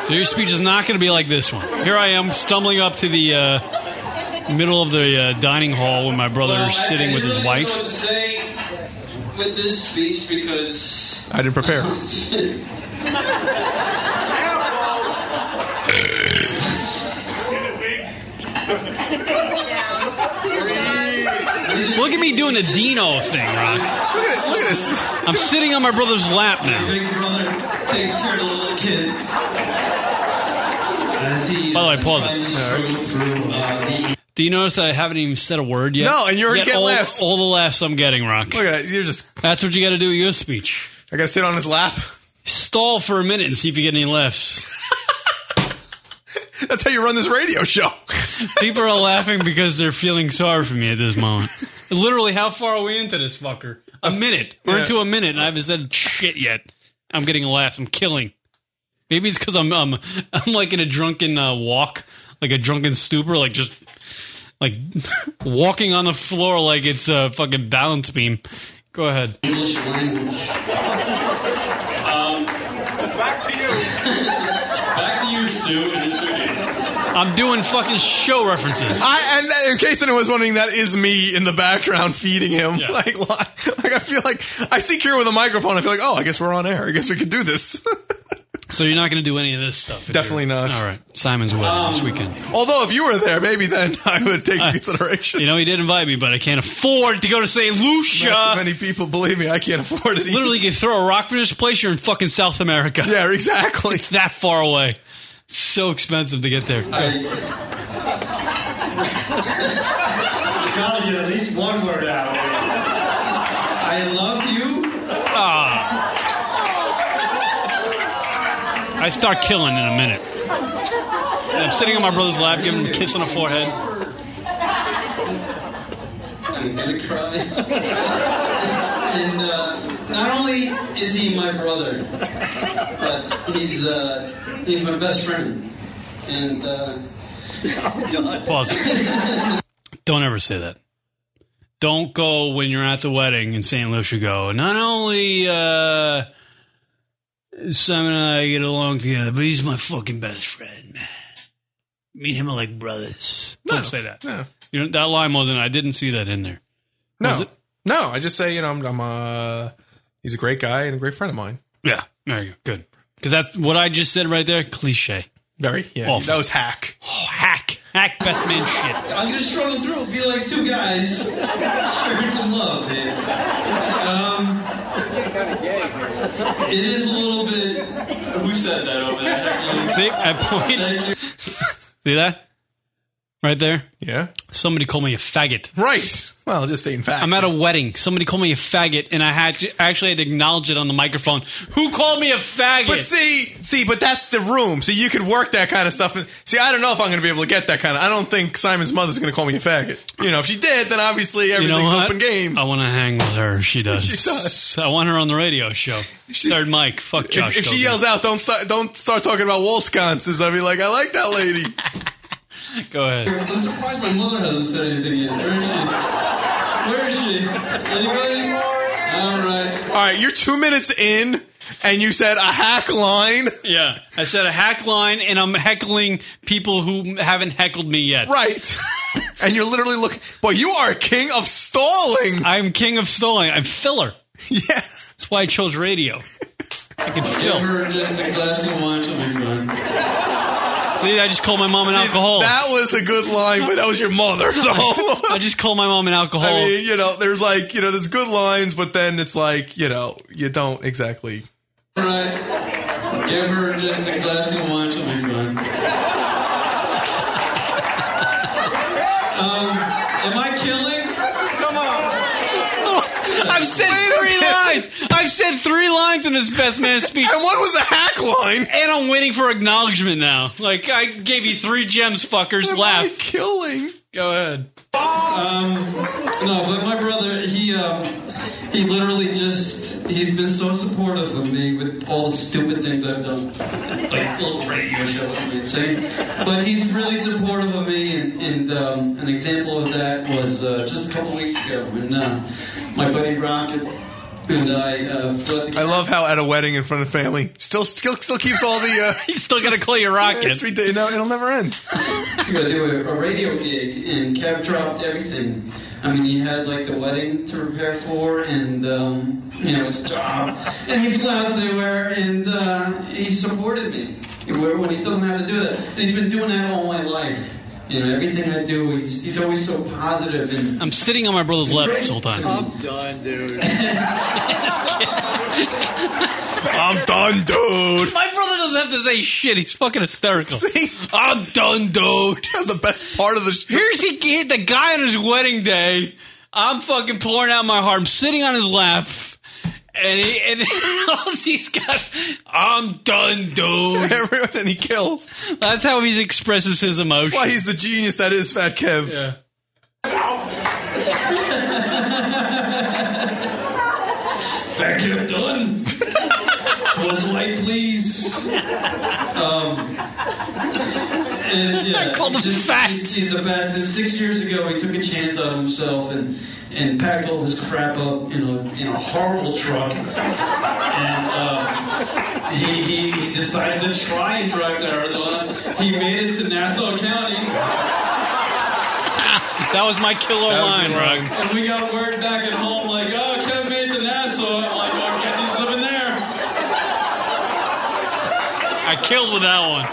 Speaker 6: So your speech is not going to be like this one. Here I am stumbling up to the uh, middle of the uh, dining hall when my brother is sitting with his wife.
Speaker 18: I say with this speech because
Speaker 7: I didn't prepare.
Speaker 6: Look at me doing the Dino thing, Rock. Look
Speaker 7: at, look at this.
Speaker 6: I'm sitting on my brother's lap now.
Speaker 18: big brother takes care of the little kid.
Speaker 6: By the way, pause it. Do you notice that I haven't even said a word yet?
Speaker 7: No, and you're already
Speaker 6: Yet
Speaker 7: getting
Speaker 6: all,
Speaker 7: laughs.
Speaker 6: All the laughs I'm getting, Rock.
Speaker 7: Look at that. You're just.
Speaker 6: That's what you got to do with your speech.
Speaker 7: I got to sit on his lap.
Speaker 6: Stall for a minute and see if you get any laughs.
Speaker 7: That's how you run this radio show.
Speaker 6: People are laughing because they're feeling sorry for me at this moment. Literally, how far are we into this fucker? A minute. We're
Speaker 19: Yeah.
Speaker 6: into a minute, and I haven't said shit yet. I'm getting laughs. I'm killing. Maybe it's because I'm, I'm I'm like in a drunken uh, walk, like a drunken stupor, like just like walking on the floor like it's a fucking balance beam. Go ahead.
Speaker 18: English language. Um, back to you. back to you, Sue, and
Speaker 6: I'm doing fucking show references.
Speaker 7: I, and in case anyone was wondering, that is me in the background feeding him. Like, li- like I feel like I see Kira with a microphone. I feel like, oh, I guess we're on air. I guess we could do this.
Speaker 6: So you're not going to do any of this stuff. if
Speaker 7: Definitely
Speaker 6: you're-
Speaker 7: not.
Speaker 6: All right, Simon's wedding
Speaker 18: Um,
Speaker 6: this weekend.
Speaker 7: Although, if you were there, maybe then I would take
Speaker 6: Uh,
Speaker 7: consideration.
Speaker 6: You know, he did invite me, but I can't afford to go to St. Lucia.
Speaker 7: Not too many people, believe me, I can't afford it.
Speaker 6: Literally, you throw a rock from this place, you're in fucking South America.
Speaker 7: Yeah, exactly.
Speaker 6: It's that far away. It's so expensive to get there.
Speaker 18: gotta get at least one word out. I love you.
Speaker 6: Ah. I start killing in a minute. And I'm sitting on my brother's lap, giving him a kiss on the forehead.
Speaker 18: I'm gonna cry. and uh, not only is he my brother, but he's uh, he's my best friend. And uh,
Speaker 6: Pause it. Don't ever say that. Don't go when you're at the wedding in St. Louis. You go. Not only uh, Simon and I get along together, but he's my fucking best friend, man. Me and him are like brothers. Don't say that.
Speaker 7: No.
Speaker 6: You know, that line wasn't. I didn't see that in there. Was
Speaker 7: No,
Speaker 6: it?
Speaker 7: no. I just say, you know, I'm, I'm uh, he's a great guy and a great friend of mine.
Speaker 6: Yeah. There you go. Good. Because that's what I just said right there. Cliche.
Speaker 7: Very. Yeah.
Speaker 6: Awful.
Speaker 7: That was hack.
Speaker 6: Oh, hack. Hack. Best man. Shit.
Speaker 18: I'm gonna struggle through. it, Be like two guys sharing some love. Man. Um, it is a little bit. Who said that over there?
Speaker 6: See, I pointed. See that? Right there?
Speaker 7: Yeah.
Speaker 6: Somebody called me a faggot.
Speaker 7: Right. Well, just stating facts.
Speaker 6: I'm at a wedding. Somebody called me a faggot, and I had to, I actually had to acknowledge it on the microphone. Who called me a faggot?
Speaker 7: But see, see, but that's the room. So you could work that kind of stuff. See, I don't know if I'm going to be able to get that kind of. I don't think Simon's mother's going to call me a faggot. You know, if she did, then obviously
Speaker 6: you know
Speaker 7: everything's
Speaker 6: what?
Speaker 7: open game.
Speaker 6: I want to hang with her. She does.
Speaker 7: She does.
Speaker 6: I want her on the radio show. Third mic. Fuck Josh.
Speaker 7: If, if she
Speaker 6: Goldblum.
Speaker 7: yells out, "Don't start, don't start talking about wall sconces," I'd be like, "I like that lady."
Speaker 6: Go ahead.
Speaker 18: I'm surprised my mother hasn't said anything yet. Where is she? Where is she? Anybody? All right.
Speaker 7: All right, you're two minutes in, and you said a hack line.
Speaker 6: Yeah, I said a hack line, and I'm heckling people who haven't heckled me yet.
Speaker 7: Right. and you're literally looking. Boy, you are king of stalling.
Speaker 6: I'm king of stalling. I'm filler.
Speaker 7: Yeah.
Speaker 6: That's why I chose radio. I can
Speaker 18: Give
Speaker 6: fill.
Speaker 18: her just a glass of wine. She'll be fine.
Speaker 6: See, I just called my mom an alcoholic.
Speaker 7: That was a good line, but that was your mother, though.
Speaker 6: I just called my mom an alcoholic.
Speaker 7: I mean, you know, there's like, you know, there's good lines, but then it's like, you know, you don't exactly
Speaker 18: right. Give her just a glass of wine, she'll be fine. Um, am I killing? Come on.
Speaker 6: I've said three lines. I've said three lines in this best man speech.
Speaker 4: And one was a hack line.
Speaker 6: And I'm waiting for acknowledgement now. Like I gave you three gems, fuckers.
Speaker 4: Am
Speaker 6: Laugh.
Speaker 4: I killing?
Speaker 6: Go ahead.
Speaker 18: Um, no, but my brother, he um, he literally just he's been so supportive of me with all the stupid things I've done, like little radio show thing. But he's really supportive of me, and, and um, an example of that was uh, just a couple weeks ago when uh, my buddy Rocket and I uh, fled the
Speaker 4: I love how at a wedding in front of family, still still still keeps all the. Uh,
Speaker 6: He's still gonna call you rocket.
Speaker 4: It's ridiculous. No, it'll never end.
Speaker 18: you gotta do a, a radio gig, and Kev dropped everything. I mean, he had like the wedding to prepare for, and um, you know his job, and he flew out there, and uh, he supported me when he doesn't have to do that, and he's been doing that all my life. You know, everything I do, he's, he's always so positive and
Speaker 6: I'm sitting on my brother's lap this whole time.
Speaker 3: I'm done, dude.
Speaker 6: I'm done, dude. My brother doesn't have to say shit. He's fucking hysterical. I'm done, dude.
Speaker 4: That's the best part of the. Sh-
Speaker 6: Here's he, he- the guy on his wedding day. I'm fucking pouring out my heart. I'm sitting on his lap, and he, and all he's got. I'm done, dude.
Speaker 4: Everyone and he kills.
Speaker 6: That's how he expresses his emotion.
Speaker 4: That's why he's the genius that is Fat Kev. Yeah.
Speaker 18: That kept done. Was light, please. Um, and yeah, I called him fat. He's, he's the best. And six years ago, he took a chance on himself and, and packed all his crap up in a, in a horrible truck. And um, he, he, he decided to try and drive to Arizona. He made it to Nassau County.
Speaker 6: That was my killer line, Rug.
Speaker 18: And we got word back at home like, oh, Kev made it to Nassau. I'm like, well, I guess he's living there.
Speaker 6: I killed with that one.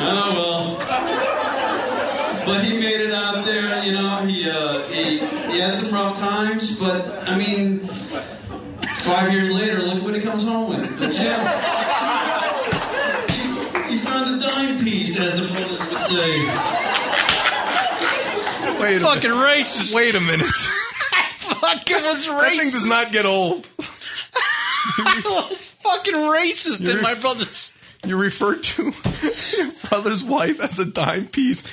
Speaker 18: Oh, well. But he made it out there, you know. He, uh, he, he had some rough times, but, I mean, five years later, look what he comes home with. But, yeah. He found a dime piece, as the brothers would say.
Speaker 4: Wait a
Speaker 6: fucking racist.
Speaker 4: Wait a minute.
Speaker 6: Fucking was
Speaker 4: That thing
Speaker 6: racist.
Speaker 4: does not get old.
Speaker 6: I was fucking racist in my brother's.
Speaker 4: You refer to your brother's wife as a dime piece,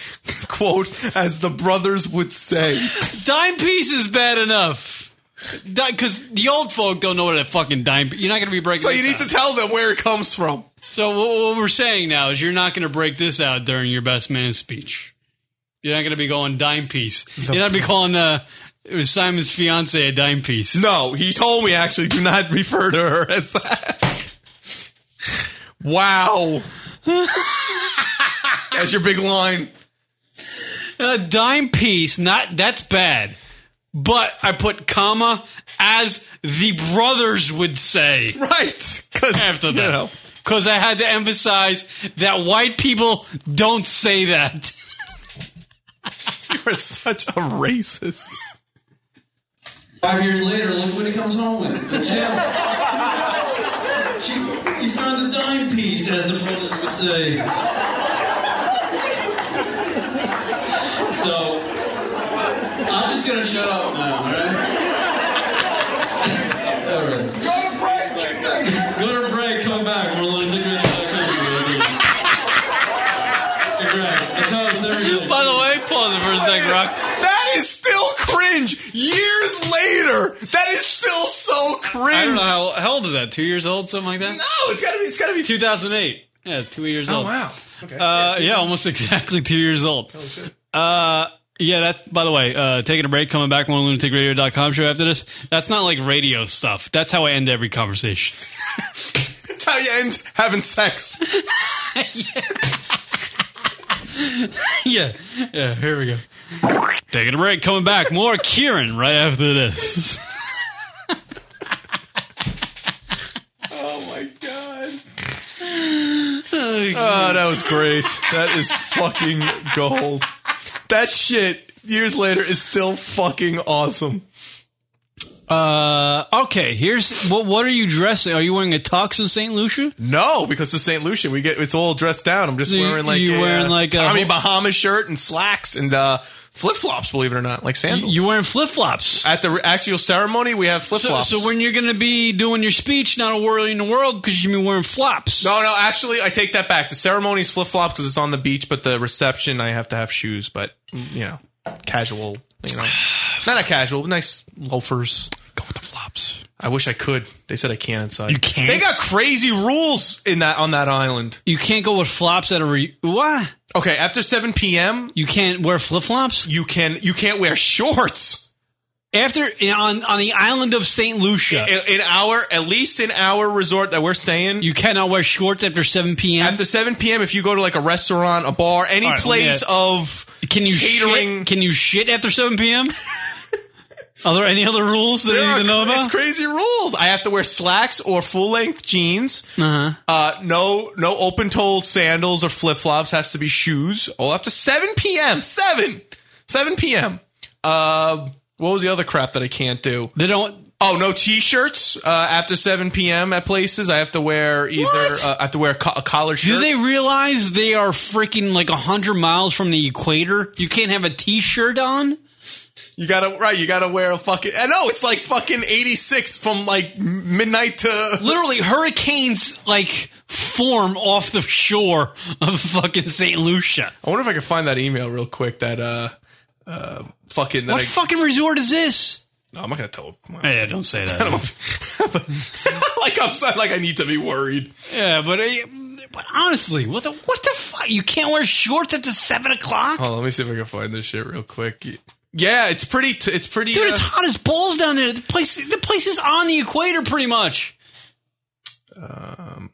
Speaker 4: quote, as the brothers would say.
Speaker 6: Dime piece is bad enough. Because the old folk don't know what a fucking dime. You're not going to be breaking.
Speaker 4: So you
Speaker 6: this
Speaker 4: need
Speaker 6: out.
Speaker 4: to tell them where it comes from.
Speaker 6: So what, what we're saying now is you're not going to break this out during your best man speech. You're not going to be going dime piece. You're not be calling uh, it was Simon's fiance a dime piece.
Speaker 4: No, he told me actually do not refer to her as that. Wow. That's your big line.
Speaker 6: A dime piece, not that's bad. But I put comma as the brothers would say
Speaker 4: Right. Cause,
Speaker 6: after
Speaker 4: you know.
Speaker 6: that. Because I had to emphasize that white people don't say that.
Speaker 4: You're such a racist.
Speaker 18: Five years later, look what he comes home with. The gem. She, he found the dime piece, as the brothers would say. So, I'm just gonna shut up now, alright? alright. Go to break, come back. We're lunatic radio dot com. Congrats. I thought it was there again.
Speaker 6: By the way, pause it for a second, Rock.
Speaker 4: That is still cringe. Years later, that is still so cringe.
Speaker 6: I don't know how, how old is that? Two years old, something like that.
Speaker 4: No, it's gotta be. It's gotta be.
Speaker 6: 2008. Yeah, two years
Speaker 4: Oh
Speaker 6: old.
Speaker 4: wow. Okay.
Speaker 6: Uh, yeah, almost exactly two years old. Uh, yeah, that's, by the way, uh, taking a break, coming back on lunaticradio.com show after this. That's not like radio stuff. That's how I end every conversation.
Speaker 4: That's how you end having sex.
Speaker 6: yeah. Yeah, here we go. Taking a break, coming back. More Kieran right after this.
Speaker 4: Oh my god.
Speaker 6: oh,
Speaker 4: Oh, that was great. That is fucking gold. That shit years later is still fucking awesome.
Speaker 6: Uh, okay. Here's what. What are you dressing? Are you wearing a tux in Saint Lucia?
Speaker 7: No, because it's Saint Lucia. We get it's all dressed down. I'm just
Speaker 6: So you-
Speaker 7: wearing like
Speaker 6: you
Speaker 7: a,
Speaker 6: wearing
Speaker 7: uh,
Speaker 6: like a-
Speaker 7: Tommy Bahama shirt and slacks and uh, flip flops. Believe it or not, like sandals.
Speaker 6: You wearing flip flops
Speaker 7: at the actual ceremony? We have flip
Speaker 6: So,
Speaker 7: flops.
Speaker 6: so when you're going to be doing your speech, not a world in the world because you've been wearing flops.
Speaker 7: No, no. Actually, I take that back. The ceremony's flip flops because it's on the beach, but the reception I have to have shoes. But mm, you know, casual. You know, not a casual, but nice loafers. Go with the flops. I wish I could. They said I can't inside.
Speaker 6: You can't?
Speaker 7: They got crazy rules in that on that island.
Speaker 6: You can't go with flops at a re- what?
Speaker 7: Okay, after seven p.m.
Speaker 6: You can't wear flip flops.
Speaker 7: You can. You can't wear shorts.
Speaker 6: After on on the island of Saint Lucia,
Speaker 7: in our at least in our resort that we're staying,
Speaker 6: you cannot wear shorts after seven p.m.
Speaker 7: After seven p.m., if you go to like a restaurant, a bar, any
Speaker 6: All right, let me
Speaker 7: place
Speaker 6: ask-
Speaker 7: of
Speaker 6: can you
Speaker 7: catering,
Speaker 6: shit? Can you shit after seven p.m.? Are there any other rules that
Speaker 7: There
Speaker 6: I
Speaker 7: are
Speaker 6: need to know
Speaker 7: cra-
Speaker 6: about?
Speaker 7: It's crazy rules. I have to wear slacks or full length jeans.
Speaker 6: Uh-huh.
Speaker 7: Uh, no, no open toed sandals or flip flops. Has to be shoes. All after seven p.m. Seven, seven p.m. Uh, what was the other crap that I can't do?
Speaker 6: They don't.
Speaker 7: Oh no, t-shirts uh, after seven p.m. at places. I have to wear either. Uh, I have to wear a, co- a collared
Speaker 6: Do
Speaker 7: shirt.
Speaker 6: they realize they are freaking like hundred miles from the equator? You can't have a T-shirt on.
Speaker 7: You gotta right. You gotta wear a fucking. I know it's like fucking eighty six from like m- midnight to
Speaker 6: literally hurricanes like form off the shore of fucking St. Lucia.
Speaker 7: I wonder if I can find that email real quick. That uh, uh, fucking. That
Speaker 6: What
Speaker 7: I,
Speaker 6: fucking resort is this?
Speaker 7: no, I'm not gonna tell.
Speaker 6: Yeah, don't say that.
Speaker 7: like I'm saying, like I need to be worried.
Speaker 6: yeah, but, I, but honestly, what the what the fuck? You can't wear shorts at the seven o'clock,
Speaker 7: Hold on, let me see if I can find this shit real quick. Yeah, it's pretty. T- it's pretty.
Speaker 6: dude.
Speaker 7: uh,
Speaker 6: It's hot as balls down there. The place the place is on the equator, pretty much.
Speaker 7: um,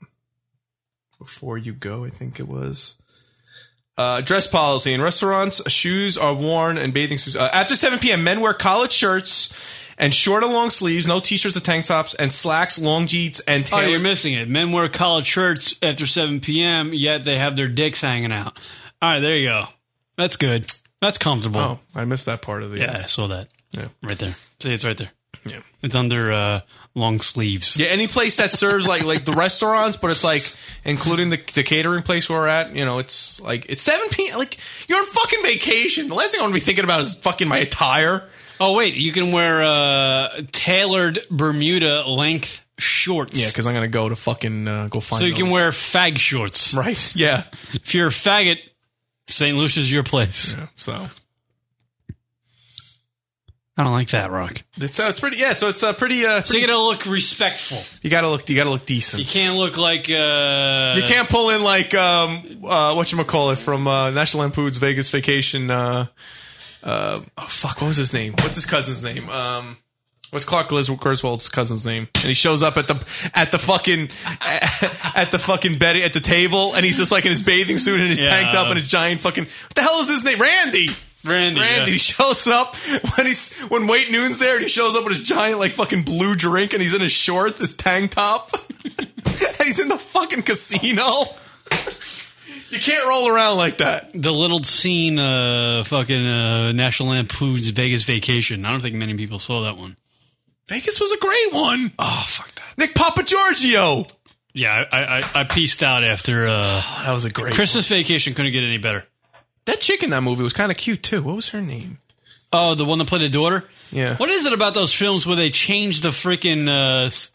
Speaker 7: before you go, I think it was. Uh, dress policy in restaurants: shoes are worn and bathing suits. Uh, after 7 p.m., men wear collared shirts and short or long sleeves, no t-shirts or tank tops, and slacks, long jeans, and
Speaker 6: Oh,
Speaker 7: tailored.
Speaker 6: you're missing it. Men wear collared shirts after seven p.m. Yet they have their dicks hanging out. All right, there you go. That's good. That's comfortable.
Speaker 7: oh, I missed that part of the.
Speaker 6: Yeah, I saw that.
Speaker 7: Yeah.
Speaker 6: Right there. See, it's right there.
Speaker 7: Yeah.
Speaker 6: It's under uh, long sleeves.
Speaker 7: Yeah, any place that serves like like the restaurants, but it's like including the the catering place we're at. You know, it's like it's 7 p.m. Like you're on fucking vacation. The last thing I want to be thinking about is fucking my attire.
Speaker 6: Oh, wait. You can wear uh, tailored Bermuda length shorts.
Speaker 7: Yeah, because I'm gonna go to fucking uh, go find.
Speaker 6: So you can
Speaker 7: those.
Speaker 6: wear fag shorts.
Speaker 7: Right. Yeah.
Speaker 6: If you're a faggot, St. Lucia's your place.
Speaker 7: so.
Speaker 6: I don't like that, Rock.
Speaker 7: It's uh, it's pretty. Yeah, so it's uh, pretty. Uh,
Speaker 6: So you gotta look respectful.
Speaker 7: you gotta look. You gotta look decent.
Speaker 6: You can't look like. Uh,
Speaker 7: You can't pull in like um uh what you call it from uh, National Lampoon's Vegas Vacation. Uh, uh, oh fuck, what was his name? What's his cousin's name? Um, what's Clark Gris- Griswold's cousin's name? And he shows up at the at the fucking at the fucking bed at the table, and he's just like in his bathing suit and he's
Speaker 6: Yeah.
Speaker 7: tanked up in a giant fucking. What the hell is his name? Randy.
Speaker 6: Randy.
Speaker 7: Randy
Speaker 6: yeah.
Speaker 7: shows up when he's when Wait Noon's there, and he shows up with his giant like fucking blue drink, and he's in his shorts, his tank top, and he's in the fucking casino. you can't roll around like that.
Speaker 6: The little scene, uh, fucking uh, National Lampoon's Vegas Vacation. I don't think many people saw that one.
Speaker 7: Vegas was a great one.
Speaker 6: Oh, fuck that.
Speaker 7: Nick Papa Giorgio.
Speaker 6: Yeah, I, I, I- I pieced out after. Uh,
Speaker 7: Oh, that was a great
Speaker 6: Christmas vacation. Couldn't get any better.
Speaker 7: That chick in that movie was kind of cute too. What was her name?
Speaker 6: Oh, the one that played the daughter.
Speaker 7: Yeah.
Speaker 6: What is it about those films where they change the freaking? Uh, s-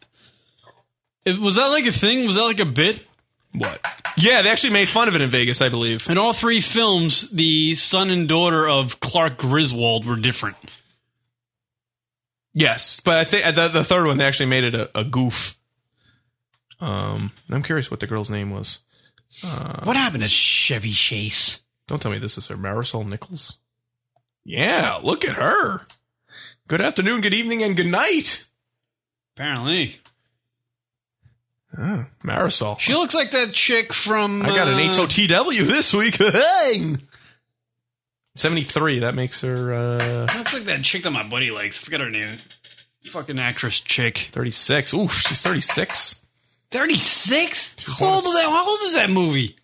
Speaker 6: it, was that like a thing? Was that like a bit?
Speaker 7: What? Yeah, they actually made fun of it in Vegas, I believe.
Speaker 6: In all three films, the son and daughter of Clark Griswold were different.
Speaker 7: Yes, but I think the, the third one they actually made it a, a goof. Um, I'm curious what the girl's name was. Uh,
Speaker 6: What happened to Chevy Chase?
Speaker 7: Don't tell me this is her Marisol Nichols. Yeah, look at her. Good afternoon, good evening, and good night.
Speaker 6: Apparently,
Speaker 7: Oh, Marisol.
Speaker 6: she looks like that chick from.
Speaker 7: I got an
Speaker 6: uh,
Speaker 7: HOTW this week. Hey! 73, that makes her uh,
Speaker 6: Looks like that chick that my buddy likes. I forget her name. Fucking actress chick.
Speaker 7: 36. Ooh, she's 36.
Speaker 6: Thirty six. How old is that? How old is that movie?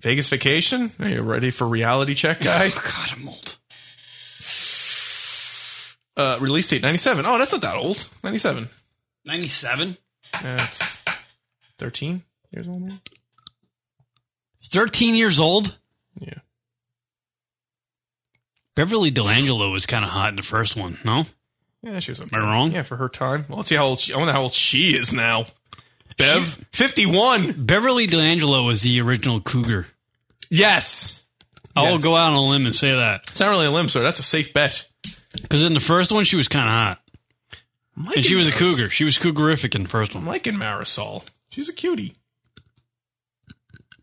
Speaker 7: Vegas vacation?
Speaker 6: Oh,
Speaker 7: Are you ready for reality check, guy?
Speaker 6: God, I'm old.
Speaker 7: Uh, release date 97. Oh, that's not that old. 97.
Speaker 6: 97?
Speaker 7: That's 13 years old. now?
Speaker 6: 13 years old?
Speaker 7: Yeah.
Speaker 6: Beverly D'Angelo was kind of hot in the first one, no?
Speaker 7: Yeah, she was. Am
Speaker 6: I wrong?
Speaker 7: Yeah, for her time. Well, let's see how old she. I wonder how old she is now. Bev, fifty-one.
Speaker 6: Beverly D'Angelo was the original cougar.
Speaker 7: Yes,
Speaker 6: I will
Speaker 7: Yes.
Speaker 6: go out on a limb and say that.
Speaker 7: It's not really a limb, sir. That's a safe bet.
Speaker 6: Because in the first one, she was kind of hot. and she was a
Speaker 7: Maris-
Speaker 6: cougar. She was cougarific in the first one.
Speaker 7: I'm liking Marisol. She's a cutie.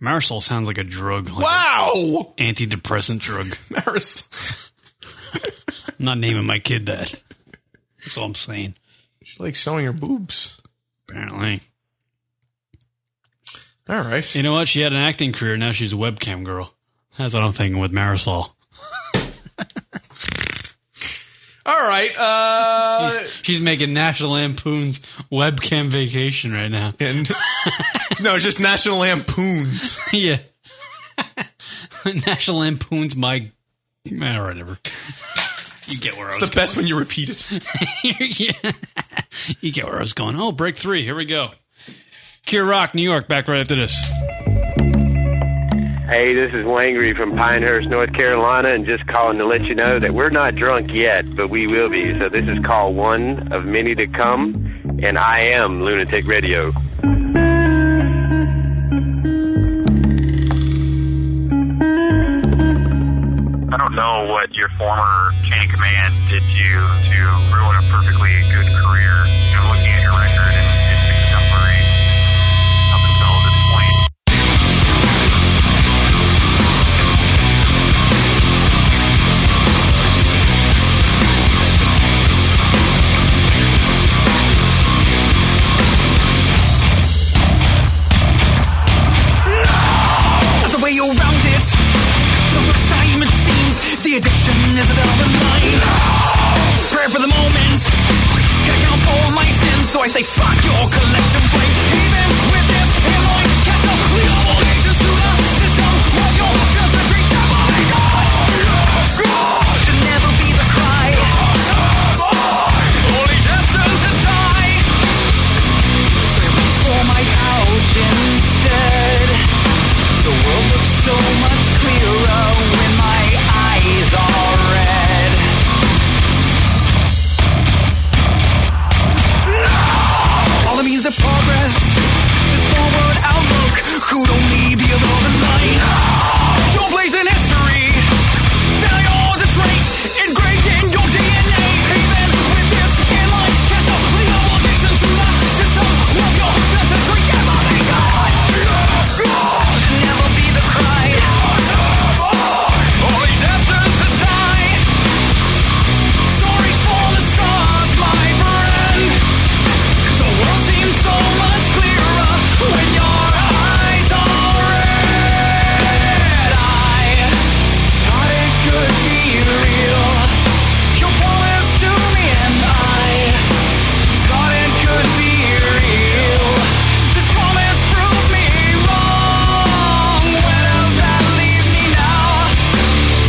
Speaker 6: Marisol sounds like a drug. Like
Speaker 7: Wow,
Speaker 6: an Antidepressant drug.
Speaker 7: Marisol.
Speaker 6: I'm not naming my kid that. That's all I'm saying.
Speaker 7: She likes showing her boobs.
Speaker 6: Apparently.
Speaker 7: All right.
Speaker 6: You know what? She had an acting career. Now she's a webcam girl. That's what I'm thinking with Marisol.
Speaker 7: All right. Uh,
Speaker 6: She's making National Lampoon's webcam vacation right now.
Speaker 7: And no, it's just National Lampoons.
Speaker 6: yeah. National Lampoon's my. eh, whatever. You get where I
Speaker 7: it's
Speaker 6: was going.
Speaker 7: the best when you repeat it.
Speaker 6: yeah. You get where I was going. Oh, break three. Here we go. Cure Rock, New York, back right after this.
Speaker 10: Hey, this is Langry from Pinehurst, North Carolina, and just calling to let you know that we're not drunk yet, but we will be. So this is call one of many to come, and I am Lunatic Radio.
Speaker 20: I don't know what your former chain of command did to you to ruin a perfectly good career. I'm looking at your record and it's exemplary up until this point.
Speaker 2: The way around it, the worst time it seems, the addiction is a velvet line. Prayer for the moment, gotta count for my sins, so I say fuck your collection plate. Even with this hemorrhoid catch up, the obligations to the system of your filtering demolition. Oh, Should never be the cry. Only destined to die. So I reach for my couch instead. The world looks so much clearer when my eyes are red. All it means is progress. This forward outlook could only be above the line. Your place in history. Failure's a trait engraved in your DNA. Even with this in my castle, the obligation to the system of your ancestry demolition. Should never be the cry. Only destined to die. So reach for the stars, my friend. The world seems so much clearer when your eyes are red. I thought it could be real. You promised to me, and I thought it could be real. This promise proved me wrong. Where does that leave me now?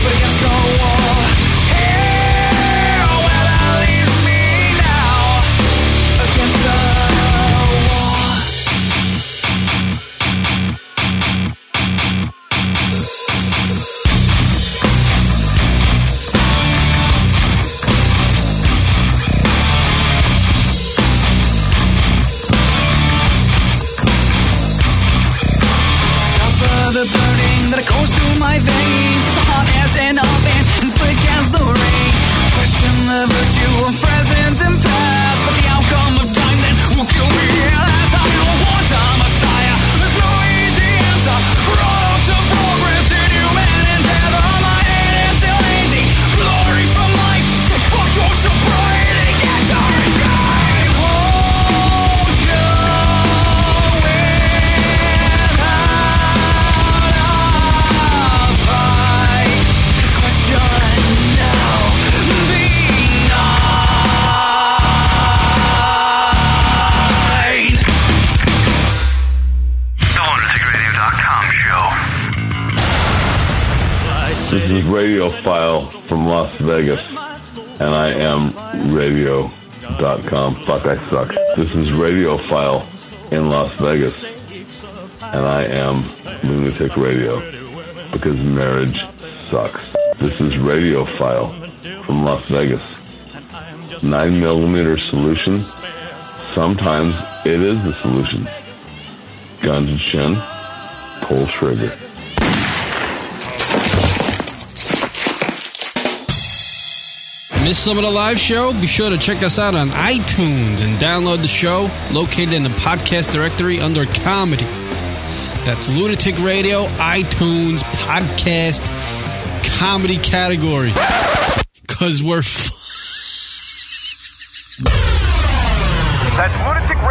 Speaker 2: But I guess I'll walk here. Where that leaves me now? Against the
Speaker 21: Suffer the burning that goes through my veins, hot as an oven and slick as the rain. Question the virtue of present and past, but the outcome of time then will kill me. As I am a wartime messiah, there's no easy answer. Brought up to progress in human endeavor, my head is still hazy. Glory from life, so fuck your sobriety. Get dark, I won't go
Speaker 22: lunaticradio.com show.
Speaker 1: This is Radiophile from Las Vegas.
Speaker 23: and I am radio.com. Fuck, I suck. This is Radiophile in Las Vegas, and I am Lunatic Radio because marriage sucks. This is Radiophile from Las Vegas. 9 millimeter solution. Sometimes it is the solution. Gun to chin, pull trigger.
Speaker 15: Miss some of the live show? Be sure to check us out on iTunes and download the show located in the podcast directory under comedy. That's Lunatic Radio, iTunes, podcast, comedy category. Because we're f-
Speaker 5: That's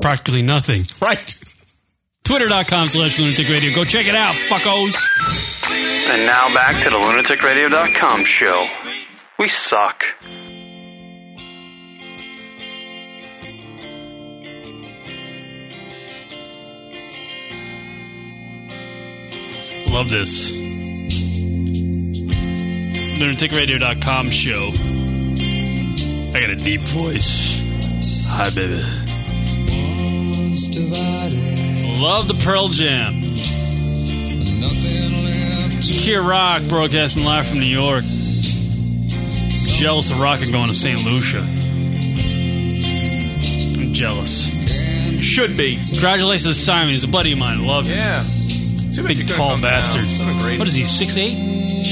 Speaker 6: Practically nothing.
Speaker 4: Right.
Speaker 6: Twitter.com slash lunatic radio. Go check it out, fuckos.
Speaker 24: And now back to the lunaticradio.com show. We suck.
Speaker 6: Love this. LunaticRadio.com show. I got a deep voice. Hi, baby. Love the Pearl Jam. Kier Rock broadcasting live from New York. Jealous of Rock and going to St. Lucia. I'm jealous.
Speaker 7: Should be.
Speaker 6: Congratulations to Simon. He's a buddy of mine. Love him.
Speaker 7: Yeah. Too bad you
Speaker 6: Big
Speaker 7: couldn't
Speaker 6: tall
Speaker 7: come
Speaker 6: bastard.
Speaker 7: down. Son of a great-
Speaker 6: What is he, 6'8?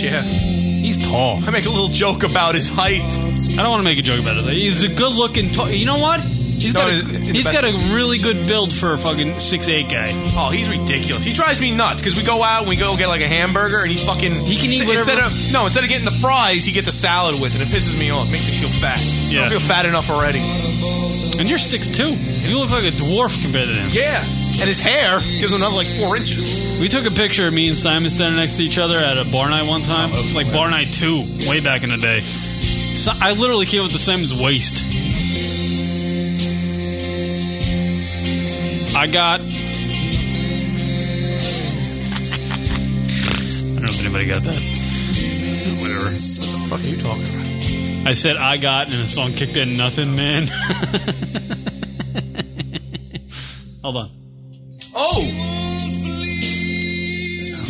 Speaker 7: Yeah.
Speaker 6: He's tall.
Speaker 7: I make a little joke about his height.
Speaker 6: I don't want to make a joke about his height. He's a good looking. you know what? He's got, a, he's got a really good build for a fucking six eight guy.
Speaker 7: Oh, he's ridiculous. He drives me nuts because we go out and we go get like a hamburger and he fucking he
Speaker 6: can eat
Speaker 7: instead
Speaker 6: whatever-
Speaker 7: of no instead of getting the fries he gets a salad with it. It pisses me off. Makes me feel fat.
Speaker 6: Yeah.
Speaker 7: I don't feel fat enough already.
Speaker 6: And you're six two. You look like a dwarf compared to him.
Speaker 7: Yeah. And his hair gives him another like four inches.
Speaker 6: We took a picture of me and Simon standing next to each other at a bar night one time,
Speaker 7: Oh,
Speaker 6: like bar night two, way back in the day. So I literally came up to Simon's waist. I got. I don't know if anybody got that. Whatever.
Speaker 7: What the fuck are you talking about?
Speaker 6: I said I got, and the song kicked in nothing, man. Hold on.
Speaker 7: Oh,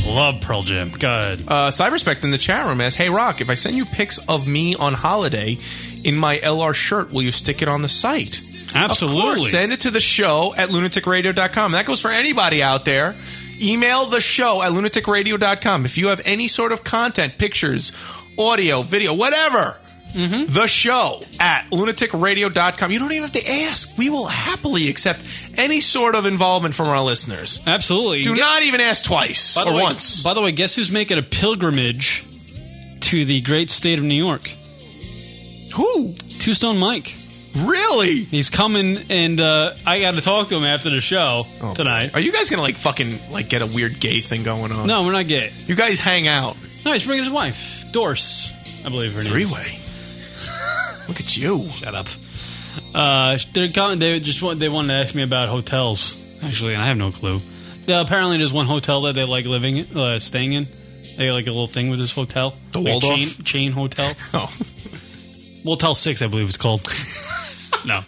Speaker 6: Love Pearl Jam. God.
Speaker 7: Uh, Cyberspect in the chat room asks, "Hey Rock, if I send you pics of me on holiday in my LR shirt, will you stick it on the site?"
Speaker 6: Absolutely.
Speaker 7: Of course. Send it to the show at lunaticradio.com. That goes for anybody out there. Email the show at lunaticradio.com if you have any sort of content, pictures, audio, video, whatever.
Speaker 6: Mm-hmm.
Speaker 7: The show at lunaticradio.com. You don't even have to ask. We will happily accept any sort of involvement from our listeners.
Speaker 6: Absolutely.
Speaker 7: Do
Speaker 6: Get-
Speaker 7: not even ask twice
Speaker 6: By the
Speaker 7: or
Speaker 6: way-
Speaker 7: once.
Speaker 6: By the way, guess who's making a pilgrimage to the great state of New York?
Speaker 7: Who?
Speaker 6: Two Stone Mike.
Speaker 7: Really?
Speaker 6: He's coming, and uh, I got to talk to him after the show tonight.
Speaker 7: Oh, Are you guys gonna like fucking like get a weird gay thing going on?
Speaker 6: No, we're not gay.
Speaker 7: You guys hang out.
Speaker 6: No, he's bringing his wife, Doris, I believe her name.
Speaker 7: Three-way. Look at you.
Speaker 6: Shut up. Uh, they're coming. They just want. They wanted to ask me about hotels, actually, and I have no clue. Yeah, apparently, there's one hotel that they like living, uh, staying in. They got, like a little thing with this hotel,
Speaker 7: The
Speaker 6: like a
Speaker 7: Waldorf?
Speaker 6: chain, chain hotel.
Speaker 7: Oh,
Speaker 6: Motel Six, I believe it's called. no,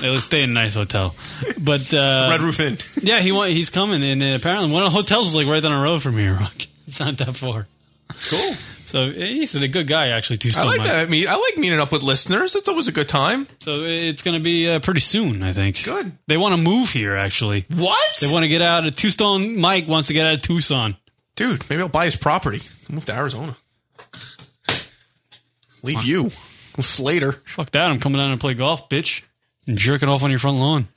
Speaker 6: they would stay in a nice hotel, but uh,
Speaker 7: Red Roof Inn.
Speaker 6: yeah, he want, he's coming, and uh, apparently one of the hotels is like right down the road from here. Rock. It's not that far.
Speaker 7: Cool.
Speaker 6: So he's a good guy, actually. Two
Speaker 7: I like that. I mean, I like meeting up with listeners. That's always a good time.
Speaker 6: So it's going to be uh, pretty soon, I think.
Speaker 7: Good.
Speaker 6: They want to move here, actually.
Speaker 7: What?
Speaker 6: They want to get out of Two Stone. Mike wants to get out of Tucson.
Speaker 7: Dude, maybe I'll buy his property. Move to Arizona. Leave you, Slater.
Speaker 6: Fuck that! I'm coming down and play golf, bitch, and jerking off on your front lawn.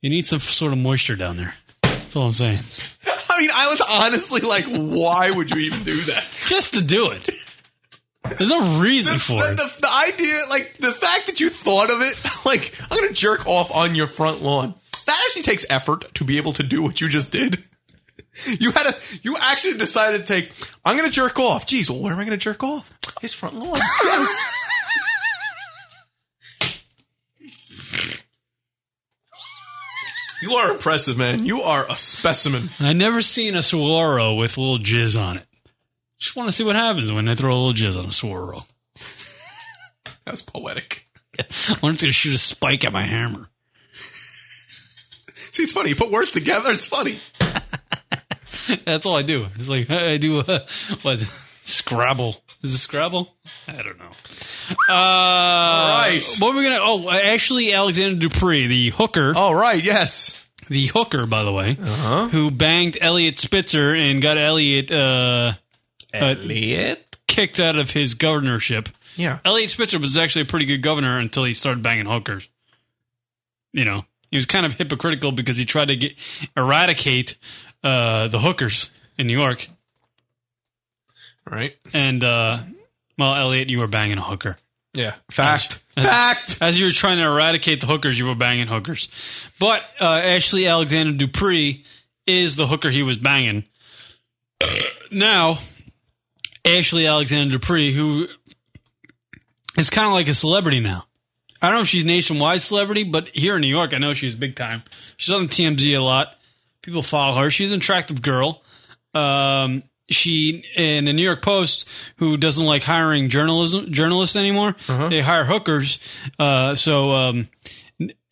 Speaker 6: You need some sort of moisture down there. That's all I'm saying.
Speaker 4: I mean, I was honestly like, why would you even do that?
Speaker 6: Just to do it. There's a reason for
Speaker 7: The,
Speaker 6: it.
Speaker 7: the, the idea, like the fact that you thought of it, like I'm gonna jerk off on your front lawn. That actually takes effort to be able to do what you just did. You had a, you actually decided to take. I'm gonna jerk off. Geez, well, where am I gonna jerk off? His front lawn. Yes. you are impressive, man. You are a specimen.
Speaker 6: I never seen a Saguaro with a little jizz on it. Just want to see what happens when they throw a little jizz on a Saguaro.
Speaker 7: That's poetic.
Speaker 6: I wonder if it's going to shoot a spike at my hammer.
Speaker 7: See, it's funny. You put words together, it's funny.
Speaker 6: That's all I do. It's like I do uh, what Scrabble. Is it Scrabble? I don't know. Uh, all
Speaker 7: right.
Speaker 6: What are we gonna? Oh, Ashley Alexander Dupree, the hooker.
Speaker 7: All right. Yes.
Speaker 6: The hooker, by the way,
Speaker 7: Oh.
Speaker 6: uh-huh. who banged Elliot Spitzer and got Elliot uh,
Speaker 7: Elliot
Speaker 6: kicked out of his governorship.
Speaker 7: Yeah.
Speaker 6: Elliot Spitzer was actually a pretty good governor until he started banging hookers. You know, he was kind of hypocritical because he tried to get, eradicate uh, the hookers in New York.
Speaker 7: All right.
Speaker 6: And, uh, well, Elliot, you were banging a hooker.
Speaker 7: Yeah. Fact. Fact.
Speaker 6: As you were trying to eradicate the hookers, you were banging hookers. But uh, Ashley Alexander Dupree is the hooker he was banging. now, Ashley Alexander Dupree, who is kind of like a celebrity now. I don't know if she's nationwide celebrity, but here in New York, I know she's big time. She's on TMZ a lot. People follow her. She's an attractive girl. Um, she in the New York Post, who doesn't like hiring journalism journalists anymore, they hire hookers. Uh, so um,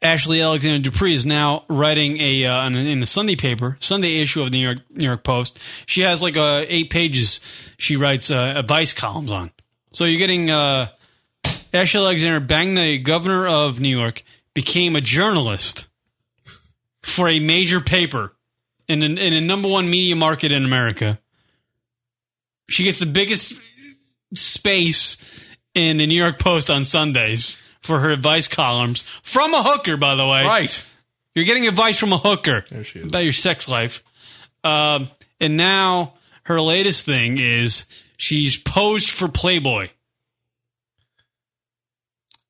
Speaker 6: Ashley Alexander Dupree is now writing a uh, on- in the Sunday paper, Sunday issue of the New York New York Post. She has like uh, eight pages. She writes uh, advice columns on. So you're getting uh, Ashley Alexander banged the governor of New York, became a journalist for a major paper in a, in a number one media market in America. She gets the biggest space in the New York Post on Sundays for her advice columns from a hooker, by the way.
Speaker 7: Right.
Speaker 6: You're getting advice from a hooker about your sex life. Um, and now her latest thing is she's posed for Playboy.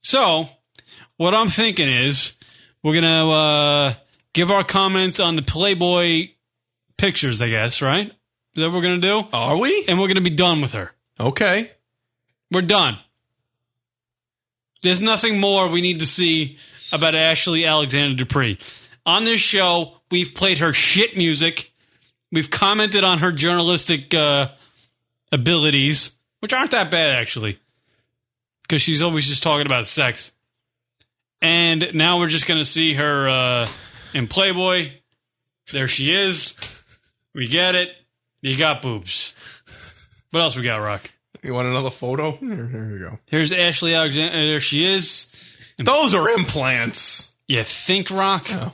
Speaker 6: So, what I'm thinking is we're gonna uh, give our comments on the Playboy pictures, I guess, right? Is that what we're gonna do?
Speaker 7: Are we?
Speaker 6: And we're gonna be done with her.
Speaker 7: Okay.
Speaker 6: We're done. There's nothing more we need to see about Ashley Alexander Dupree. On this show, we've played her shit music. We've commented on her journalistic uh, abilities, which aren't that bad actually, because she's always just talking about sex. And now we're just going to see her uh, in Playboy. There she is. We get it. You got boobs. What else we got, Rock?
Speaker 7: You want another photo? Here, here you go.
Speaker 6: Here's Ashley Alexander. There she is.
Speaker 7: Those are implants.
Speaker 6: You think, Rock?
Speaker 7: Oh,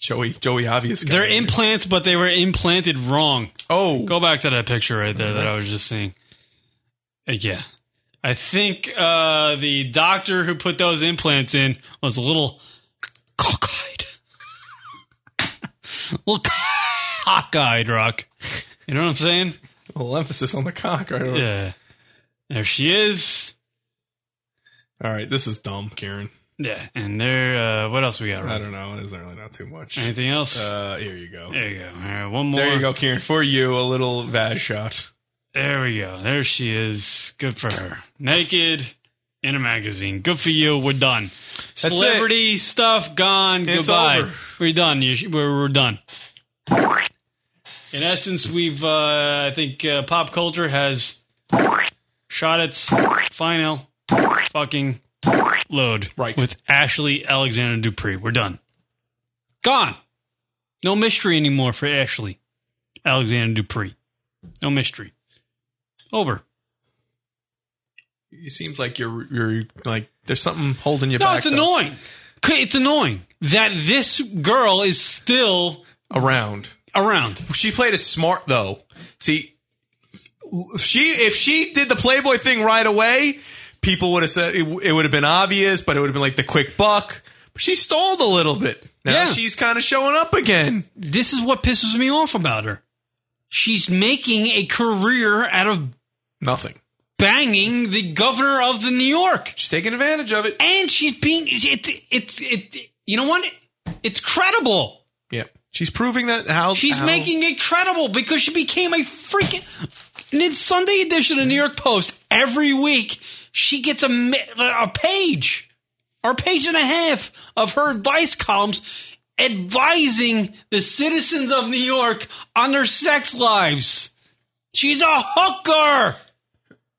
Speaker 7: Joey, Joey, obvious. guy.
Speaker 6: They're implants, but they were implanted wrong.
Speaker 7: Oh,
Speaker 6: go back to that picture right there that I was just seeing. Uh, yeah, I think uh, the doctor who put those implants in was a little cockeyed, a little cockeyed, Rock. You know what I'm saying?
Speaker 7: A little emphasis on the cock. Right over-
Speaker 6: Yeah. There she is.
Speaker 7: All right, this is dumb, Karen.
Speaker 6: Yeah, and there. Uh, what else we got?
Speaker 7: I
Speaker 6: Rock?
Speaker 7: don't know. There's really not too much.
Speaker 6: Anything else?
Speaker 7: Uh, here you go.
Speaker 6: there you go. All right, one more.
Speaker 7: There you go, Kieran. For you, a little vag shot.
Speaker 6: There we go. There she is. Good for her. Naked in a magazine. Good for you. We're done.
Speaker 7: That's
Speaker 6: Celebrity stuff gone.
Speaker 7: It's
Speaker 6: Goodbye.
Speaker 7: over.
Speaker 6: We're done. You sh- We're, we're done. In essence, we've, uh, I think, uh, pop culture has shot its final fucking load.
Speaker 7: Right.
Speaker 6: With Ashley Alexander Dupree. We're done. Gone. No mystery anymore for Ashley Alexander Dupree. No mystery. Over.
Speaker 7: It seems like you're you're like there's something holding you
Speaker 6: No,
Speaker 7: back.
Speaker 6: it's
Speaker 7: though.
Speaker 6: annoying. C- It's annoying that this girl is still
Speaker 7: Around.
Speaker 6: around.
Speaker 7: She played it smart though. See, she if she did the Playboy thing right away, people would have said it, it would have been obvious, but it would have been like the quick buck. But she stalled a little bit. Now
Speaker 6: Yeah.
Speaker 7: she's kind of showing up again.
Speaker 6: This is what pisses me off about her. She's making a career out of
Speaker 7: Nothing.
Speaker 6: banging the governor of the New York.
Speaker 7: She's taking advantage of it,
Speaker 6: and she's being it. It's it, You know what? It's credible.
Speaker 7: Yep. She's proving that how
Speaker 6: She's
Speaker 7: how-
Speaker 6: making it credible because she became a freaking. And in Sunday edition of New York Post every week, she gets a mi- a page or a page and a half of her advice columns advising the citizens of New York on their sex lives. She's a hooker.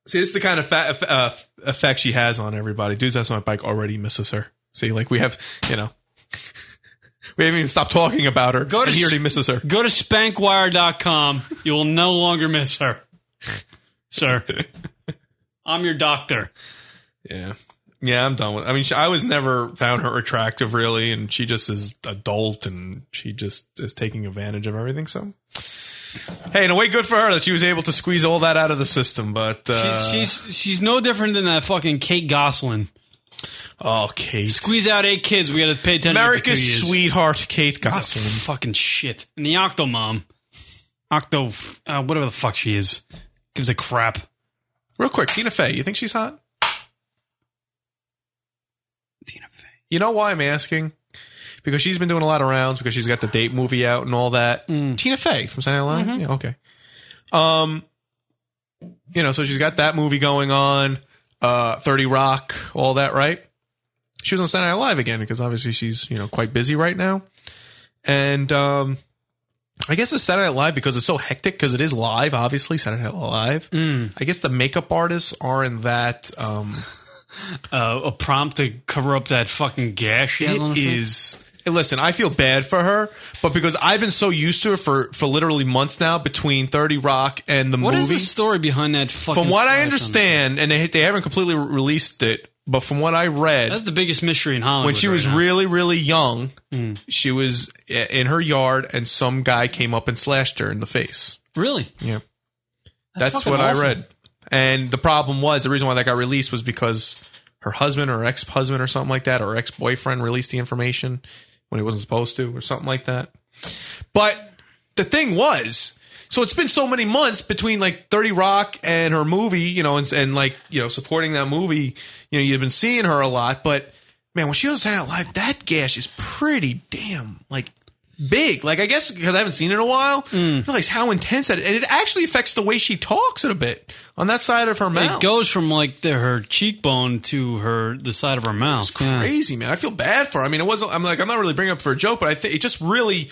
Speaker 7: See, this is the kind of fa- eff- uh, effect she has on everybody. Dudes that's on my bike already misses her. See, like we have, you know, we haven't even stopped talking about her. Go
Speaker 6: to
Speaker 7: and he already
Speaker 6: s-
Speaker 7: misses her.
Speaker 6: Go to spankwire.com. You will no longer miss her. Sir, I'm your doctor.
Speaker 7: Yeah, yeah, I'm done with. I mean, she, I was never found her attractive really, and she just is adult, and she just is taking advantage of everything. So, hey, in a way, good for her that she was able to squeeze all that out of the system. But uh,
Speaker 6: she's, she's she's no different than that fucking Kate Goslin.
Speaker 7: Oh, Kate.
Speaker 6: Squeeze out eight kids. We got to pay attention.
Speaker 7: America's
Speaker 6: for two years.
Speaker 7: sweetheart,
Speaker 6: Piece
Speaker 7: Kate
Speaker 6: of
Speaker 7: Gosselin.
Speaker 6: Fucking shit. And the Octomom. Octo, uh, whatever the fuck she is, gives a crap.
Speaker 7: Real quick, Tina Fey, you think she's hot? Tina Fey. You know why I'm asking? Because she's been doing a lot of rounds because she's got the date movie out and all that. Tina Fey from Saturday Night Live. Yeah, okay. Um, you know, so she's got that movie going on, uh, Thirty Rock, all that, right? She was on Saturday Night Live again because obviously she's you know quite busy right now, and um, I guess it's Saturday Night Live because it's so hectic because it is live, obviously Saturday Night Live. I guess the makeup artists aren't that. Um,
Speaker 6: Uh, a prompt to cover up that fucking gash. She has on her
Speaker 7: it
Speaker 6: face.
Speaker 7: is. Listen, I feel bad for her, but because I've been so used to her for for literally months now between Thirty Rock and the
Speaker 6: What
Speaker 7: movie.
Speaker 6: is the story behind that fucking?
Speaker 7: from what
Speaker 6: slash
Speaker 7: I
Speaker 6: on
Speaker 7: understand, and they, they haven't completely re- released it, but from what I
Speaker 6: that?
Speaker 7: read,
Speaker 6: That's the biggest mystery in Hollywood.
Speaker 7: when she was
Speaker 6: right now. Hmm.
Speaker 7: really really young, she was i- in her yard, and some guy came up and slashed her in the face.
Speaker 6: really,
Speaker 7: Yeah,
Speaker 6: That's
Speaker 7: that's,
Speaker 6: fucking
Speaker 7: what
Speaker 6: awful.
Speaker 7: I read. And the problem was the reason why that got released was because her husband or ex husband or something like that, or ex boyfriend released the information when he wasn't supposed to, or something like that. But the thing was, so it's been so many months between like 30 Rock and her movie, you know, and, and like, you know, supporting that movie, you know, you've been seeing her a lot, but man, when she was Saturday Night Live, that gash is pretty damn like big. Like, I guess because I haven't seen it in a while, I realize how intense that, and it actually affects the way she talks it a bit on that side of her mouth.
Speaker 6: It goes from like the, her cheekbone to her the side of her mouth. Yeah.
Speaker 7: crazy, man. I feel bad for her. I mean, it wasn't. I'm like, I'm not really bringing it up for a joke, but I think it just really.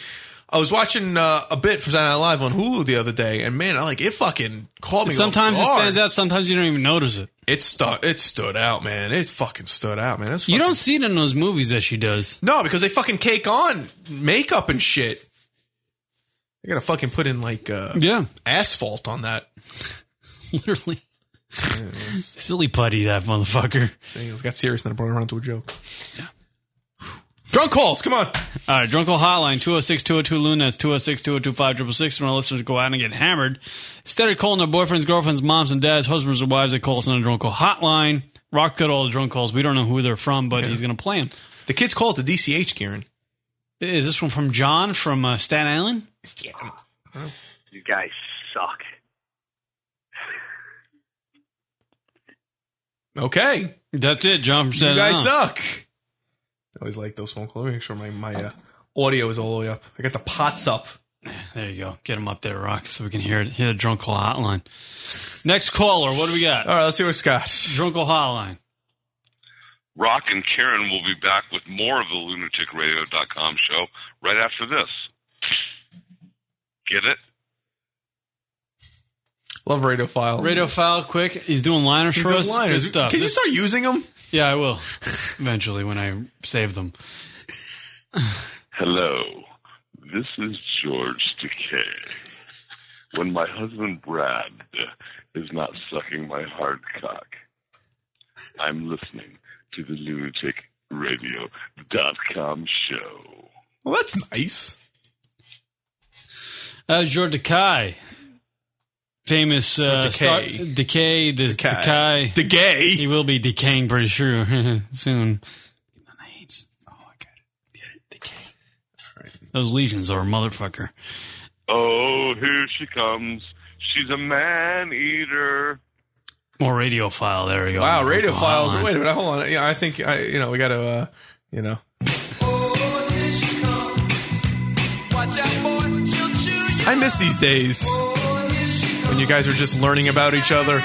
Speaker 7: I was watching uh, a bit from Saturday Night Live on Hulu the other day, and man, I like it. Fucking called me.
Speaker 6: Sometimes it
Speaker 7: off guard.
Speaker 6: stands out. Sometimes you don't even notice it.
Speaker 7: It stood. It stood out, man. It fucking stood out, man. That's
Speaker 6: You don't see it in those movies that she does.
Speaker 7: no, because they fucking cake on makeup and shit. They gotta fucking put in like uh,
Speaker 6: Yeah,
Speaker 7: asphalt on that.
Speaker 6: literally. Silly putty, that motherfucker.
Speaker 7: Dang, it got serious, and I brought it around to a joke. Drunk calls, come on.
Speaker 6: All right, Drunkle Hotline, 206 202 Loon. That's 206 202 5666. When our listeners go out and get hammered, instead of calling their boyfriends, girlfriends, moms, and dads, husbands, and wives, they call us on the Drunkle Hotline. Rock cut all the drunk calls. We don't know who they're from, but he's going to play them.
Speaker 7: The kids call it the DCH, Kieran.
Speaker 6: Is this one from John from uh, Staten Island?
Speaker 24: You guys suck.
Speaker 7: Okay,
Speaker 6: That's it, John from
Speaker 7: you
Speaker 6: Staten
Speaker 7: guys
Speaker 6: Island.
Speaker 7: suck. I always like those phone calls. Let me make sure my my uh, audio is all the way up. I got the pots up.
Speaker 6: There you go. Get him up there, Rock, so we can hear it. Hit a Drunkle Hotline. Next caller, what do we got?
Speaker 7: All right, let's hear what Scott.
Speaker 6: Drunkle Hotline.
Speaker 1: Rock and Karen will be back with more of the lunaticradio.com show right after this. Get it?
Speaker 7: Love radio file.
Speaker 6: Radio file, quick. He's doing liners
Speaker 7: He
Speaker 6: for
Speaker 7: does
Speaker 6: us.
Speaker 7: liners.
Speaker 6: Good stuff.
Speaker 7: Can you
Speaker 6: This-
Speaker 7: start using them?
Speaker 6: Yeah, I will eventually when I save them.
Speaker 1: Hello, this is George Takei. When my husband Brad is not sucking my hard cock, I'm listening to the lunaticradio.com show.
Speaker 7: Well, that's nice.
Speaker 6: Uh, George Decay, famous uh,
Speaker 7: Decay.
Speaker 6: star- Decay, the Decay,
Speaker 7: Decay.
Speaker 6: He will be decaying pretty sure soon. Those lesions are a motherfucker.
Speaker 1: Oh, here she comes. She's a man eater.
Speaker 6: More radiophile. There we go.
Speaker 7: Wow,
Speaker 6: Local
Speaker 7: radio files.
Speaker 6: hotline.
Speaker 7: Wait a minute, hold on. Yeah, I think I, you know, we got to, uh, you know. I miss these days when you guys were just learning about each other,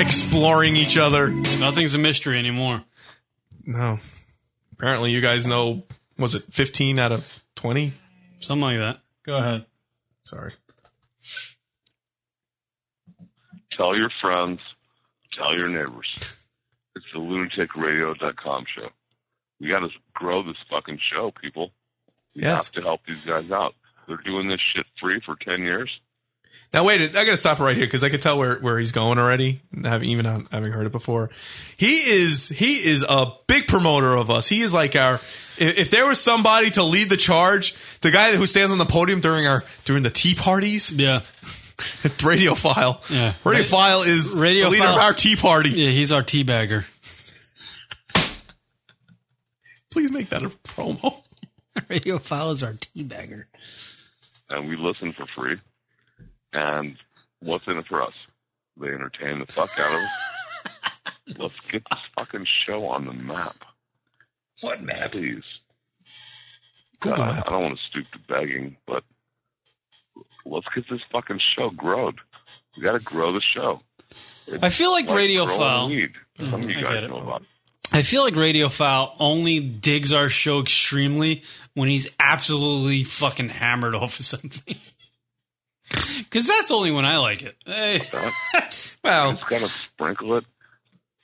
Speaker 7: exploring each other.
Speaker 6: Nothing's a mystery anymore.
Speaker 7: No, apparently you guys know. Was it fifteen out of twenty?
Speaker 6: Something like that. Go ahead.
Speaker 7: Sorry.
Speaker 1: Tell your friends. Tell your neighbors. It's the lunaticradio.com show. We got to grow this fucking show, people. We
Speaker 7: Yes.
Speaker 1: have to help these guys out. They're doing this shit free for 10 years.
Speaker 7: Now wait, I got to stop right here because I could tell where, where he's going already. Have even not having heard it before, he is he is a big promoter of us. He is like our if, if there was somebody to lead the charge, the guy who stands on the podium during our during the tea parties.
Speaker 6: Yeah,
Speaker 7: it's Radiophile.
Speaker 6: Yeah.
Speaker 7: Radiophile is the leader of our tea party.
Speaker 6: Yeah, he's our tea bagger.
Speaker 7: Please make that a promo.
Speaker 25: Radiophile is our teabagger.
Speaker 1: and we listen for free. And what's in it for us? They entertain the fuck out of us. Let's get this fucking show on the map. What map? Please. God, I- I don't want to stoop to begging, but let's get this fucking show growed. We got to grow the show. It's
Speaker 6: I feel like
Speaker 1: growing
Speaker 6: Radiophile-
Speaker 1: weed. Some of
Speaker 6: Mhm,
Speaker 1: you
Speaker 6: I
Speaker 1: guys
Speaker 6: get it.
Speaker 1: know about it.
Speaker 6: I feel like Radiophile only digs our show extremely when he's absolutely fucking hammered off of something. Because that's only when I like it. Hey, that's-
Speaker 7: Well,
Speaker 1: just gotta sprinkle it.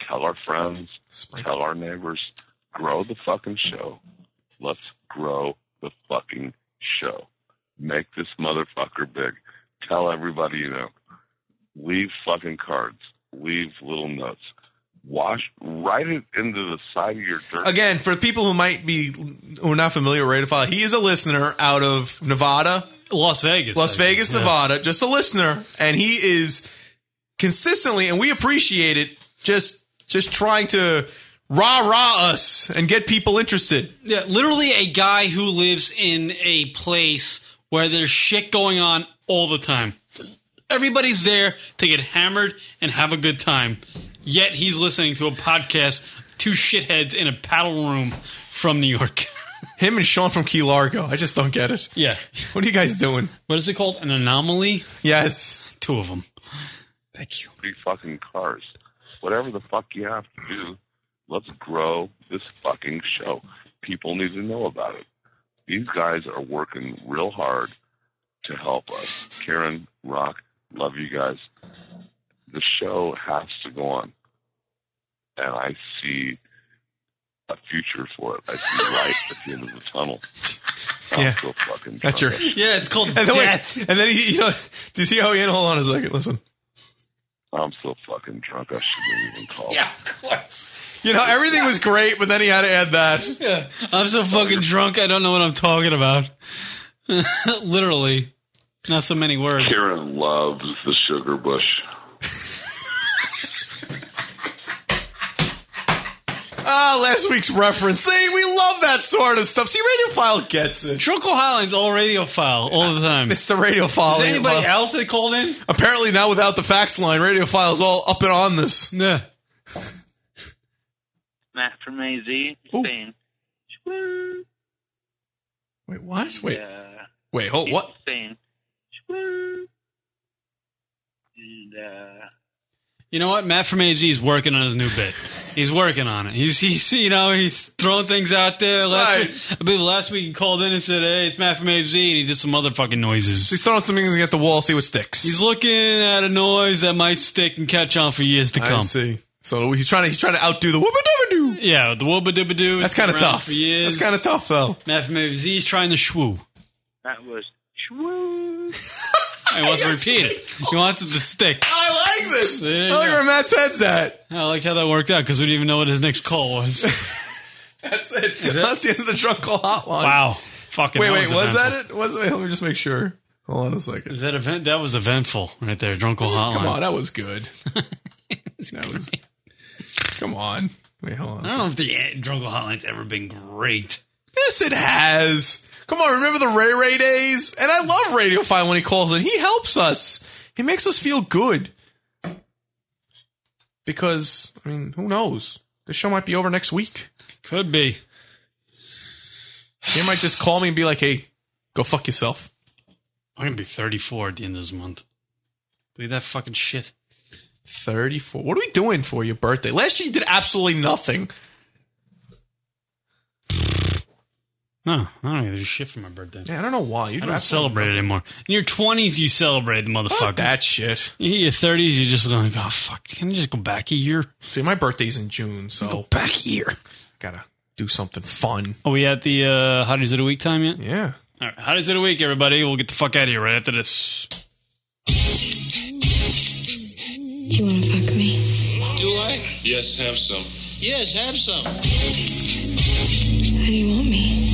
Speaker 1: Tell our friends. Tell our neighbors. Grow the fucking show. Let's grow the fucking show. Make this motherfucker big. Tell everybody you know. Leave fucking cards. Leave little notes. Wash. Write it into the side of your dirt.
Speaker 7: Again, for people who might be who are not familiar with Radiophile, he is a listener out of Nevada,
Speaker 6: Las Vegas.
Speaker 7: Las Vegas,
Speaker 6: Yeah.
Speaker 7: Nevada, just a listener, and he is consistently, and we appreciate it. Just just trying to rah rah us and get people interested.
Speaker 6: Yeah, literally a guy who lives in a place where there's shit going on all the time. Everybody's there to get hammered and have a good time. Yet he's listening to a podcast, two shitheads in a paddle room from New York.
Speaker 7: Him and Sean from Key Largo. I just don't get it.
Speaker 6: Yeah.
Speaker 7: What are you guys doing?
Speaker 6: What is it called? An anomaly?
Speaker 7: Yes.
Speaker 6: Two of them. Thank you.
Speaker 1: Three fucking cars. Whatever the fuck you have to do, let's grow this fucking show. People need to know about it. These guys are working real hard to help us. Karen, Rock, love you guys. The show has to go on. And I see a future for it. I see light at the end of the tunnel. I'm
Speaker 7: Yeah.
Speaker 1: so fucking
Speaker 7: That's your
Speaker 1: drunk.
Speaker 6: Yeah, it's called
Speaker 7: and then, wait,
Speaker 6: death.
Speaker 7: and then he, you know, do you see how he? Hold on a second. Listen.
Speaker 1: I'm so fucking drunk. I shouldn't even call. Yeah.
Speaker 7: You know, everything was great, but then he had to add that.
Speaker 6: Yeah. I'm so fucking drunk, I don't know what I'm talking about. literally. Not so many words.
Speaker 1: Karen loves the sugar bush.
Speaker 7: Ah, last week's reference. See, we love that sort of stuff. See, Radiophile gets it.
Speaker 6: Trunkle Highland's all radiophile all the time.
Speaker 7: It's the Radiophile.
Speaker 6: Is there anybody else that called in?
Speaker 7: Apparently, now without the fax line, Radiophile's all up and on this.
Speaker 6: Yeah.
Speaker 2: Matt from AZ saying,
Speaker 7: Wait, what? Wait.
Speaker 2: uh,
Speaker 7: Wait, hold what?
Speaker 2: saying, and uh,
Speaker 6: You know what? Matt from AG is working on his new bit. He's working on it. He's, he's you know, he's throwing things out there. Last
Speaker 7: Right.
Speaker 6: week, I believe last week he called in and said, hey, it's Matt from AG, and he did some motherfucking noises.
Speaker 7: He's throwing something at the wall, see what sticks.
Speaker 6: He's looking at a noise that might stick and catch on for years to come.
Speaker 7: I see. So he's trying to he's trying to outdo the whoop a doo
Speaker 6: Yeah, the wubba dubba doo.
Speaker 7: That's kind of tough.
Speaker 6: For years.
Speaker 7: That's kind of tough, though.
Speaker 6: Matt from AG is trying to shwoo.
Speaker 2: that was
Speaker 6: He wants to repeat it. He wants it to stick.
Speaker 7: I like this.
Speaker 6: There
Speaker 7: I
Speaker 6: you
Speaker 7: like
Speaker 6: go.
Speaker 7: where Matt's head's at.
Speaker 6: I like how that worked out because we didn't even know what his next call was.
Speaker 7: That's it. That's the end of the drunk call hotline.
Speaker 6: wow. Fucking
Speaker 7: Wait,
Speaker 6: that
Speaker 7: wait, was that
Speaker 6: eventful.
Speaker 7: it? Was wait, let me just make sure. Hold on a second.
Speaker 6: Is that event? That was eventful right there. Drunkle Hotline.
Speaker 7: Come on, that was good. that was. Come on. Wait, hold on. a
Speaker 6: I don't know if the uh, Drunkle Hotline's ever been great.
Speaker 7: Yes, it has. Come on, remember the Ray Ray days? And I love Radiophile when he calls in. He helps us. He makes us feel good. because I mean, who knows? This show might be over next week.
Speaker 6: Could be.
Speaker 7: They might just call me and be like, "Hey, go fuck yourself."
Speaker 6: I'm gonna be 34 at the end of this month. Look at that fucking shit.
Speaker 7: 34. What are we doing for your birthday? Last year you did absolutely nothing.
Speaker 6: No, I don't even do shit for my birthday.
Speaker 7: Yeah, I don't know why. You
Speaker 6: I don't celebrate it anymore. In your 20s, you celebrate the motherfucker.
Speaker 7: Fuck that shit.
Speaker 6: In your 30s, you're just going, oh, fuck, can I just go back a year?
Speaker 7: See, my birthday's in June, so.
Speaker 6: Go back here.
Speaker 7: Gotta do something fun.
Speaker 6: Are we at the uh, Hotties of the Week time yet?
Speaker 7: Yeah.
Speaker 6: All right, Hotties of the Week, everybody. We'll get the fuck out of here right after this.
Speaker 10: Do you want to fuck me?
Speaker 26: Do I? Yes, have some. Yes, have some.
Speaker 10: How do you want me?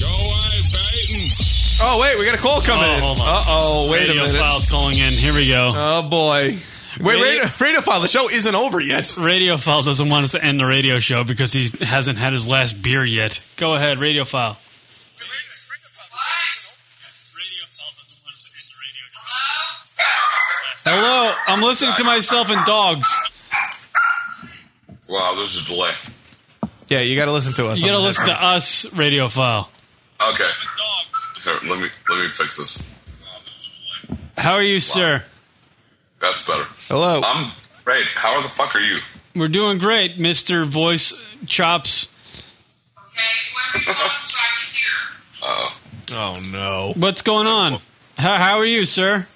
Speaker 26: Go away, Peyton.
Speaker 7: Oh, wait, we got a call coming
Speaker 6: Oh,
Speaker 7: in.
Speaker 6: hold on.
Speaker 7: Uh oh, wait
Speaker 6: Radio
Speaker 7: a minute.
Speaker 6: files calling in. Here we go.
Speaker 7: Oh, boy. Wait,
Speaker 6: Radio-
Speaker 7: radio, radio file, the show isn't over yet.
Speaker 6: Radio File doesn't want us to end the radio show because he hasn't had his last beer yet. Go ahead, Radio File. Hello, I'm listening to myself and dogs.
Speaker 27: Wow, there's a delay.
Speaker 7: Yeah, you gotta listen to us.
Speaker 6: You gotta
Speaker 7: on the
Speaker 6: listen to
Speaker 7: headphones.
Speaker 6: us, Radio File.
Speaker 27: Okay. Here, let me let me fix this.
Speaker 6: How are you, sir?
Speaker 27: That's better.
Speaker 7: Hello.
Speaker 27: I'm great. How the fuck are you?
Speaker 6: We're doing great, Mister Voice Chops.
Speaker 27: Oh,
Speaker 7: Oh, no.
Speaker 6: What's going on? How, how are you, sir?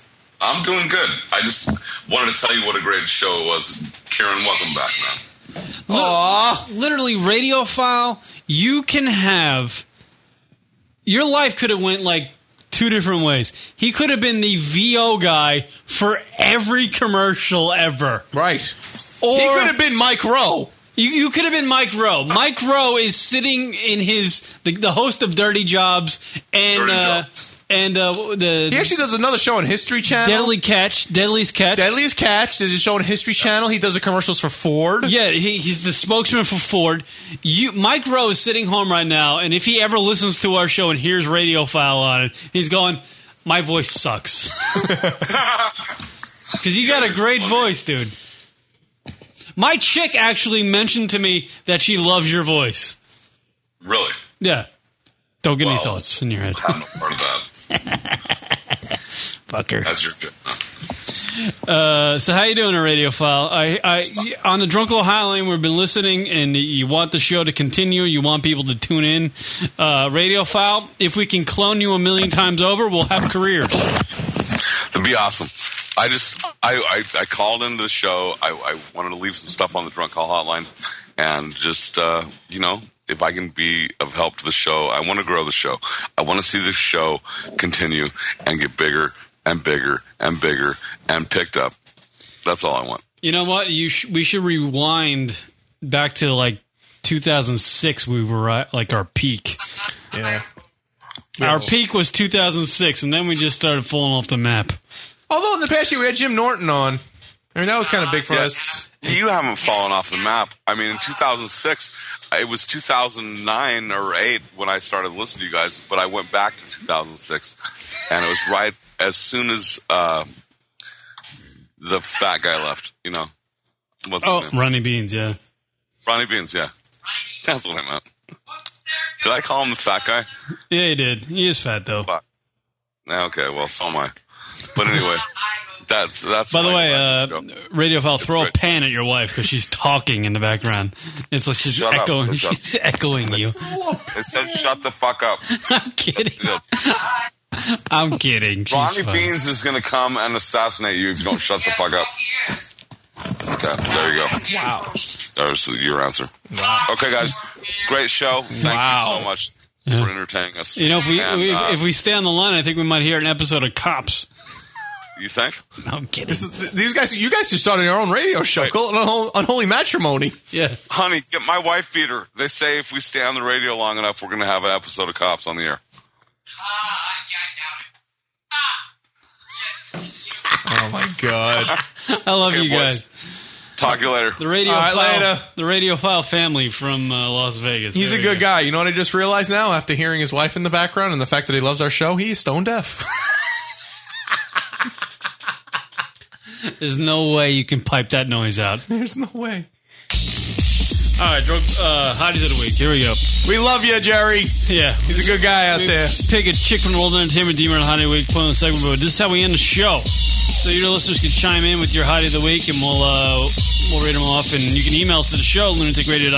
Speaker 27: I'm doing good. I just wanted to tell you what a great show it was. Karen, welcome back, man.
Speaker 6: Li- literally radiophile. You can have your life could have went like two different ways. He could have been the VO guy for every commercial ever.
Speaker 7: Right.
Speaker 6: Or
Speaker 7: He could have been Mike Rowe.
Speaker 6: You, you could have been Mike Rowe. Mike Rowe is sitting in his the, the host of Dirty Jobs and
Speaker 7: Dirty
Speaker 6: uh, and uh, the
Speaker 7: He actually does another show on History Channel.
Speaker 6: Deadly Catch, Deadly's Catch.
Speaker 7: Deadly's Catch. There's a show on History Channel. He does the commercials for Ford.
Speaker 6: Yeah, he, he's the spokesman for Ford. You, Mike Rowe is sitting home right now, and if he ever listens to our show and hears Radio File on it, he's going, "My voice sucks." Because you got a great voice, dude. My chick actually mentioned to me that she loves your voice.
Speaker 27: Really?
Speaker 6: Yeah. Don't get any
Speaker 27: Wow.
Speaker 6: thoughts in your head.
Speaker 27: I'm not part of that.
Speaker 6: Fucker.
Speaker 27: That's your good.
Speaker 6: Uh, so how you doing, Radio File? I, I on the Drunk Old Highline, we've been listening, and you want the show to continue. You want people to tune in. Uh, Radio File, if we can clone you a million times over, we'll have careers.
Speaker 27: It'd be awesome. I just I, I, I called into the show. I, I wanted to leave some stuff on the drunk call hotline, and just uh, you know if I can be of help to the show, I want to grow the show. I want to see the show continue and get bigger and bigger and bigger and picked up. That's all I want.
Speaker 6: You know what? You sh- we should rewind back to like 2006. We were at like our peak.
Speaker 7: Yeah.
Speaker 6: Our peak was 2006, and then we just started falling off the map.
Speaker 7: Although in the past year we had Jim Norton on. I mean, that was kind
Speaker 6: Ah,
Speaker 7: of big for us.
Speaker 27: You haven't fallen off the map. I mean, in 2006, it was 2009 or 8 when I started listening to you guys, but I went back to 2006, and it was right as soon as uh, the fat guy left. You know, what's his
Speaker 6: Oh,
Speaker 27: name?
Speaker 6: Ronnie Beans, yeah.
Speaker 27: Ronnie Beans. Yeah, that's what I meant. Did I call him the fat guy?
Speaker 6: Yeah, he did. He is fat though.
Speaker 27: Yeah, Okay, well, so am I. But anyway, that's that's.
Speaker 6: By the
Speaker 27: my-
Speaker 6: way,
Speaker 27: my
Speaker 6: uh,
Speaker 27: joke.
Speaker 6: Radiophile, throw a pan at your wife because she's talking in the background. It's like she's
Speaker 27: Shut up,
Speaker 6: echoing.
Speaker 27: shut up.
Speaker 6: she's echoing you.
Speaker 27: it said, "Shut the fuck up."
Speaker 6: I'm kidding. I'm kidding. She's
Speaker 27: Ronnie
Speaker 6: fine.
Speaker 27: Beans is going to come and assassinate you if you don't shut the fuck up. Okay, there you go.
Speaker 6: Wow.
Speaker 27: There's your answer. Okay, guys, great show. Thank you so much for entertaining us.
Speaker 6: You know, if we,
Speaker 27: And,
Speaker 6: we
Speaker 27: uh,
Speaker 6: if we stay on the line, I think we might hear an episode of Cops.
Speaker 27: you think?
Speaker 6: No, I'm kidding.
Speaker 7: This is, th- these guys, you guys just started your own radio show called Unho- Unholy Matrimony.
Speaker 6: Yeah.
Speaker 27: Honey, get my wife beater. They say if we stay on the radio long enough, we're going to have an episode of Cops on the air.
Speaker 7: Oh my god!
Speaker 6: I love
Speaker 27: Okay,
Speaker 6: you
Speaker 27: boys.
Speaker 6: guys.
Speaker 27: Talk to you later.
Speaker 6: The radio
Speaker 7: All right,
Speaker 6: file,
Speaker 7: later.
Speaker 6: the radio file family from uh, Las Vegas.
Speaker 7: He's
Speaker 6: There
Speaker 7: a
Speaker 6: we
Speaker 7: good
Speaker 6: go.
Speaker 7: guy. You know what I just realized now after hearing his wife in the background and the fact that he loves our show? He is stone deaf.
Speaker 6: There's no way you can pipe that noise out.
Speaker 7: There's no way.
Speaker 6: All right, drunk uh, hotties of the week. Here we go.
Speaker 7: We love you, Jerry.
Speaker 6: Yeah,
Speaker 7: he's a good guy out
Speaker 6: we
Speaker 7: there.
Speaker 6: Pick a chick from World Entertainment Demon Hottie of the Week. Play on the segment, but this is how we end the show. So your listeners can chime in with your hottie of the week, and we'll uh, we'll read them off. And you can email us to the show lunaticradio.com.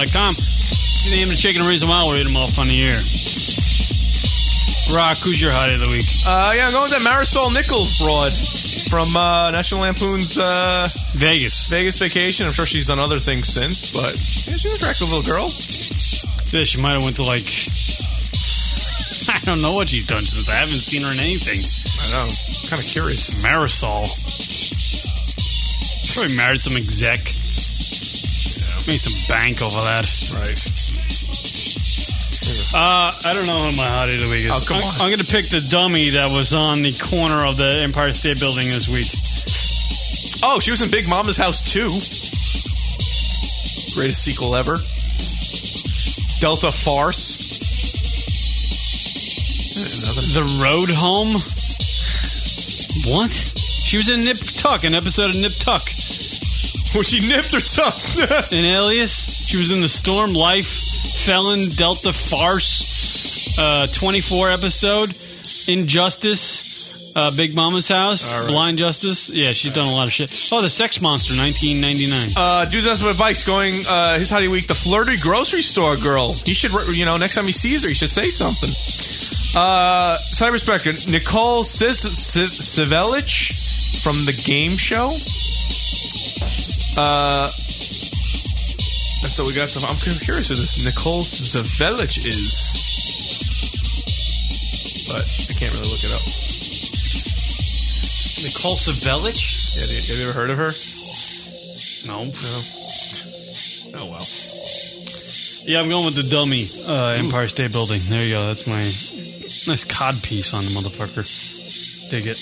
Speaker 6: Your name, the chick, and the reason why we'll read them off on the air. Rock, who's your hottie of the week?
Speaker 7: Uh, yeah, I'm going with that Marisol Nichols broad from uh, National Lampoon's uh,
Speaker 6: Vegas
Speaker 7: Vegas Vacation. I'm sure she's done other things since, but yeah, she's an attractive little girl.
Speaker 6: Yeah, she might have went to like I don't know what she's done since. I haven't seen her in anything.
Speaker 7: I know. Kind of curious.
Speaker 6: Marisol. Probably married some exec. Made some bank over that.
Speaker 7: Right.
Speaker 6: Uh, I don't know who my hottie of the week is.
Speaker 7: Oh, come
Speaker 6: I'm,
Speaker 7: on.
Speaker 6: I'm going to pick the dummy that was on the corner of the Empire State Building this week.
Speaker 7: Oh, she was in Big Mama's House too. Greatest sequel ever. Delta Farce.
Speaker 6: The Road Home? What? She was in Nip Tuck, an episode of Nip Tuck.
Speaker 7: Was she nipped or tucked?
Speaker 6: an alias. She was in the Storm Life Felon Delta Farce uh, 24 episode. Injustice. Uh, Big Mama's House.
Speaker 7: All right.
Speaker 6: Blind Justice. Yeah, she's done a lot of shit. Oh, The Sex Monster 1999.
Speaker 7: Uh, dude's asking about bikes going, uh, his hottie week, the flirty grocery store girl. He should, re- you know, next time he sees her, he should say something. Uh, Cyberspectre, Nicole Sis- Siv- Sivelich from the game show. Uh, and so we got some, I'm curious who this Nicole Sivelich is. But I can't really look it up.
Speaker 6: Nicole Savelich?
Speaker 7: Yeah, dude, have you ever heard of her?
Speaker 6: No.
Speaker 7: No. Oh, well.
Speaker 6: Yeah, I'm going with the dummy uh, Empire State Building. There you go. That's my nice cod piece on the motherfucker. Dig it.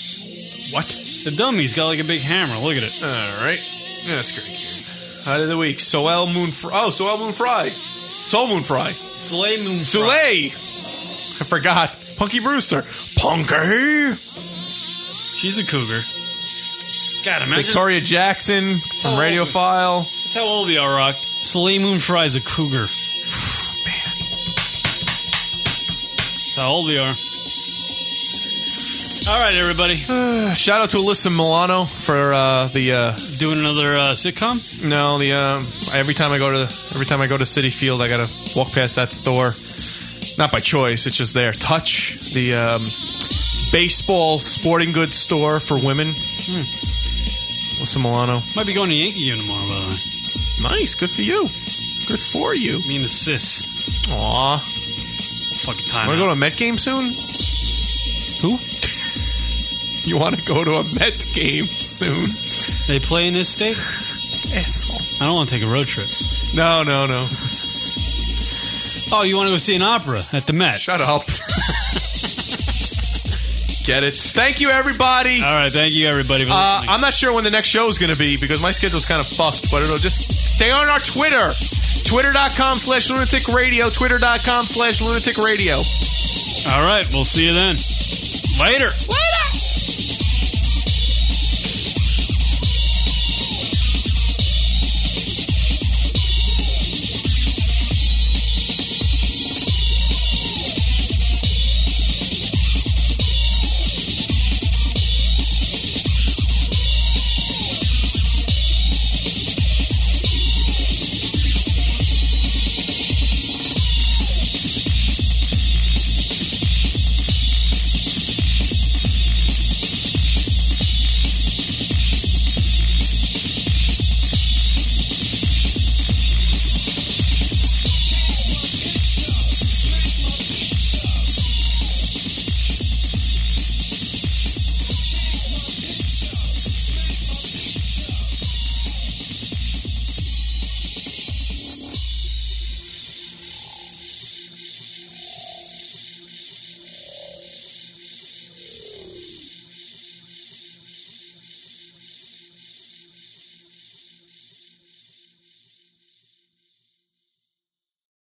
Speaker 7: What?
Speaker 6: The dummy's got like a big hammer. Look at it.
Speaker 7: All right. Yeah, that's great. Hot of the week. Soel Moon. Fr- oh, Soel Moon Fry. Soul Moon Fry.
Speaker 6: Soleil Moon.
Speaker 7: Soleil. I forgot. Punky Brewster. Punky.
Speaker 6: She's a cougar. God, imagine
Speaker 7: Victoria Jackson from
Speaker 6: Oh.
Speaker 7: Radiophile.
Speaker 6: that's how old we are, Rock. Soleil Moon Fry's a cougar. Man. That's how old we are. All right, everybody.
Speaker 7: Shout out to Alyssa Milano for uh, the uh,
Speaker 6: Doing another uh, sitcom?
Speaker 7: no the uh, every time I go to every time I go to City Field I gotta walk past that store. Not by choice, it's just there. Touch the um, baseball sporting goods store for women. Alyssa Milano.
Speaker 6: Might be going to Yankee game tomorrow, by the way.
Speaker 7: Nice, good for you. Good for you.
Speaker 6: Me and the sis.
Speaker 7: Aw.
Speaker 6: Fucking time.
Speaker 7: Want to
Speaker 6: out.
Speaker 7: go to a Met game soon? Who? you want to go to a Met game soon?
Speaker 6: They play in this state?
Speaker 7: Asshole.
Speaker 6: I don't want to take a road trip.
Speaker 7: No, no, no.
Speaker 6: Oh, you want to go see an opera at the Met?
Speaker 7: Shut up. Get it. Thank you, everybody.
Speaker 6: All right, thank you everybody for
Speaker 7: Uh,
Speaker 6: listening.
Speaker 7: I'm not sure when the next show is going to be because my schedule's kind of fucked, but it'll just stay on our Twitter. Twitter.com slash lunatic radio. Twitter.com slash lunatic radio.
Speaker 6: All right, we'll see you then. Later.
Speaker 7: Later.